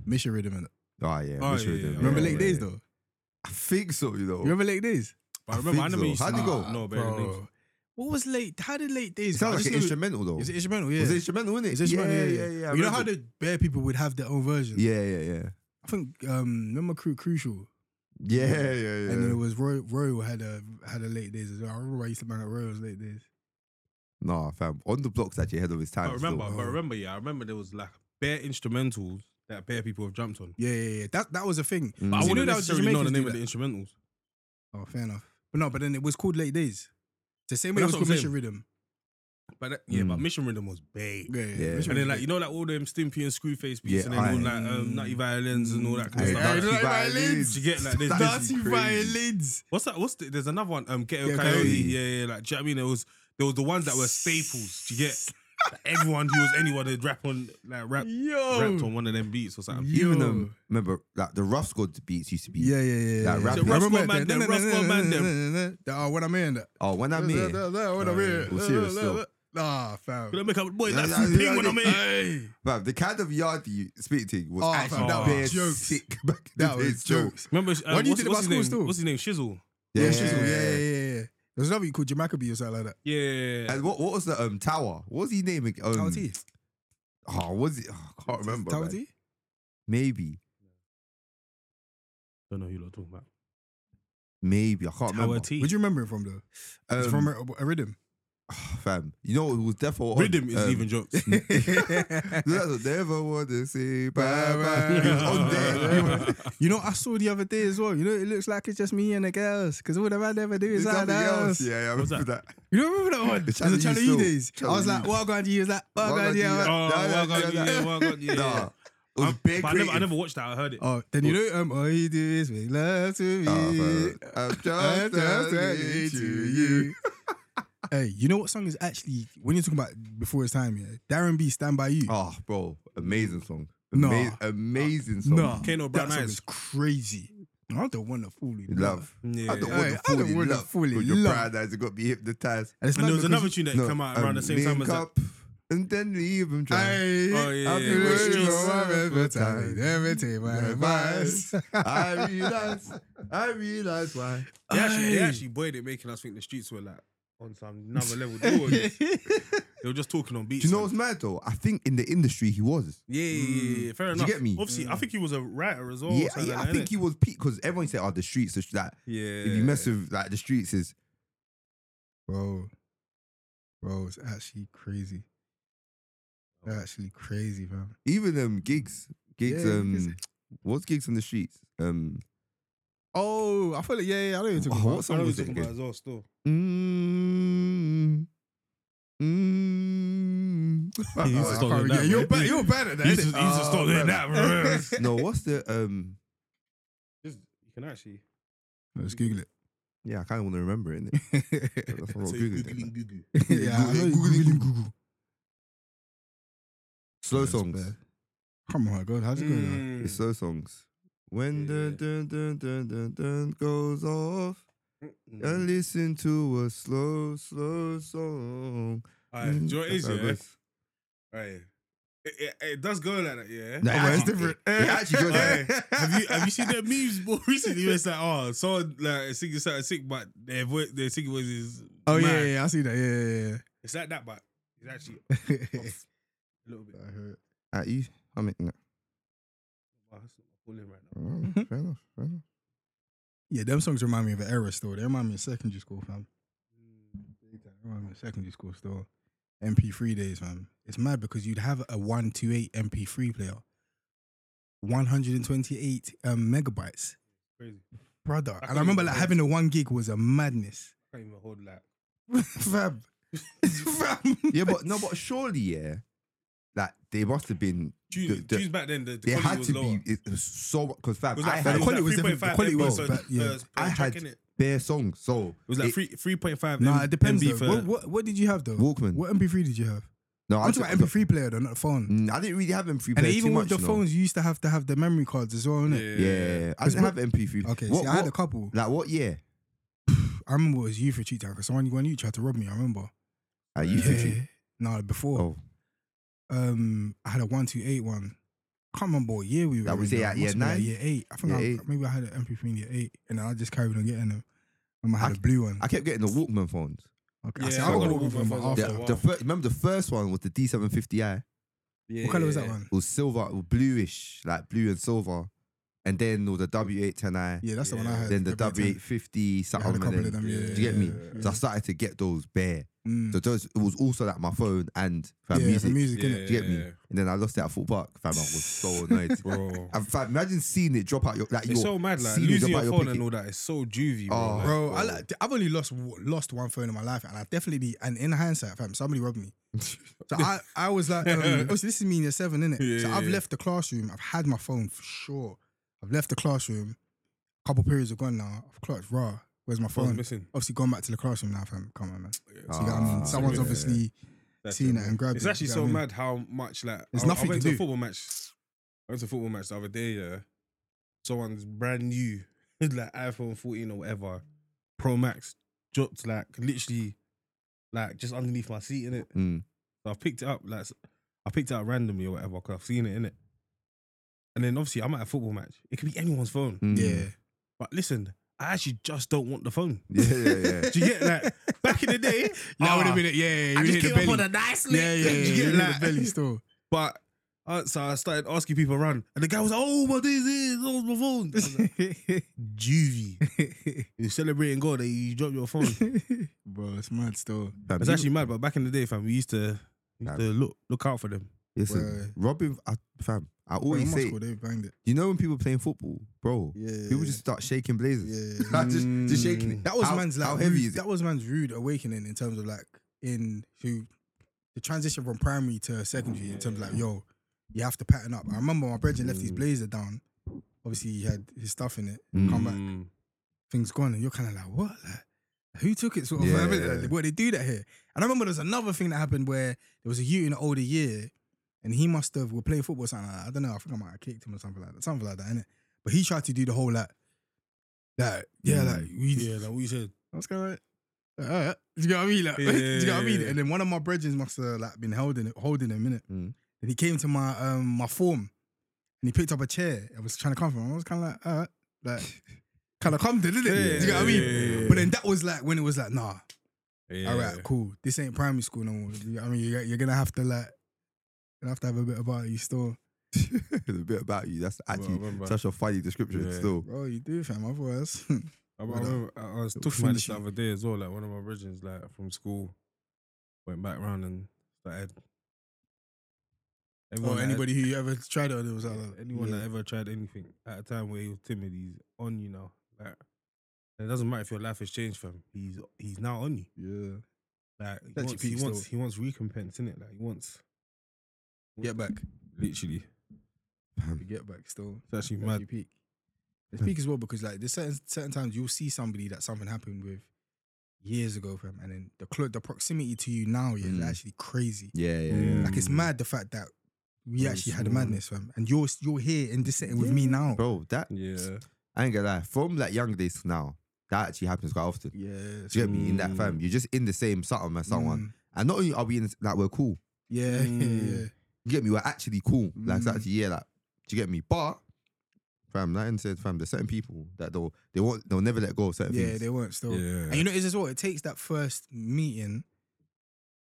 Mission Rhythm in that. Oh, yeah. Oh, we should yeah, have done yeah, it. Remember Yeah, Late yeah, Days yeah. though? I think so, you know. You remember Late Days? But I I remember I think never so. used to Oh. How'd it know- go? know about the names. What was late? How did Late Days It sounds like an instrumental, though. Is it instrumental? Yeah. Was it instrumental, innit? It's instrumental, Yeah, yeah, yeah. I You know how remember. the bare people would have their own version? Yeah, yeah, yeah. I think, um, remember Cru- Crucial? Yeah, yeah, yeah. And then it was Roy, Royal had a, had a Late Days as well. I remember I used to bang at Royal's Late Days. Nah, fam. On the block's actually ahead of his time. But remember, still. but remember, yeah, I remember there was like bare instrumentals that bare people have jumped on. Yeah, yeah, yeah. That, that was a thing. Mm. But I See, wouldn't that was necessarily know the Jamaicans name do of the instrumentals. Oh, fair enough. But no, but then it was called Late Days. It's the same But way it that's was what I'm called Mission saying. Rhythm. But that, yeah, but Mm. Mission Rhythm was big. Yeah, Yeah. yeah. Mission And then Rhythm. like you know like all them Stimpy and Screwface beats Yeah, and then all aye. like um, Nutty Violins and all that kind Hey, of Yeah, stuff. Dirty Dirty Violins. Violins. You get like this That's dirty Dirty crazy. Violins. What's that? What's the, there's another one. Um, Ghetto Ghetto Coyote. Coyote. Yeah, yeah. Like, do you know what I mean? There was there was the ones that were staples. Do you get like, everyone who was anyone that rap on like rap Yo. rapped on one of them beats or something. Even Yo. um, remember, like the Rough Squad beats used to be. Yeah, yeah, yeah. Like yeah. rap- I So Roscoe remember that. Man them, Na- na- na- Roscoe na- Man na- na- them. na- na- na- That, oh, what I mean. that- Oh, when I'm that- here, that- that- What I mean. we're serious that- still. that- Nah, fam. Could I make up, boy, Yeah, that's yeah, ping yeah, when I'm here. Hey, Bruv, the kind of yard you speak to was Oh, actually fam, that bare was jokes. sick back in that the day, was still. jokes. Remember, uh, Why do you what's, think what's his about school name? still? What's his name? Shizzle. Yeah, yeah, yeah, yeah, yeah, yeah. There's another you called Jamaica B or something like that. Yeah. And what, what was the um tower? What was his name? ag- Um, Tower T. Oh, what was it? Oh, I can't remember. Tower man. T? Maybe, Don't know who you're talking about. maybe I can't Tower remember. T. Where'd you remember it from though? Um, it's from a, a rhythm. fam, you know it was definitely on, Rhythm is um, even jokes. That's never want to say bye bye. It was on there. you know, I saw the other day as well. You know, it looks like it's just me and the girls because all the man ever do It's is out something the else. house. Yeah, yeah, I remember that. You don't remember that one? The It was the Channel Channel U U still. days. I Channel was U. like, what going to you? He was like, what What going to gonna you? you? Nah, nah, nah, nah. Nah, it Oh, well done, yeah, well done, yeah. was bare But I never, I creative. never watched that. I heard it. Oh, then you know, um, all you do is make love to me. Oh, fam. I'm I'm just just turning turning to you. hey, you know what song is actually when you're talking about before his time? Yeah, Darren B, Stand by You. Oh, bro, amazing song. Nah. Ama- amazing song. no, Kano Brown that song Eyes. is crazy. I don't want to fool you, Love. Yeah. I don't Hey, want I to fall don't in wanna love. fall in but your love. brown eyes have got to be hypnotized. it's And mad there was because- another tune that No, came out around um, the same time as that. link up And then leave him dry. Hey, Oh, yeah, I've yeah, been yeah. waiting Streets. for my appetite, never take my advice. I realize, I realize why. They actually, they Aye. actually buoyed it, making us think the streets were like on some another level. They were just- they were just talking on beats. Do you know man. what's mad though? I think in the industry he was. Yeah, yeah, yeah, yeah. Fair Mm. Do you enough. get me? Mm. Obviously, I think he was a writer as well. yeah, or something yeah, Oh, like I that, think innit? he was peak because everyone said, "Oh, the streets are that." Yeah. If you mess with like the streets, is Bro, bro, it's actually crazy. Actually crazy, fam. even um gigs, gigs. Yeah, um, gigs. what's gigs on the streets? Um, Oh, I feel like yeah, yeah. I don't even talk oh, about. what it. I song know was he's it? talking about again? as well. Still, Mm, mm. used to I can't stop doing remember. that, yeah, you're bro. bad. You're bad at that. He used to- innit? he used to stop doing Oh, man. that, bro. Oh, No, what's the um? just you can actually. Let's Google it. Yeah, I kind of want to remember it. innit? That's what I'm googling. it. yeah, I know you Google, Google, Google. Slow That's songs. bad. Oh my god, how's it going? Mm. It's uh, slow songs. When the Yeah. dun dun dun dun dun goes off, I Mm. listen to a slow, slow song. Alright, do you know what it Eh? Mm, is, That's how it yeah? goes. Alright. It, it, it does go like that, yeah. Nah, Oh, it's actually- different. It, actually goes like that. Have you have you seen their memes more recently? Where it's like, oh, someone like singing something sick, but their voice, their singing voice is Oh yeah, mad. yeah, yeah, I see that. Yeah, It's like that, but it's actually yeah, yeah. off a little bit. I heard. At you? I mean, no. Wow, that's not pulling right now. Oh, fair enough. Fair enough. Yeah, them songs remind me of an era still. They remind me of secondary school, fam. Mm, They Remind me of secondary school still. MP3 days, fam. It's mad because you'd have a 128 MP3 player, 128 um, megabytes, Crazy. brother. I And I remember can't like even- having a one gig was a madness, Can't even hold that. fam. fam. Yeah, but no, but surely, yeah, that they must have been. Choose, the- the- choose back then. The, the they quality had was to lower. be. It was so because It fact, was I like, had it was quality was like different. The 3.5 quality MB, was so, back, yeah. uh, I per had track, innit? It bare songs. So was like three, 3.5 Nah, it depends. MB Though. for What, what what did you have though? Walkman. What MP3 did you have? No, I'm took talking about MP3 player though, not the phone. Mm, I didn't really have MP3 And player too even with much, the you know. phones, you used to have to have the memory cards as well, innit? Yeah, I didn't have MP3. Okay, What- see, I had what- a couple. Like what year? I remember it was you for cheat time because someone on you tried to rob me. I remember. I used to Yeah. No, before. Oh, Um, I had a one two eight one. Can't remember what year we were. That was in, it though. at Must year have been like nine? year eight. I think Year I, eight. maybe I had an MP3 in year eight, and I just carried on getting them. And I had I- a blue one. I kept getting the Walkman phones. okay, I, Yeah, see, I I got got a a Walkman Walkman but as well. The, after Yeah. that. wow. the fir- remember the first one was the D750i. Yeah, What color was yeah, that yeah. one? It was silver, it was bluish, like blue and silver. And then there was the W810i. Yeah, that's the one I Yeah. had. Then the W8. W850 I had a something. couple and of then- them. Yeah, Do you get me? yeah. So I started to get those bare. Mm. So those, it was also like my phone and fam, yeah, music. for music, Yeah, innit? Do you get me? yeah. And then I lost it at Foot Park. Fam, I was so annoyed. Bro. And fam, imagine seeing it drop out your like It's your so mad, like CD drop losing your out phone pocket. and all that. It's so juvie, Oh, bro. Bro, I like, I've only lost lost one phone in my life, and I definitely and in hindsight, fam, somebody robbed me. So I, I was like, um, obviously this is me in year seven, innit? Yeah, so I've yeah. left the classroom. I've had my phone for sure. I've left the classroom. A couple periods have gone now. I've clocked raw. Where's my Phone's phone? missing. Obviously gone back to the classroom now, fam. Come on, man. So you got- I Ah, mean, someone's yeah. obviously That's seen it, it and grabbed It's it. actually you so know what I mean? mad how much like There's I- nothing I to went to, do. a football match. I went to a football match the other day. Yeah, someone's brand new, like iPhone 14 or whatever, Pro Max dropped like literally like just underneath my seat in it. Mm. So I picked it up, like s- I picked it up randomly or whatever, because I've seen it in it. And then obviously I'm at a football match. It could be anyone's phone. Mm. Yeah. But listen, I actually just don't want the phone. Yeah, yeah, yeah. Do you get that? Back in the day, That ah, would have been it. Yeah, yeah, yeah. I You just hit the came up on belly. a nice lick. Yeah, yeah, Do yeah. you You get hit the that? belly still. But uh, so I started asking people around, and the guy was like, "Oh, what this is? That was my phone." I was like, Juvie, you're celebrating God that you dropped your phone. Bro, it's mad still. Fam, It's you- actually mad, but back in the day, fam, we used to, we used to look look out for them. Listen, Robin, I, fam, I Bro, always must say, go, they banged it. you know when people playing football, bro, Yeah. people just start shaking blazers. Yeah. just, just shaking it. That was How- man's like how heavy rude- is it? that was man's rude awakening in terms of like in who the transition from primary to secondary in terms of like yo, you have to pattern up. I remember my brethren left his blazer down. Obviously he had his stuff in it. Come back, Mm. things gone, and you're kind of like what? Like, who took it? Sort of. Yeah. Like, what they do that here? And I remember there was another thing that happened where there was a youth in an older year, and he must have were playing football. Or something like that. I don't know. I think I might have kicked him or something like that. Something like that, innit? But he tried to do the whole like, like yeah, like we Yeah, like what you said. I was kind of like, alright. Do you know what I mean? Like, do you know what I mean? Yeah. And then one of my brethren must have like been holding it, holding him, innit? Mm. And he came to my um my form and he picked up a chair. I was trying to come from him. I was kinda like, alright, like kind of come to it. do you know what I mean? But then that was like when it was like, nah, all right, cool. This ain't primary school no more. You know what I mean, you're, you're gonna have to like you're gonna have to have a bit about you still. a bit about you. That's I actually remember. such a funny description Yeah. still. Bro, you do fam, otherwise. I, I remember I, I was Little talking about this finishing. the other day as well. Like one of my bridges, like from school, went back round and started. or Oh, Everyone that had- anybody who you ever tried it on it was uh, like, Yeah, anyone that ever tried anything at a time where he was timid, he's on you now. Like, and it doesn't matter if your life has changed, fam. He's he's now on you. Yeah. Like he That's wants, your he peak wants still. he wants recompense in it. Like he wants Get back. literally. You get back still. It's actually That's mad. your peak. It's peak as well because like there's certain certain times you'll see somebody that something happened with years ago, fam, and then the clo- the proximity to you now yeah, is Mm. actually crazy. Yeah, yeah, Mm. yeah. Like it's mad the fact that we Yeah, actually it's had a small. madness, fam, and you're you're here in this setting with me now. Bro, that Yeah. I ain't gonna lie. From like young days to now, that actually happens quite often. Yeah, Do you get me? In that Mm. fam, you're just in the same something as someone, Mm. and not only are we in like we're cool. Yeah, yeah, Mm. You get me? We're actually cool. Like it's Mm. actually yeah, like do you get me? But fam, like I said, fam, there's certain people that they'll they won't they'll never let go of certain yeah. things. They weren't still. Yeah. And you know, it's just what it takes that first meeting,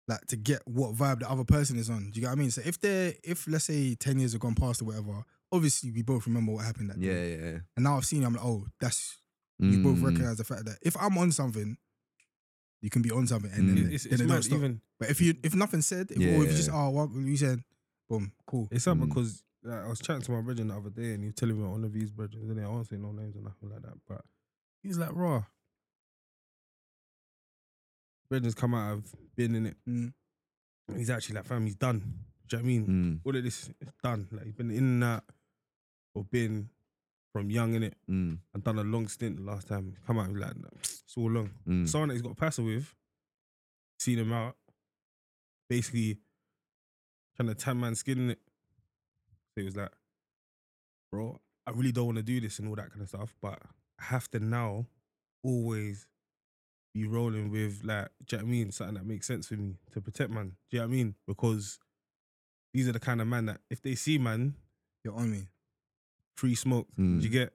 like to get what vibe the other person is on. Do you get what I mean? So if they're, if let's say 10 years have gone past or whatever, obviously we both remember what happened that day. yeah, yeah. yeah. And now I've seen, it, I'm like, oh, that's, you both Mm. recognize the fact that if I'm on something, you can be on something. And then, Mm. It's, then it's it don't mad, stop. even But if you, if nothing said, if, or if you just, Yeah. oh, what you said, boom, cool. it's not Mm. because like, I was chatting to my brethren the other day and he was telling me about one of his brethren and I won't say no names or nothing like that. But he's like raw. Brethren's come out of being in it. Mm. He's actually like fam, he's done. Do you know what I mean? Mm, all of this is done. Like he's been in and out or been from young in it mm, and done a long stint the last time. Come out he's like "Nah, it's all long. mm. Someone that he's got a passer with, seen him out, basically trying to tan man skin in it. So he was like, Bro, I really don't want to do this and all that kind of stuff, but I have to now always be rolling with like, do you know what I mean? Something that makes sense for me to protect man. Do you know what I mean? Because these are the kind of man that if they see man, You're on me. free smoke, Mm. you get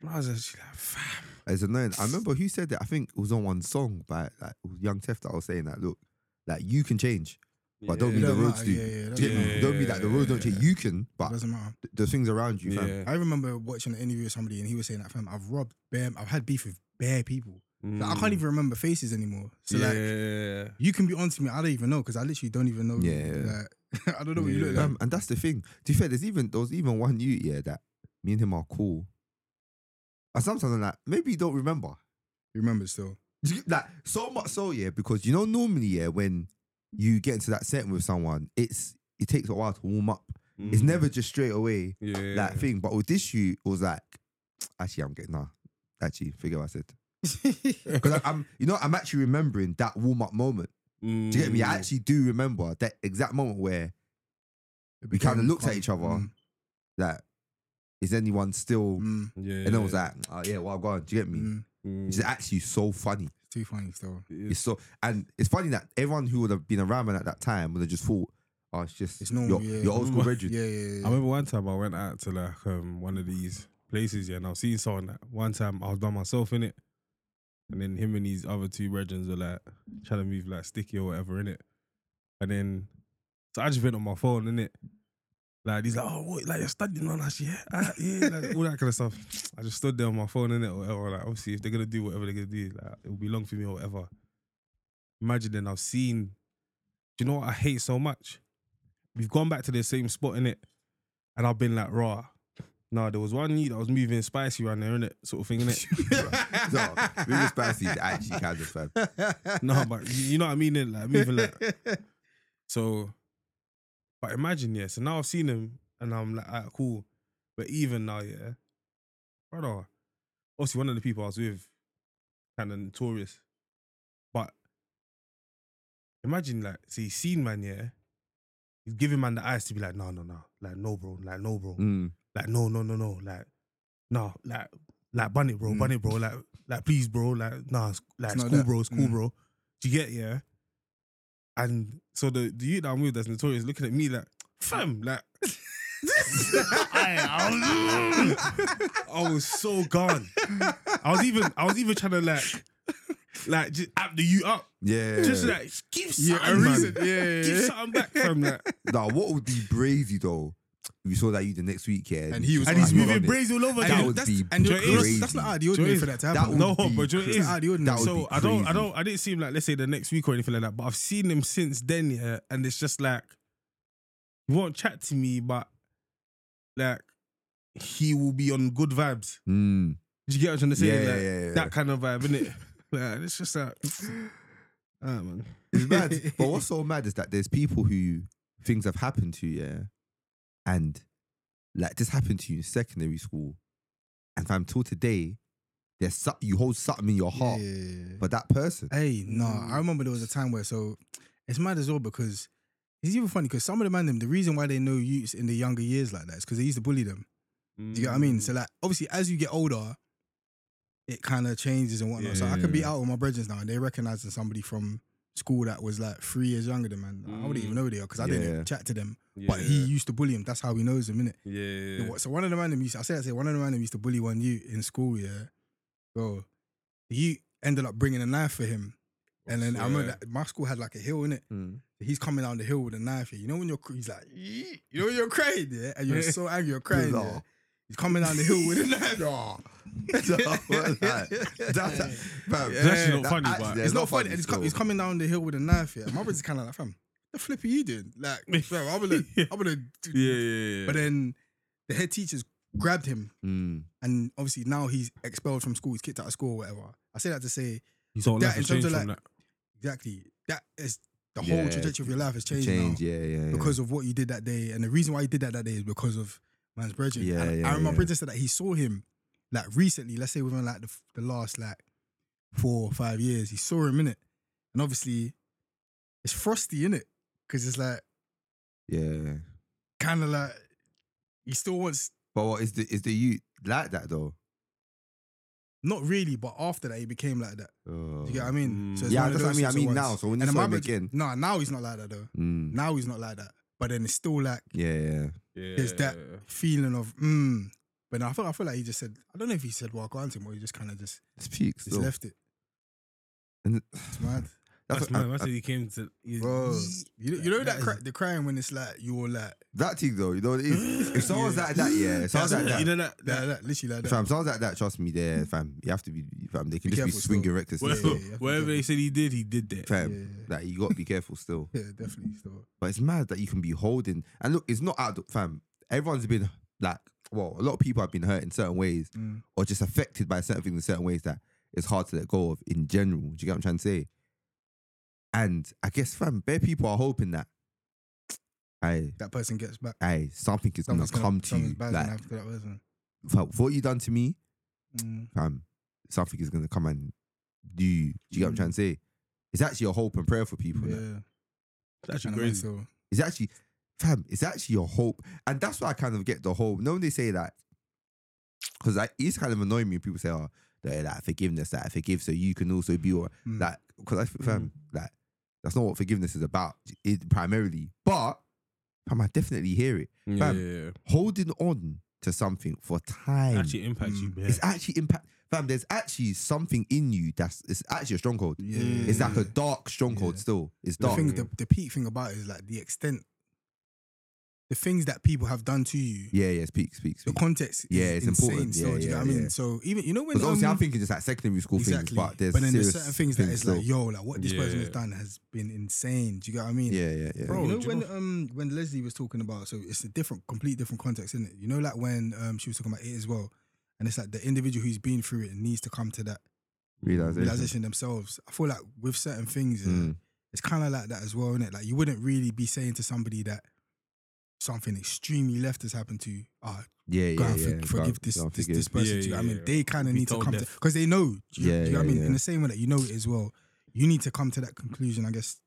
And I was actually like, fam. It's annoying. I remember who said that. I think it was on one song by like it was Young Tef that I was saying that. Look, like you can change, but don't It mean the don't roads matter. do. Yeah, yeah, Do it you get me? doesn't Don't mean that the roads don't change. You can, but Doesn't matter. th- the things around you, fam. I remember watching an interview with somebody and he was saying that, fam, I've robbed bare, I've had beef with bare people. Like, I can't mm. Mm. even remember faces anymore. So like, yeah. you can be onto me. I don't even know because I literally don't even know. Yeah. Like, I don't know what you look like. Um, and that's the thing. To be fair, there's even there was even one you yeah that me and him are cool. And sometimes I'm like, maybe you don't remember. You remember still? Do you get- Like so much so yeah, because you know normally yeah when you get into that setting with someone, it's it takes a while to warm up. mm. It's never just straight away Mm-hmm. yeah. that thing. But with this shoot, it was like, actually, I'm getting nah. Actually, forget what I said. Because I'm, you know, I'm actually remembering that warm up moment. Mm. Do you get me? I actually do remember that exact moment where we kind of looked at each other. Mm. Like, is anyone still? Mm. Yeah. "Mm, And I was like, oh yeah, well, go on. Do you get me? Mm. It's actually so funny. too funny still. It It's is. so and it's funny that everyone who would have been around man at that time would have just thought, oh, it's just It's normal, your, yeah. your old school Reggie. Yeah, yeah, I yeah. remember one time I went out to like um one of these places, yeah, and I was seeing someone that one time I was by myself in it. And then him and these other two regents were like trying to move like sticky or whatever in it. And then so I just went on my phone in it. Like he's like, oh what, like you're studying on us, yeah, Ah, yeah, like, all that kind of stuff. I just stood there on my phone in it or whatever. Like obviously if they're gonna do whatever they're gonna do, like it'll be long for me or whatever. Imagine then I've seen do you know what I hate so much? We've gone back to the same spot in it and I've been like, raw. Nah, there was one knee that was moving spicy around there, innit? Sort of thing, innit? so, really spicy is actually kind of fun. no, but you, you know what I mean? innit? Like moving like so. But imagine, yeah. So now I've seen him and I'm like, alright, cool. But even now, yeah, brother. Obviously, one of the people I was with, kind of notorious. But imagine, like, so he's seen man, yeah. He's giving man the eyes to be like, no, no, no, like no, bro, like no, bro. Mm. like no no no no like no like like bun it bro bun it bro like like please bro like nah it's, like It's it's, not cool that. bro it's cool Mm. bro do you get yeah and so the the youth that I'm with that's notorious looking at me like fam like I, I was, I was so gone I was even I was even trying to like like just app the you up Yeah. just like give Yeah, a something man. reason. Yeah, yeah, give yeah. something back from like Nah, what would be crazy though? If you saw that you the next week, yeah, And he was and he's I'm not moving on it. braids all over That again. would that's, be and you're- crazy. That's not out of the ordinary Joy- for that to That happen. would No, be but you know, it crazy. is- Out of the ordinary. That would so be I don't, I crazy. don't, I didn't see him like let's say the next week or anything like that. But I've seen him since then, yeah, and it's just like he won't chat to me, but like he will be on good vibes. Mm. Do you get what I'm trying to say? Yeah, Like, yeah, yeah, yeah. That kind of vibe, innit? like, it's just like, ah man, It's mad. but what's so mad is that there's people who things have happened to, yeah, and like this happened to you in secondary school, and fam till today, there's so- you hold something in your heart Yeah. for that person. Hey, no, Mm. I remember there was a time where so it's mad as well because it's even funny because some of the man them the reason why they know youths in the younger years like that is because they used to bully them. Do you get what I mean? Mm. So like obviously as you get older, it kind of changes and whatnot. so I could be Yeah. out with my brethren now and they're recognizing somebody from school that was like three years younger than man. I wouldn't Mm. even know they are because I Yeah. didn't chat to them. But he used to bully him. That's how he knows him, innit? yeah, So one of the man them used I said I said one of the man them used to bully one you in school, yeah. Bro, you ended up bringing a knife for him. And then I remember Swear. that my school had like a hill in it. Hmm. Mm. He's coming down the hill with a knife. Yeah. You know when you're, cr- he's like, "Yee." you know when you're crying, yeah, and you're so angry, you're crying. Nah. Yeah? He's coming down the hill with a knife. Nah. No, like, that's- fam, It's actually not that funny, actually- but- yeah, it's not funny. And he's, co- still. he's coming down the hill with a knife. Yeah, my brother's kind of like, fam, the flip are you doing? Like, fam, I'm gonna, I'm gonna. Do yeah, yeah. But then the head teachers grabbed him, Hmm. Mm. and obviously now he's expelled from school. He's kicked out of school, or whatever. I say that to say His whole that life in has terms changed of, from like- that. exactly that is the Yeah. whole trajectory of your life has changed now. change, yeah, yeah, yeah. because of what you did that day. And the reason why he did that that day is because of man's brethren. Yeah, and yeah, I remember yeah. yeah. said that he saw him like recently, let's say within like the, f- the last like four or five years, he saw him in it. And obviously, it's frosty in it because it's like yeah. kind of like he still wants, But what is the is the you like that though? not really, but after that, he became like that. Oh. Do you get what I mean? Yeah, one of that's what I those mean. I things at mean once. now, so when you and saw my him brother- again- Nah, now he's not like that though. Mm. Now he's not like that. But then it's still like, Yeah, yeah. Yeah, there's that feeling of mm. But now I feel I feel like he just said I don't know if he said well granted or he just kind of just It's peak just still. left it. And- It's mad, That's That's what- mad. I said he came to. he- bro. You, you know That that is- cra- the crying when it's like you're like That thing though, you know what it is? If someone's Yeah. like that, yeah. If someone's like That's- that, You know that that, that- that, literally like that. fam, someone's like that, trust me, there, fam. You have to be, fam, they can Be just be careful swinging still. reckless. Well- still. Whatever, yeah, whatever they said he did, he did that. Fam, Yeah, yeah. like, you got to be careful still. Yeah, definitely. So But it's mad that you can be holding. And look, it's not out, fam. Everyone's been, like, well, a lot of people have been hurt in certain ways Mm. or just affected by certain things in certain ways that it's hard to let go of in general. Do you get what I'm trying to say? And I guess, fam, bare people are hoping that, I, that person gets back. I, something is going Someone's to come to someone's you. bad's gonna Like, happen to that person. fam, for what you done to me, Mm. um, something is gonna come and do you. Do you get what I'm trying to say? It's actually a hope and prayer for people. like. Mm. Yeah, That's Kinda mad, crazy. So It's actually, fam, it's actually a hope, and that's why I kind of get the hope. No, when they say that, because it's kind of annoying me. when People say, "Oh, the that forgiveness that I forgive, so you can also be all Mm. like because I fam like that's not what forgiveness is about it, primarily. But fam, I definitely hear it. Yeah, Fam, yeah, yeah. Holding on to something for time, Actually impacts mm, you, man. it's actually impact. Fam, there's actually something in you that's it's actually a stronghold. Yeah, Mm. It's like a dark stronghold. Yeah. Still, it's the dark. thing, the, the peak thing about it is like the extent, the things that people have done to you. Yeah, yeah. Speak, speak, The speak. context, is Yeah, it's insane. important. Still, Yeah, do you know yeah, what I mean? yeah. So even you know when Because obviously, I'm um, thinking just like secondary school exactly, things, but there's then there's serious certain things that things it's still. like, yo, like what this person has Yeah. done has been insane. Do you get what I mean? yeah, yeah, yeah. Bro, you know do you when know- um when Leslie was talking about so it's a different, complete different context, isn't it? You know, like when um she was talking about it as well, and it's like the individual who's been through it needs to come to that realization. realization themselves. I feel like with certain things, yeah, Mm. it's kind of like that as well, isn't it? Like you wouldn't really be saying to somebody that something extremely left has happened to you. Ah, Yeah, yeah, go and yeah. for- Go forgive and- this, go and this forgive. this person. Yeah, do you know what yeah, I mean? yeah. They kind of Be need to told come to death. because they know. Do Yeah, you, do you know what I yeah, mean? yeah. In the same way that you know it as well, you need to come to that conclusion, I guess,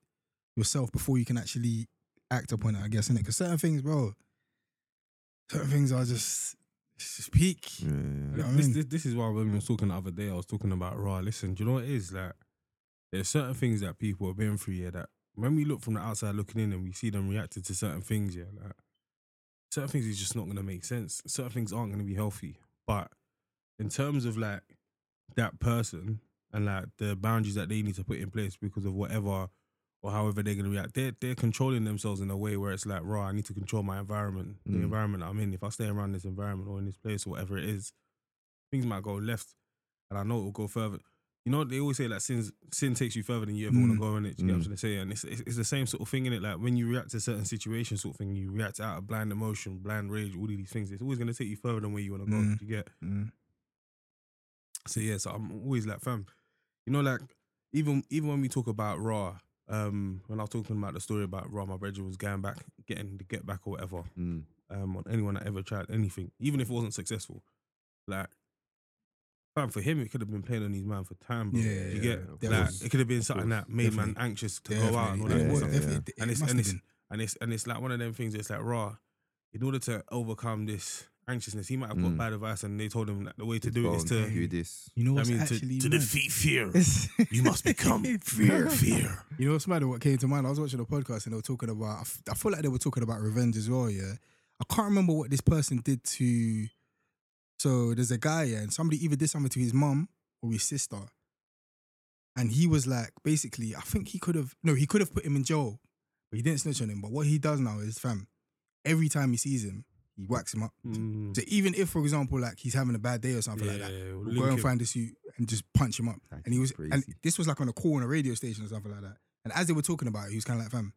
yourself before you can actually act upon it. I guess, innit? Because certain things, bro, certain things are just it's just peak. Yeah, yeah, You know what I this, mean? this, this is why when we was talking the other day, I was talking about raw. Listen, do you know what it is? Like, there's certain things that people have been through here that when we look from the outside looking in and we see them reacting to certain things, yeah, like certain things is just not gonna make sense. Certain things aren't gonna be healthy. But in terms of like that person and like the boundaries that they need to put in place because of whatever or however they're gonna react, they're they're controlling themselves in a way where it's like, raw, I need to control my environment, the Mm. environment I'm in. If I stay around this environment or in this place or whatever it is, things might go left and I know it will go further. You know, they always say that sin sin takes you further than you ever want Mm. to go in it. You get what I'm Mm. trying to say? And it's, it's it's the same sort of thing in it. Like when you react to certain situations, sort of thing, you react out of blind emotion, blind rage, all of these things. It's always going to take you further than where you want to go. Mm. You get Mm-hmm. Mm. so yeah. So I'm always like, fam, you know, like even even when we talk about raw, um, when I was talking about the story about raw, my brother was going back, getting the get back or whatever Mm. um, on anyone that ever tried anything, even if it wasn't successful. Like, fam, for him, it could have been playing on his mind for time, bro. Yeah, you yeah, get yeah, of like course, it could have been something course. that made man Definitely. anxious to go out and all that yeah, yeah, sort of yeah. stuff. Definitely, it And it's must and have it's been. and it's and it's like one of them things. It's like raw. In order to overcome this anxiousness, he might have got Mm. bad advice, and they told him that the way to This do it is bone, to. do this. You know I what's mean, to, actually to mad? defeat fear, It's- you must become fear, fear. You know what's mad? What came to mind? I was watching a podcast and they were talking about. I, f- I feel like they were talking about revenge as well. Yeah, I can't remember what this person did to. So there's a guy, yeah, and somebody either did something to his mum or his sister, and he was like, basically, I think he could have no, he could have put him in jail, but he didn't snitch on him. But what he does now is, fam, every time he sees him, he whacks him up. Mm. So even if, for example, like he's having a bad day or something like that, we'll We'll link go and it. find this you and just punch him up. That and he was, is and crazy. this was like on a call on a radio station or something like that. And as they were talking about it, he was kind of like, "Fam,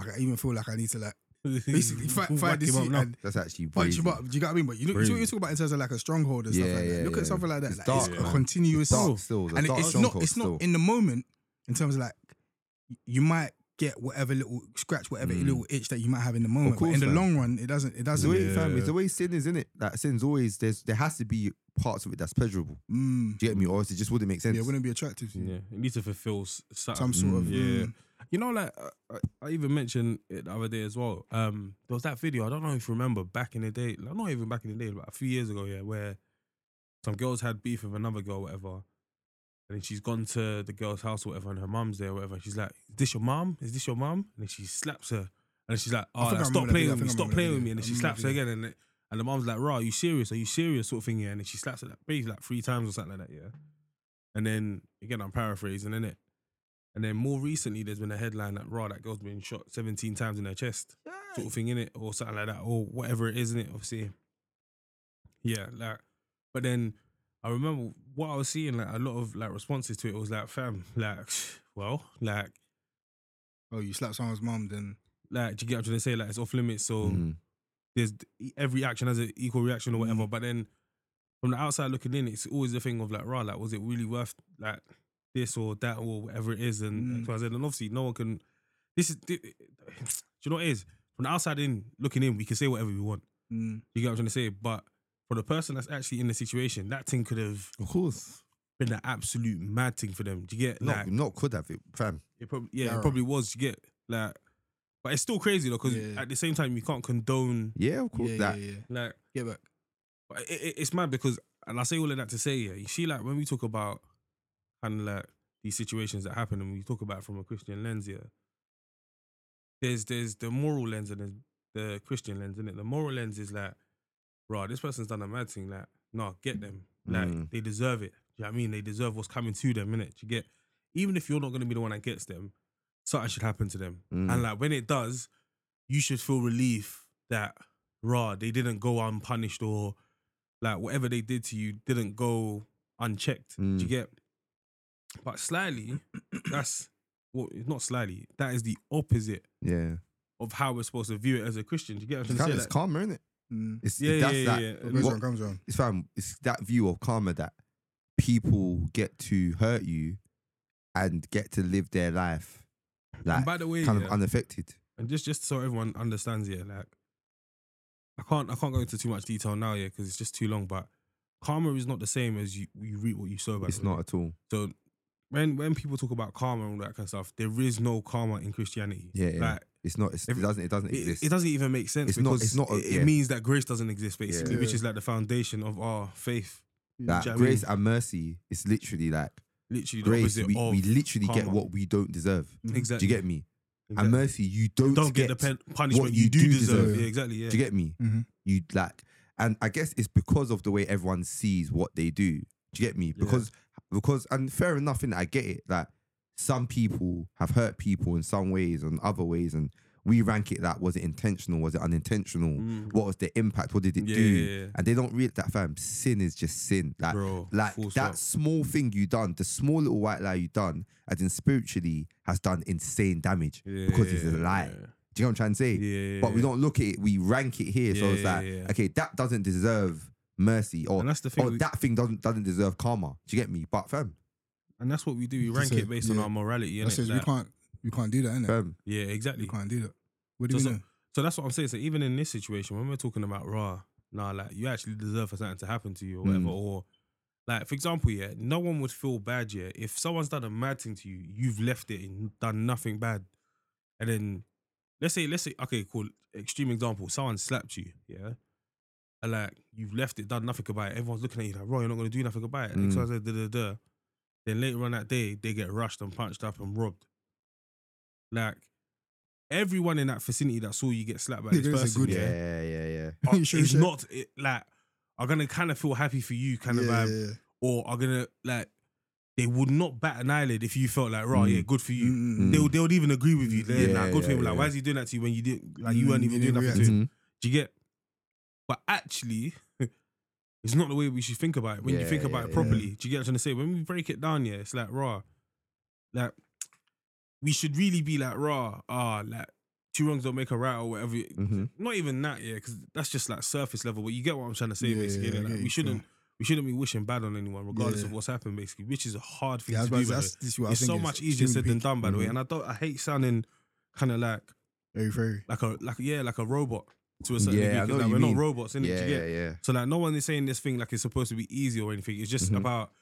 like, I even feel like I need to like basically fi- We'll find whack this him up you now. and That's actually punch crazy. him up." Do you get what I mean? But you know, you see what Crazy. you're talking about in terms of like a stronghold and stuff Yeah, like that. yeah, Look yeah. at something like that. It's like, dark, it's a man. continuous, It's dark still. There's and dark it's not, stronghold it's still. not in the moment in terms of like you might get whatever little scratch, whatever Mm. little itch that you might have in the moment. but course, in the man. long run, it doesn't, it It's the doesn't. way, fam, Yeah. it's the way sin is, in it? That sin's always there's there has to be parts of it that's pleasurable. Mm, Do you get me? Or else it just wouldn't make sense. yeah, it wouldn't be attractive to you. Yeah, it needs to fulfill s- some, Some sort of yeah. mm, You know, like I- I, I even mentioned it the other day as well. Um, there was that video. I don't know if you remember back in the day. Like, not even back in the day, but a few years ago, yeah, where some girls had beef with another girl, or whatever. And then she's gone to the girl's house, or whatever, and her mum's there, or whatever. She's like, "Is this your mum? Is this your mum?" And then she slaps her, and then she's like, I "Oh, think like, I stop remember that playing video. I with me, think I stop remember playing that with me." video. And then I she remember slaps that her again, and it, and the mum's like, "Rah, are you serious? Are you serious?" Sort of thing, yeah. And then she slaps her like, basically like three times or something like that, yeah. And then again, I'm paraphrasing, innit? And then more recently, there's been a headline that raw that girl's been shot 17 times in her chest, sort of thing in it, or something like that, or whatever it is in it. Obviously, yeah, like. But then I remember what I was seeing, like a lot of like responses to it was like, "Fam, like, well, like, Oh, you slap someone's mum, then like, do you get what I'm trying to say? Like, it's off limits, so." Mm. there's e, every action has an equal reaction Mm. or whatever. But then from the outside looking in, it's always the thing of like, rah, like was it really worth like this or that or whatever it is? And Mm. so I said, and obviously no one can. This is do you know what it is? From the outside in looking in, we can say whatever we want. Mm. You get what I'm trying to say? But for the person that's actually in the situation, that thing could have Of course. been an absolute mad thing for them. Do you get No, like not could have it, fam. it probably yeah, Nah. it probably was. You get like, but it's still crazy though because Yeah. at the same time you can't condone Yeah, of course. Yeah, that yeah, yeah. like Get back. But it, it, it's mad because And I say all of that to say, yeah, you see, like when we talk about kind of like these situations that happen, and we talk about it from a Christian lens, yeah. There's there's the moral lens and there's the Christian lens, in it. The moral lens is like, bro, this person's done a mad thing. Like, nah, get them. Like, Mm. they deserve it. Do you know what I mean? They deserve what's coming to them, innit? Do You get, even if you're not gonna be the one that gets them, something should happen to them. Mm. And like when it does, you should feel relief that rah, they didn't go unpunished or like whatever they did to you didn't go unchecked. Do Mm. you get? But slyly, that's well, not slyly. That is the opposite yeah. of how we're supposed to view it as a Christian. Do you get what I'm It's, trying kind to it's say? Like, karma, isn't it? Mm. It's Yeah, that's yeah, that. yeah, yeah. What goes What, around comes around. it's fam. It's that view of karma that people get to hurt you and get to live their life like and by the way, kind yeah, of unaffected. and just just so everyone understands here, like I can't I can't go into too much detail now, yeah, because it's just too long. But karma is not the same as you you reap what you sow. by the It's way. not at all. So when when people talk about karma and all that kind of stuff, there is no karma in Christianity. Yeah, yeah. Like It's not. It's, it Every- doesn't. It doesn't it, exist. it doesn't even make sense It's not- because it's not a- it, it yeah. means that grace doesn't exist basically, Yeah. which is like the foundation of our faith. Like, Do you know what I grace and mercy. It's literally like Literally the grace. opposite We, of we literally get karma. what we don't deserve. Do Mm-hmm. exactly. you get me? exactly. And mercy, you don't, don't get the pen- punishment you you do do deserve. deserve. Yeah, exactly. Yeah. Mm-hmm. Do you get me? Mhm. You like, and I guess it's because of the way everyone sees what they do. Do you get me? Yeah. Because because and fair enough, and I get it. Like some people have hurt people in some ways and other ways, and we rank it that was it intentional, was it unintentional? Mm-hmm. Mm. What was the impact? What did it Yeah, do? yeah, yeah. And they don't realize that fam. Sin is just sin. Like Bro, like full that stop. small thing you done, the small little white lie you done, as in spiritually, has done insane damage because it's a Yeah, lie. Do you know what I'm trying to say? Yeah. But we don't look at it, we rank it here. so Yeah, it's like, yeah, yeah. okay, that doesn't deserve mercy. Or, And that's the thing or we- Oh, that thing doesn't doesn't deserve karma. Do you get me? But fam, And that's what we do. We rank That's it it, based on yeah. our morality. That innit? says we Like, can't we can't do that, innit? fam. yeah, We exactly. can't do that. What do we So- so- know? So that's what I'm saying. So even in this situation, when we're talking about raw, nah, like you actually deserve for something to happen to you or whatever. Mm. Or like, for example, yeah, no one would feel bad, yeah. If someone's done a mad thing to you, you've left it and done nothing bad. And then let's say, let's say, okay, cool. Extreme example, someone slapped you, yeah. And like you've left it, done nothing about it. Everyone's looking at you like, raw, you're not gonna do nothing about it. Mm. X, Y, Z, da, da, da. Then later on that day, they get rushed and punched up and robbed. Like everyone in that vicinity that saw you get slapped by Yeah, this that's a person, good- yeah, Yeah. Yeah, yeah, yeah. are- You sure is you said- not it, like are gonna kind of feel happy for you, kind of yeah, vibe, yeah, yeah. or are gonna like they would not bat an eyelid if you felt like, right, Mm. yeah, good for you. Mm, mm, They would, they would even agree with you. They're Yeah, like, good for yeah, him. Like, yeah. why is he doing that to you when you didn't like you weren't Mm, even you doing didn't nothing to react. him? Mhm. Do you get? But actually, it's not the way we should think about it. When you Yeah, think about yeah, it properly, do you get what I'm trying to say? When we break it down, yeah, it's like raw. Like we should really be like raw. Ah, like two wrongs don't make a right or whatever. Mm. Mhm. Not even that, yeah, because that's just like surface level. But you get what I'm trying to say, Yeah, basically. yeah, innit? I get like, you, we shouldn't yeah. we shouldn't be wishing bad on anyone, regardless Yeah. of what's happened, basically, which is a hard thing Yeah, I was to about to say, do. by the way. that's, this is what It's I think so is much easier said than extremely mm-hmm. done, by the way. Mhm. And I don't, I hate sounding kind of like peak. Very, very. like a like yeah like a robot to a certain Yeah, I know degree. 'cause, Like, what you we're mean. not robots, innit? Do you Yeah, get? yeah, yeah. So like no one is saying this thing like it's supposed to be easy or anything. It's just Mhm. about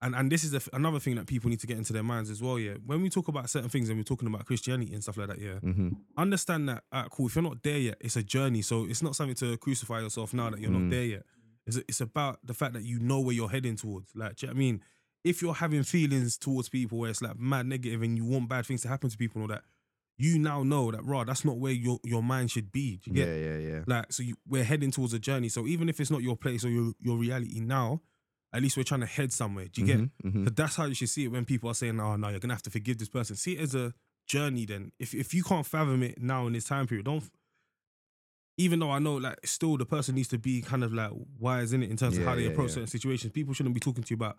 and and this is the f another thing that people need to get into their minds as well. Yeah, when we talk about certain things and we're talking about Christianity and stuff like that, yeah, Mm-hmm. understand that ah, cool. If you're not there yet, it's a journey. So it's not something to crucify yourself now that you're Mm. not there yet. It's it's about the fact that you know where you're heading towards. Like, do you know what I mean? If you're having feelings towards people where it's like mad negative and you want bad things to happen to people and all that, you now know that, rah, that's not where your, your mind should be. Do you get Yeah, yeah, yeah. like so you, we're heading towards a journey so even if it's not your place or your, your reality now at least we're trying to head somewhere do you get Mhm, mhm. so that's how you should see it when people are saying oh no you're gonna have to forgive this person see it as a journey then if, if you can't fathom it now in this time period don't even though I know like still the person needs to be kind of like wise in it in terms of Yeah, how they yeah, approach yeah. certain situations people shouldn't be talking to you about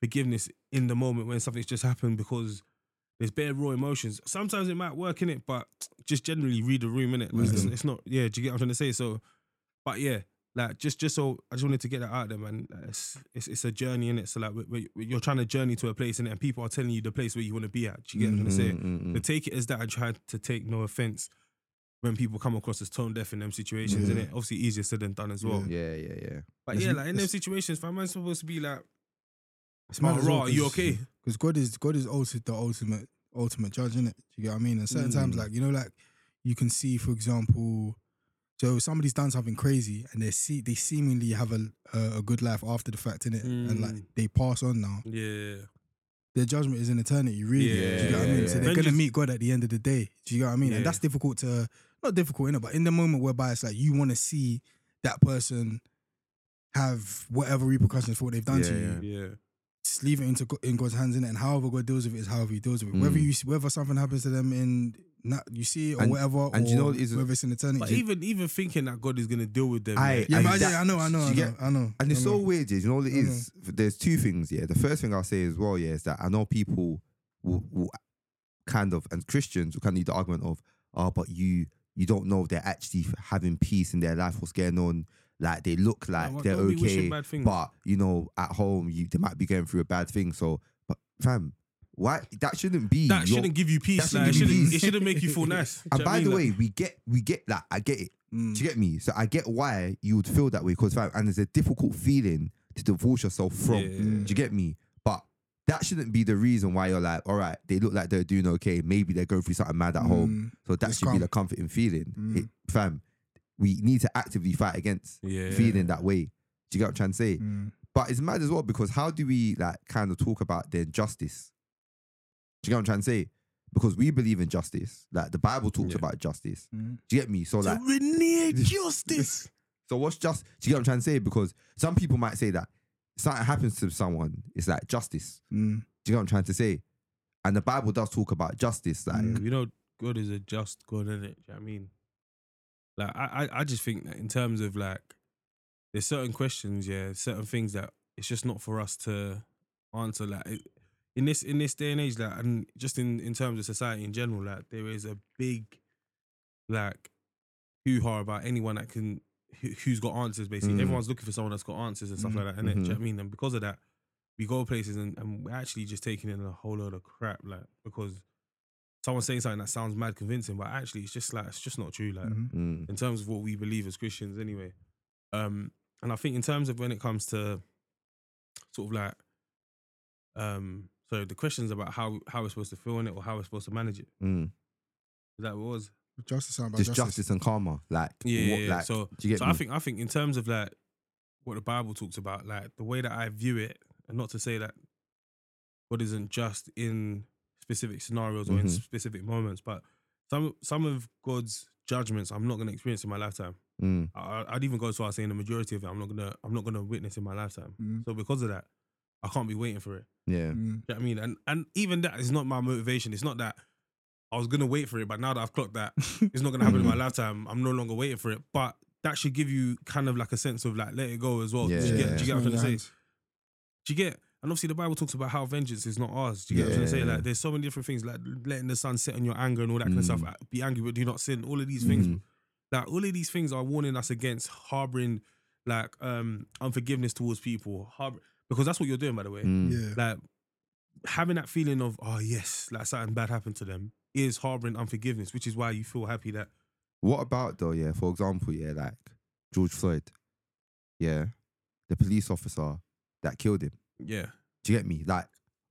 forgiveness in the moment when something's just happened because there's bare raw emotions. Sometimes it might work in it, but just generally read the room in it. Mm-hmm. it's, Wisdom. it's not. Yeah, do you get what I'm trying to say? So, but yeah, like just just so I just wanted to get that out there, man. Like, It's it's, it's a journey in it. So like we- we- we- you're trying to journey to a place in it, and people are telling you the place where you want to be at. Do you get what I'm trying to say? Mhm, mhm, So take it as that and try to take no offense when people come across as tone deaf in them situations. Yeah. And it obviously easier said than done as well. mhm. Yeah, yeah, yeah. But It's- yeah, like in them it's- situations, fam, man's supposed to be like, It's "Raw, are you okay?" Because God is God is also the ultimate ultimate judge, innit? Do you get what I mean? And certain times, Mm. like you know, like you can see, for example, So somebody's done something crazy, and they see they seemingly have a a, a good life after the fact, in it, and like Mm. they pass on now. Yeah. Their judgment is in eternity, really. do you Yeah, know what I yeah, mean? So yeah. they're gonna Vengeance- meet God at the end of the day. Do you know what I mean? Yeah. And that's difficult to not difficult in it, but in the moment whereby it's like you want to see that person have whatever repercussions for what they've done to Yeah, you. yeah. Yeah. just leave it into Go- in God's hands, innit? and however God deals with it is however He deals with it. Whether Mm. you whether something happens to them in na- you see it or And- whatever, and or you know what is- whether it's in eternity. But even even thinking that God is gonna deal with them. Aye. yeah, and but I- that- yeah, I know, I know, do I you know, get- I know. And it's I so Mm-hmm. know. weird, Jay. You know what it I know. is? There's two things, yeah. The first thing I'll say as well, yeah, is that I know people will, will kind of, and Christians will kind of use the argument of, oh, but you you don't know if they're actually having peace in their life, what's going on. Like they look like well, they're don't be wishing okay, bad things. but you know, at home you they might be going through a bad thing. So, but fam, why that shouldn't be that your- shouldn't give you peace. shouldn't Like, it, give you shouldn't, peace. it shouldn't make you feel nice. Do you And know what I by the mean? way, we get we get that. I get it. Mm. Do you get me? So I get why you would feel that way because and it's a difficult feeling to divorce yourself from. Yeah. Do you get me? But that shouldn't be the reason why you're like, all right, they look like they're doing okay. Maybe they're going through something mad at home. Mm. So that It's should be calm. the comforting feeling. Mm. It, fam, we need to actively fight against yeah. feeling that way. Do you get what I'm trying to say? Mm. But it's mad as well because how do we like kind of talk about the injustice? Do you get what I'm trying to say? Because we believe in justice. Like the Bible talks Yeah. about justice. Mm. Do you get me? So like we need justice. so what's just? Do you get what I'm trying to say? Because some people might say that something happens to someone, it's like justice. Do Mm. you get what I'm trying to say? And the Bible does talk about justice, like Mm. you know, God is a just God, isn't it? I mean, like I, I, I just think that in terms of like, there's certain questions, yeah, certain things that it's just not for us to answer. Like it, in this in this day and age, like, and just in in terms of society in general, like there is a big, like, hoo ha about anyone that can who, who's got answers. Basically, Mm. everyone's looking for someone that's got answers and stuff Mm. like that. And do you know Mhm. what I mean? And because of that, we go places and, and we're actually just taking in a whole load of crap, like because someone saying something that sounds mad convincing, but actually it's just like it's just not true. Like Mhm. mm, in terms of what we believe as Christians, anyway. Um, and I think in terms of when it comes to sort of like, um, so the questions about how how we're supposed to feel in it or how we're supposed to manage it. mm. Is that what it was? Justice, sound about just justice. justice and karma, like Yeah, what, yeah, yeah. like, So- do you get so me? I think I think in terms of like what the Bible talks about, like the way that I view it, and not to say that God isn't just in specific scenarios or in Mhm. specific moments, but some some of God's judgments I'm not going to experience in my lifetime. Mm, I, I'd even go so far as saying the majority of it I'm not gonna I'm not gonna witness in my lifetime. Mm. So because of that, I can't be waiting for it. yeah, Mm. Do you know what I mean? And and even that is not my motivation. It's not that I was gonna wait for it, but now that I've clocked that it's not gonna happen in my lifetime, I'm no longer waiting for it. But that should give you kind of like a sense of like let it go as well. Do you Yeah. get, do you get what I'm trying It's to not say? in Do you get? And obviously the Bible talks about how vengeance is not ours. Do you get what I'm trying to say? Yeah. Like there's so many different things, like letting the sun set on your anger and all that kind of Mm. stuff. Be angry but do not sin. All of these things, Mhm. like all of these things are warning us against harboring like um unforgiveness towards people. Harbor because that's what you're doing, by the way. mm, your hands. Like having that feeling of oh yes, like something bad happened to them is harboring unforgiveness, which is why you feel happy that What about though? Yeah, for example, yeah, like George Floyd, yeah, the police officer that killed him. yeah Do you get me? Like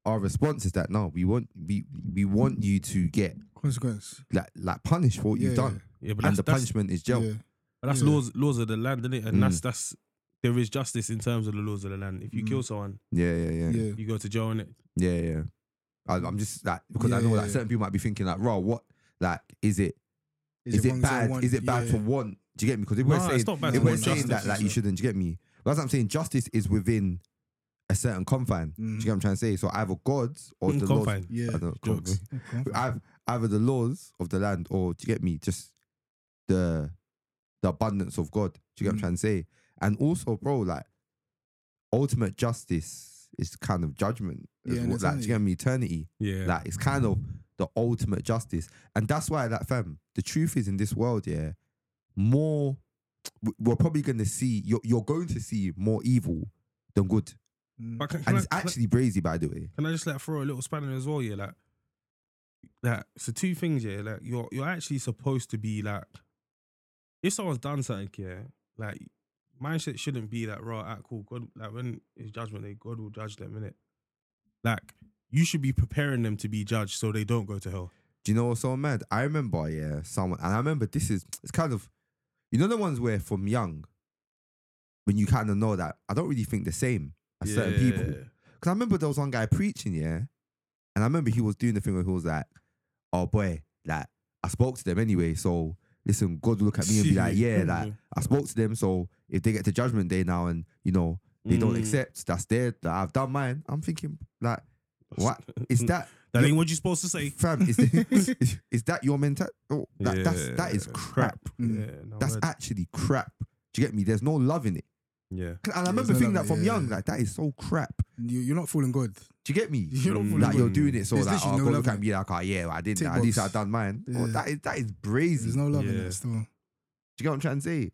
our response is that no, we want we we want you to get Yeah. Consequence. like like punished for what Yeah. you've done. yeah, but and that's the that's, punishment is jail. Yeah. but that's yeah. laws laws of the land, isn't it? And Mm. that's that's there is justice in terms of the laws of the land. If you Mm. kill someone, Yeah, yeah, yeah, yeah, Yeah. you go to jail in it. yeah. I, I'm just like because I Yeah, know yeah, like yeah. certain people might be thinking like, "Raw, what? Like, is it is, it, wrong to bad? want- Is it bad yeah. for one? Do you get me? Because if we're Nah, it's saying not bad if to we're want saying justice, that like yeah. you shouldn't, do you get me? But That's what I'm saying. Justice is within a certain confine. Do you Mm. get what I'm trying to say? So either God's or the laws. Confine. Yeah. I don't know, Jokes. Confidence. either, either the laws of the land or do you get me just the the abundance of god do you get what i'm Mm. trying to say and also bro like ultimate justice is kind of judgment as Yeah, and well. like, do you eternity. get me eternity Yeah, like it's kind of the ultimate justice and that's why that fam the truth is in this world yeah more w- we're probably going to see you're, you're going to see more evil than good Mm. But can, and can I, it's can I- actually brazy by the way can I just like throw a little spanner as well? Yeah, like like so two things. Yeah, like you're you're actually supposed to be like if someone's done something, yeah, like mindset shouldn't be like right, ah, cool. God, like when it's judgment day, God will judge them in it. Like you should be preparing them to be judged so they don't go to hell. Do you know what's so mad? I remember, yeah, someone, and I remember this is, it's kind of, You know the ones where from young, when you kind of know that I don't really think the same as certain people. Because I remember there was one guy preaching, yeah, and I remember he was doing the thing where he was like, "Oh boy, like I spoke to them anyway, so listen, God will look at me and be like, yeah, like I spoke to them, so if they get to Judgment Day now and you know they don't Mm. accept, that's their, that I've done mine." I'm thinking like, what Mm. is that? That ain't what you're supposed to say. Fam, is, is, is that your mentality? Oh, that, that's, that is Yeah, crap. Mm. Yeah, no, That's word. actually crap. Do you get me? There's no love in it. yeah. And I Yeah, remember there's no thinking love, that from yeah. young, like that is so crap. You, you're not fooling God. Do you get me? You're not Mm. fooling Like God. you're doing it so There's that literally oh, no God love look in at me like, oh yeah, well, I did Tick that. At least box. I've done mine. Oh, Yeah. that is that is brazy. There's no love in Yeah. it still. Do Mm. you get what I'm trying to say?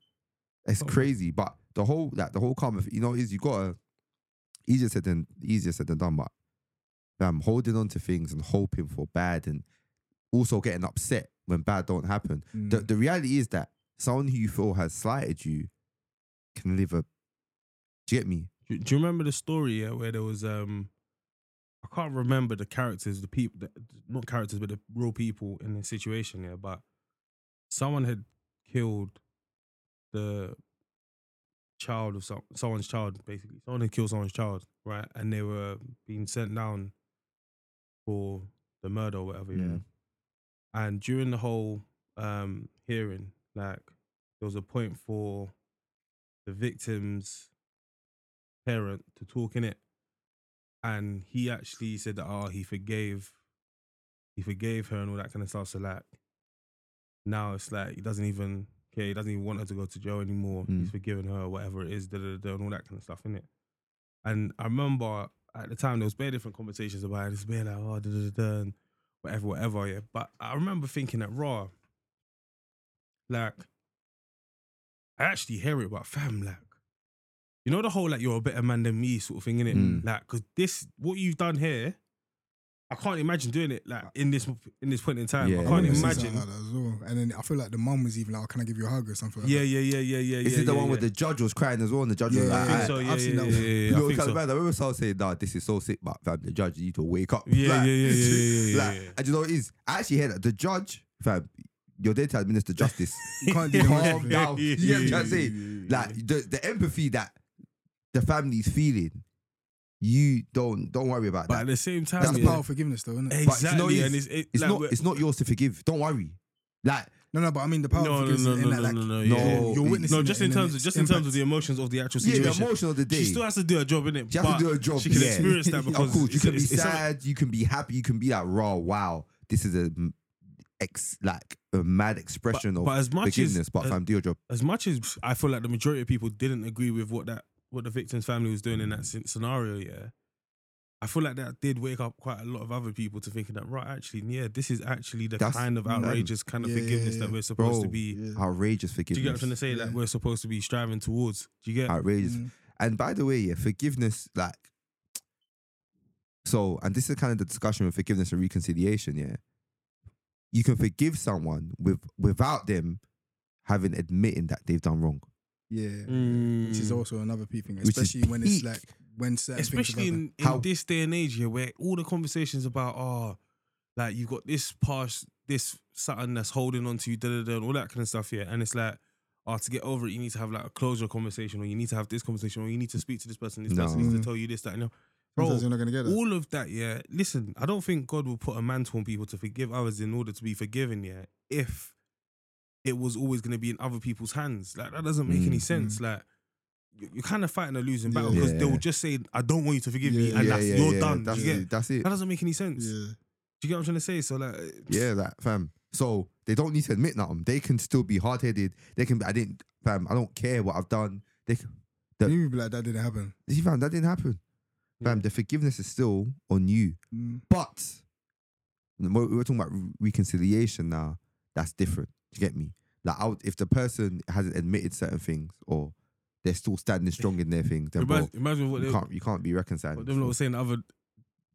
It's Oh. crazy. But the whole like the whole comment, you know, is you gotta easier said than easier said than done, but um holding on to things and hoping for bad and also getting upset when bad don't happen. The Mm. the reality is that someone who you feel has slighted you can live a do you get me? Do, do you remember the story yeah, where there was um, I can't remember the characters, the people, the, not characters, but the real people in the situation yeah, but someone had killed the child of some, someone's child basically. Someone had killed someone's child, right? And they were being sent down for the murder or whatever, yeah. Mm. And during the whole um hearing, like there was a point for the victim's parent to talk in it. And he actually said that oh he forgave he forgave her and all that kind of stuff. So like now it's like he doesn't even care, he doesn't even want her to go to jail anymore. Mm. He's forgiven her, whatever it is, da da da, da, and all that kind of stuff, innit? And I remember at the time there was bare different conversations about it. It's bare like, oh da da da, da and whatever, whatever, yeah. But I remember thinking that raw, like, I actually hear it, but fam, like, you know the whole like you're a better man than me sort of thing, innit? Mm. Like, cause this what you've done here, I can't imagine doing it like in this in this point in Uh, time. Yeah. I I can't remember seeing imagine. Like that as well. And then I feel like the mum was even like, oh, "Can I give you a hug or something?" Like Yeah, yeah, yeah, yeah, yeah. Is yeah, it the yeah, one where yeah. the judge was crying as well? And the judge was Yeah, like, I I think "Ah, so. I've Yeah, seen yeah, that yeah, one. You yeah, know, yeah. I think kind so. of bad. I remember Sal saying, nah, this is so sick, but fam, the judge, you need to wake up. Yeah, Like, yeah, yeah, yeah, yeah, like, yeah, yeah. And you know what it is? I actually heard that the judge, fam, you're there to administer justice. You can't do Calm that. down. You get what I'm trying to say? Like, the, the empathy that the family's feeling, you don't don't worry about But at that. the same time, That's yeah, part of forgiveness, though, isn't it? exactly. know, it's- and it's, it, It's like, not we're- it's not yours to forgive. Don't worry. Like, No, no, but I mean the power no, of no, forgiveness no, in no, that, no, like, no, no, no, yeah. you're No, witnessing it just in and then terms of its just in terms of impact. the emotions of the actual yeah, the situation. emotion of the day. she still has to do her job in it. She has to do her job, She can yeah. experience that because of course, you it's- can be it's- it's something- sad, you can be happy, you can be like, raw, wow, this is a m- ex like a mad expression But, of but as much forgiveness, as but as, fam, do your job. as much as I feel like the majority of people didn't agree with what that what the victim's family was doing in that scen- scenario, yeah. I feel like that did wake up quite a lot of other people to thinking that right, actually, yeah, this is actually the That's- kind of man. outrageous kind of Yeah, yeah, forgiveness yeah. that we're supposed to Bro, be. Outrageous Do forgiveness. you get what I'm trying to say? Like Yeah. we're supposed to be striving towards. Do you get? Outrageous. Mm. And by the way, yeah, forgiveness, like, so, and this is kind of the discussion with forgiveness and reconciliation, yeah. You can forgive someone with without them having admitting that they've done wrong. Yeah, which is Mm. also another P thing, Which is especially when it's peak. like when certain especially things in, in How- this day and age here where all the conversations about oh like you got this past this something that's holding on to you da da da and all that kind of stuff here and it's like oh to get over it you need to have like a closure conversation or you need to have this conversation or you need to speak to this person this person No. needs to Mhm. tell you this that and the other. Sometimes bro you're not gonna get that. all of that yeah listen I don't think God will put a mantle on people to forgive others in order to be forgiven yeah if it was always going to be in other people's hands like that doesn't make any Mm. sense like you- you're kind of fighting a losing battle Yeah. because they will Yeah. just say, "I don't want you to forgive me," Yeah, and that's you're done. Do That's, you get? it, that's it. That doesn't make any sense. yeah, Do you get what I'm trying to say? So like, uh, Yeah, like fam. So they don't need to admit nothing. They can still be hard headed. They can. be I didn't, fam. I don't care what I've done. They, can, That- you would be like that didn't happen. you fam, that didn't happen. Fam, the forgiveness is still on you. Mm. But we're, we're talking about re- reconciliation now. That's different. Do you get me? Like, I would, if the person hasn't admitted certain things or they're still standing strong in their things, then bro, imagine, imagine what you they, can't you can't be reconciled. what them lot were saying the other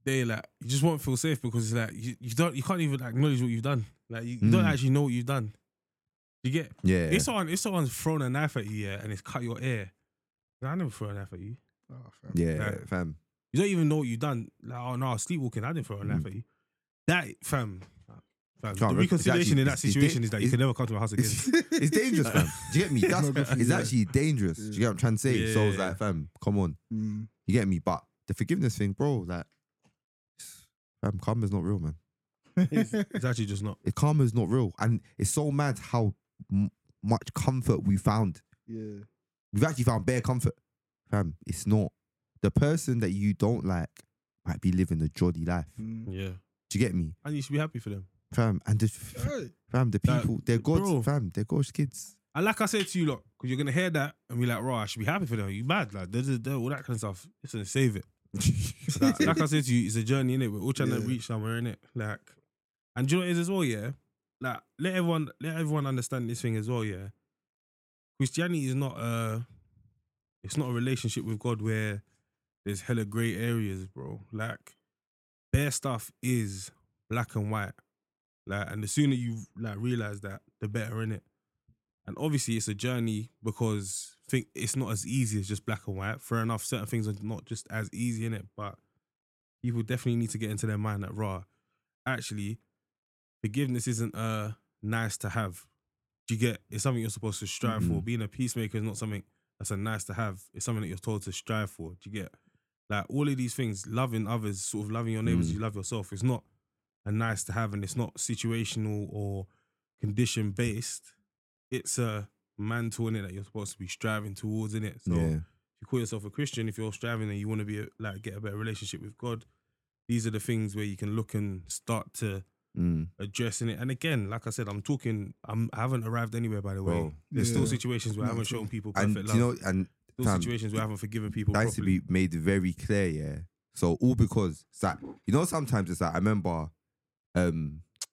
day. Like, you just won't feel safe because it's like you, you don't, you can't even acknowledge what you've done. Like, you, you don't Mm. actually know what you've done. Do you get? yeah, If someone, if someone's thrown a knife at you yeah, and it's cut your ear, I never throw a knife at you. Oh, fam. yeah, Like- fam. You don't even know what you've done. Like, oh no, I was sleepwalking. I didn't throw a knife Mm. at you. That fam, Like, Can't the re- it's reconciliation in that actually- it's- it's- situation is that you it's- can never come to my house again. It's, it's dangerous, fam. Do you get me? That's, not good for it's you, yeah. actually dangerous. Do you get what I'm trying to say? Yeah, so yeah, it's yeah. like, fam, come on. Mm. You get me? But the forgiveness thing, bro, like, fam, karma's not real, man. it's, it's actually just not. It, karma's not real. And it's so mad how m- much comfort we found. Yeah. We've actually found bare comfort. Fam, it's not. The person that you don't like might be living a jolly life. Mm. Yeah, Do you get me? and you should be happy for them. Fam, and the, Alright. fam, the That- people, they're God's, bro. fam, they're God's kids. And like I said to you, look, because you're gonna hear that and be like, "Raw, I should be happy for them." You mad, like, duh, duh, duh, all that kind of stuff. Listen, save it. Like, like I said to you, it's a journey, innit? We're all trying to Yeah. reach somewhere, innit? Like, and do you know what it is as well, yeah? Like, let everyone let everyone understand this thing as well, yeah. Christianity is not a it's not a relationship with God where there's hella grey areas, bro. Like, bare stuff is black and white. Like, and the sooner you like realize that, the better, innit? And obviously, it's a journey because think it's not as easy as just black and white. Fair enough, certain things are not just as easy in it, but people definitely need to get into their mind that raw. Actually, forgiveness isn't uh nice to have. Do you get? It's something you're supposed to strive for. Mhm. Being a peacemaker is not something that's a nice to have. It's something that you're told to strive for. Do you get? Like all of these things, loving others, sort of loving your neighbors, Mm. you love yourself. It's not a nice to have, and it's not situational or condition based. It's a mantle in it that you're supposed to be striving towards in it. So Yeah. if you call yourself a Christian, if you're striving and you want to be a, like get a better relationship with God, these are the things where you can look and start to Mm. address in it. And again, like I said, I'm talking. I'm I haven't arrived anywhere by the way. Bro. There's still Yeah. situations where I Not haven't at all. shown people perfect And do love. you know, and still fam, situations where I haven't forgiven people that has to properly. be made very clear, yeah. So all because it's like you know, sometimes it's like I remember, um,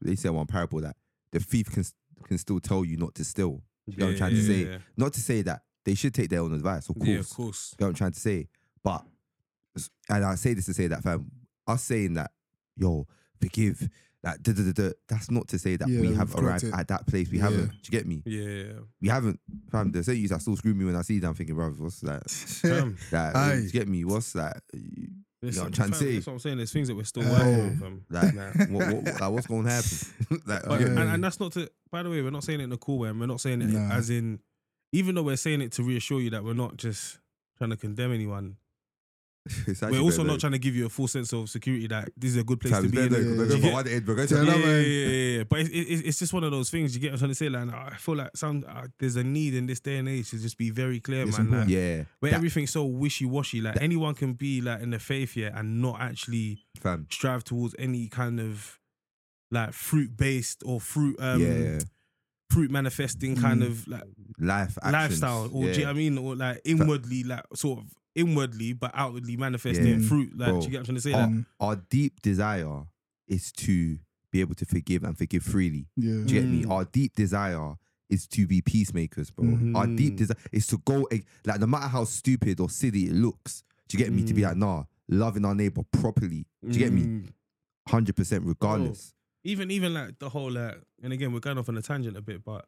they say one parable that the thief can can still tell you not to steal. You know what I'm trying to Yeah, say? yeah, yeah. Not to say that they should take their own advice, of course. Yeah, of course. You know what I'm trying to say? But and I say this to say that, fam, us saying that, yo, forgive, like, da, da, da, da, that's not to say that Yeah, we we've have clocked arrived it. at that place. We Yeah. haven't. Do you get me? Yeah, yeah, yeah. We haven't. Fam, the say that still screw me when I see them. I'm thinking, bro, what's that? Fam, That Aye. do you get me? What's that? You- there's know what I'm trying some- to fam, say? That's what I'm saying. There's things that we're still Oh. working on, fam. Like, Nah. what, what, like what's going to happen? like, do you But, get Yeah. me? and, and that's not to. By the way, we're not saying it in a cool way. and We're not saying it Nah. as in, even though we're saying it to reassure you that we're not just trying to condemn anyone. It's actually We're also very not trying to give you a full sense of security that this is a good place Fam, to it's be. very in. low, 'cause we're Yeah. going You for get- one end, we're going to Yeah, Yeah, another yeah, end. yeah, yeah, yeah. But it's, it's, it's just one of those things. You get what I'm trying to say? Like, I feel like some uh, there's a need in this day and age to just be very clear, It's man. Like, important. Yeah, where that- everything's so wishy washy. Like anyone can be like in the faith here and not actually fam. strive towards any kind of like fruit based or fruit um yeah, fruit manifesting kind of like life, actions. lifestyle or yeah. do you know what I mean or like inwardly like sort of inwardly but outwardly manifesting Yeah. fruit like Bro. Um, do you get what I'm trying to say like, Mm. our, our deep desire is to be able to forgive and forgive freely. Yeah. Do you get me? Mm. Our deep desire is to be peacemakers, bro. Our deep Mhm. desire is to go ag- like no matter how stupid or silly it looks. Do you get me? To be Mm. like, nah, loving our neighbor properly. Do you get me? mm, Hundred percent, regardless. even even like the whole like and again we're going off on a tangent a bit but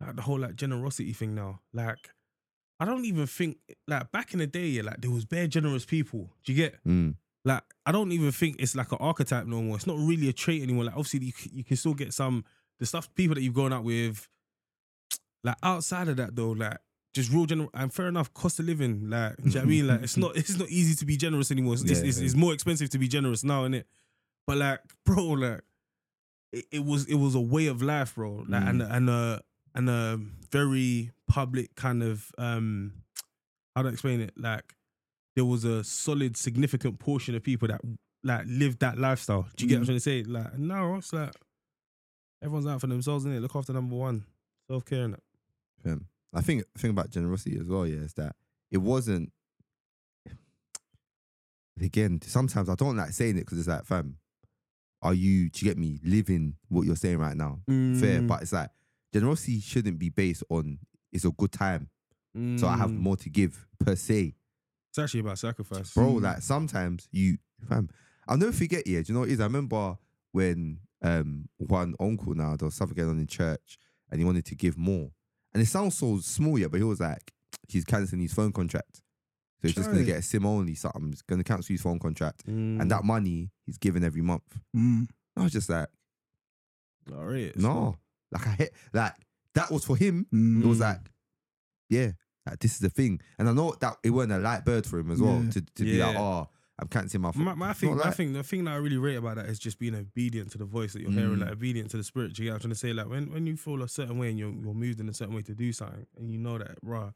like the whole like generosity thing now like I don't even think like back in the day yeah, like there was bare generous people do you get Mm. Like, I don't even think it's like an archetype no more. It's not really a trait anymore. Like, obviously, you, c- you can still get some the stuff people that you've gone out with. Like outside of that though, like just real general and fair enough. Cost of living, like do you know what I mean, like it's not it's not easy to be generous anymore. It's, it's, Yeah. it's, it's more expensive to be generous now, isn't it? But like, bro, like it, it was it was a way of life, bro. Like and Mm. and a and a very public kind of um how do I explain it? Like there was a solid, significant portion of people that like lived that lifestyle. Do you Mm. get what I'm trying to say? Like now it's like everyone's out for themselves, innit? Look after number one. Self care and Um, I think the thing about generosity as well, yeah, is that it wasn't. Again, sometimes I don't like saying it because it's like, fam, are you? Do you get me? Living what you're saying right now. fair, Mm. but it's like generosity shouldn't be based on it's a good time, so I have Mm. more to give per se, It's actually about sacrifice. bro. Like sometimes you, fam, I'll never forget. Yeah, do you know what it is? I remember when um one uncle now there was something going on in church, and he wanted to give more, and it sounds so small, yeah, but he was like, he's canceling his phone contract, so he's just gonna Charlie. Mm. get a sim only something. He's gonna cancel his phone contract, and that money he's given every month. Mm. I was just like, All right. no, like I hit, like that was for him. Mm. It was like, yeah, like this is the thing, and I know that it wasn't a light bird for him as well Yeah. to to be like, Yeah. oh, I'm canceling my. My, my thing, not my like- thing, the thing that I really rate about that is just being obedient to the voice that you're hearing, Mm. like obedient to the spirit. Do you get what I'm trying to say? Like when, when you feel a certain way and you're, you're moved in a certain way to do something, and you know that, rah,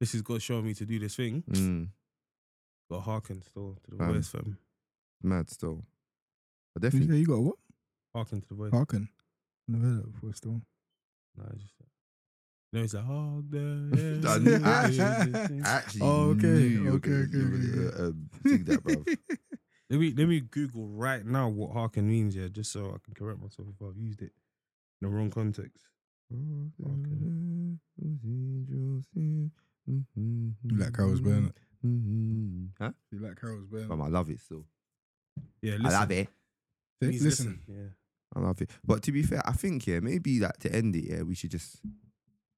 this is God showing me to do this thing, Mm, got hearken still to the Fam. voice, fam. mad still. I You definitely say you got what? Hearken to the voice. Harkin. Never heard that before. Still. Nah, it's just, you know, it's like, oh, I the- knew- I actually, I actually Oh, okay, knew you were okay, gonna- okay, you were okay, gonna, uh, um, sing that, bro. Let me let me Google right now what hearken means, yeah, just so I can correct myself if I've used it in the wrong context. You like Carol's Burn? Huh? You like Carol's Burn? But I love it still. Yeah, I listen, love it. Take- please listen, listen. Yeah. I love it. But to be fair, I think yeah, maybe like to end it, yeah, we should just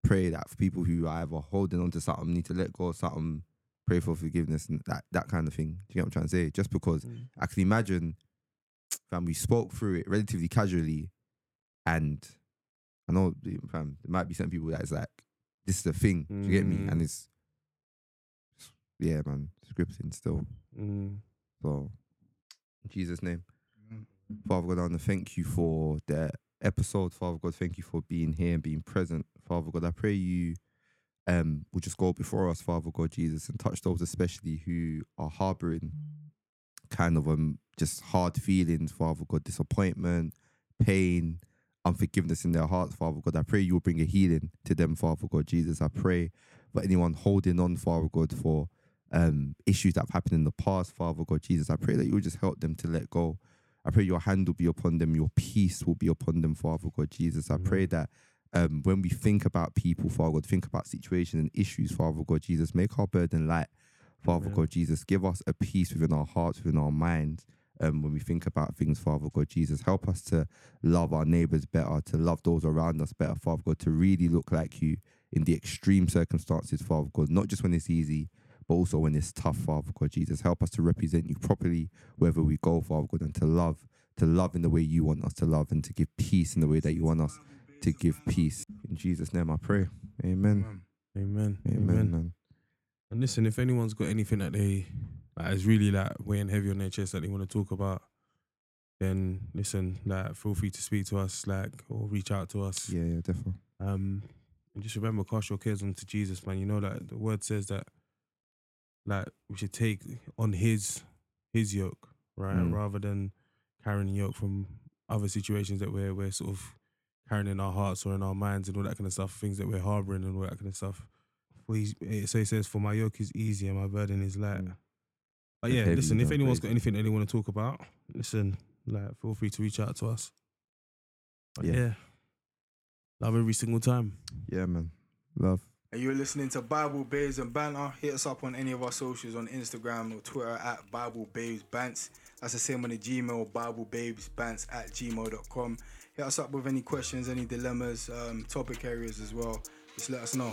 pray that for people who are either holding on to something, need to let go of something, pray for forgiveness and that that kind of thing. Do you get what I'm trying to say? Just because Mm. I can imagine, fam, we spoke through it relatively casually, and I know, fam, there might be some people that is like, this is a thing. Do you get me? Mm. And it's, yeah, man, scripting still. Mm. So, in Jesus' name. Father God, I want to thank you for the episode. Father God, thank you for being here and being present. Father God, I pray you um, will just go before us, Father God, Jesus, and touch those especially who are harboring kind of um, just hard feelings, Father God, disappointment, pain, unforgiveness in their hearts, Father God. I pray you will bring a healing to them, Father God, Jesus. I pray for anyone holding on, Father God, for um, issues that have happened in the past, Father God, Jesus. I pray that you will just help them to let go. I pray your hand will be upon them, your peace will be upon them, Father God Jesus. I pray that um, when we think about people, Father God, think about situations and issues, Father God Jesus, make our burden light, Father God Jesus. Give us a peace within our hearts, within our minds. Um, when we think about things, Father God Jesus, help us to love our neighbors better, to love those around us better, Father God, to really look like you in the extreme circumstances, Father God, not just when it's easy, but also when it's tough, Father God Jesus. Help us to represent you properly wherever we go, Father God, and to love, to love in the way you want us to love, and to give peace in the way that you want us to give peace. In Jesus' name I pray. Amen. Amen. Amen, Amen. man. And listen, if anyone's got anything that they that is really like weighing heavy on their chest that they want to talk about, then listen, like feel free to speak to us, like or reach out to us. Yeah, yeah, definitely. Um, and just remember, cast your cares onto Jesus, man. You know that the word says that, like we should take on His His yoke, right, Mm. rather than carrying yoke from other situations that we're we're sort of carrying in our hearts or in our minds and all that kind of stuff, things that we're harboring and all that kind of stuff. For he's, eh, so he says, "For my yoke is easy and my burden is light." Mm. But It's yeah, heavy, listen. If don't anyone's praise got it. anything that they want to talk about, listen, like feel free to reach out to us. But Yeah. yeah. love every single time. Yeah, man. Love. And you're listening to Bible Babes and Banter. Hit us up on any of our socials on Instagram or Twitter at Bible Babes Bants. That's the same on the Gmail, Bible Babes Bants at gmail.com. Hit us up with any questions, any dilemmas, um, topic areas as well. Just let us know.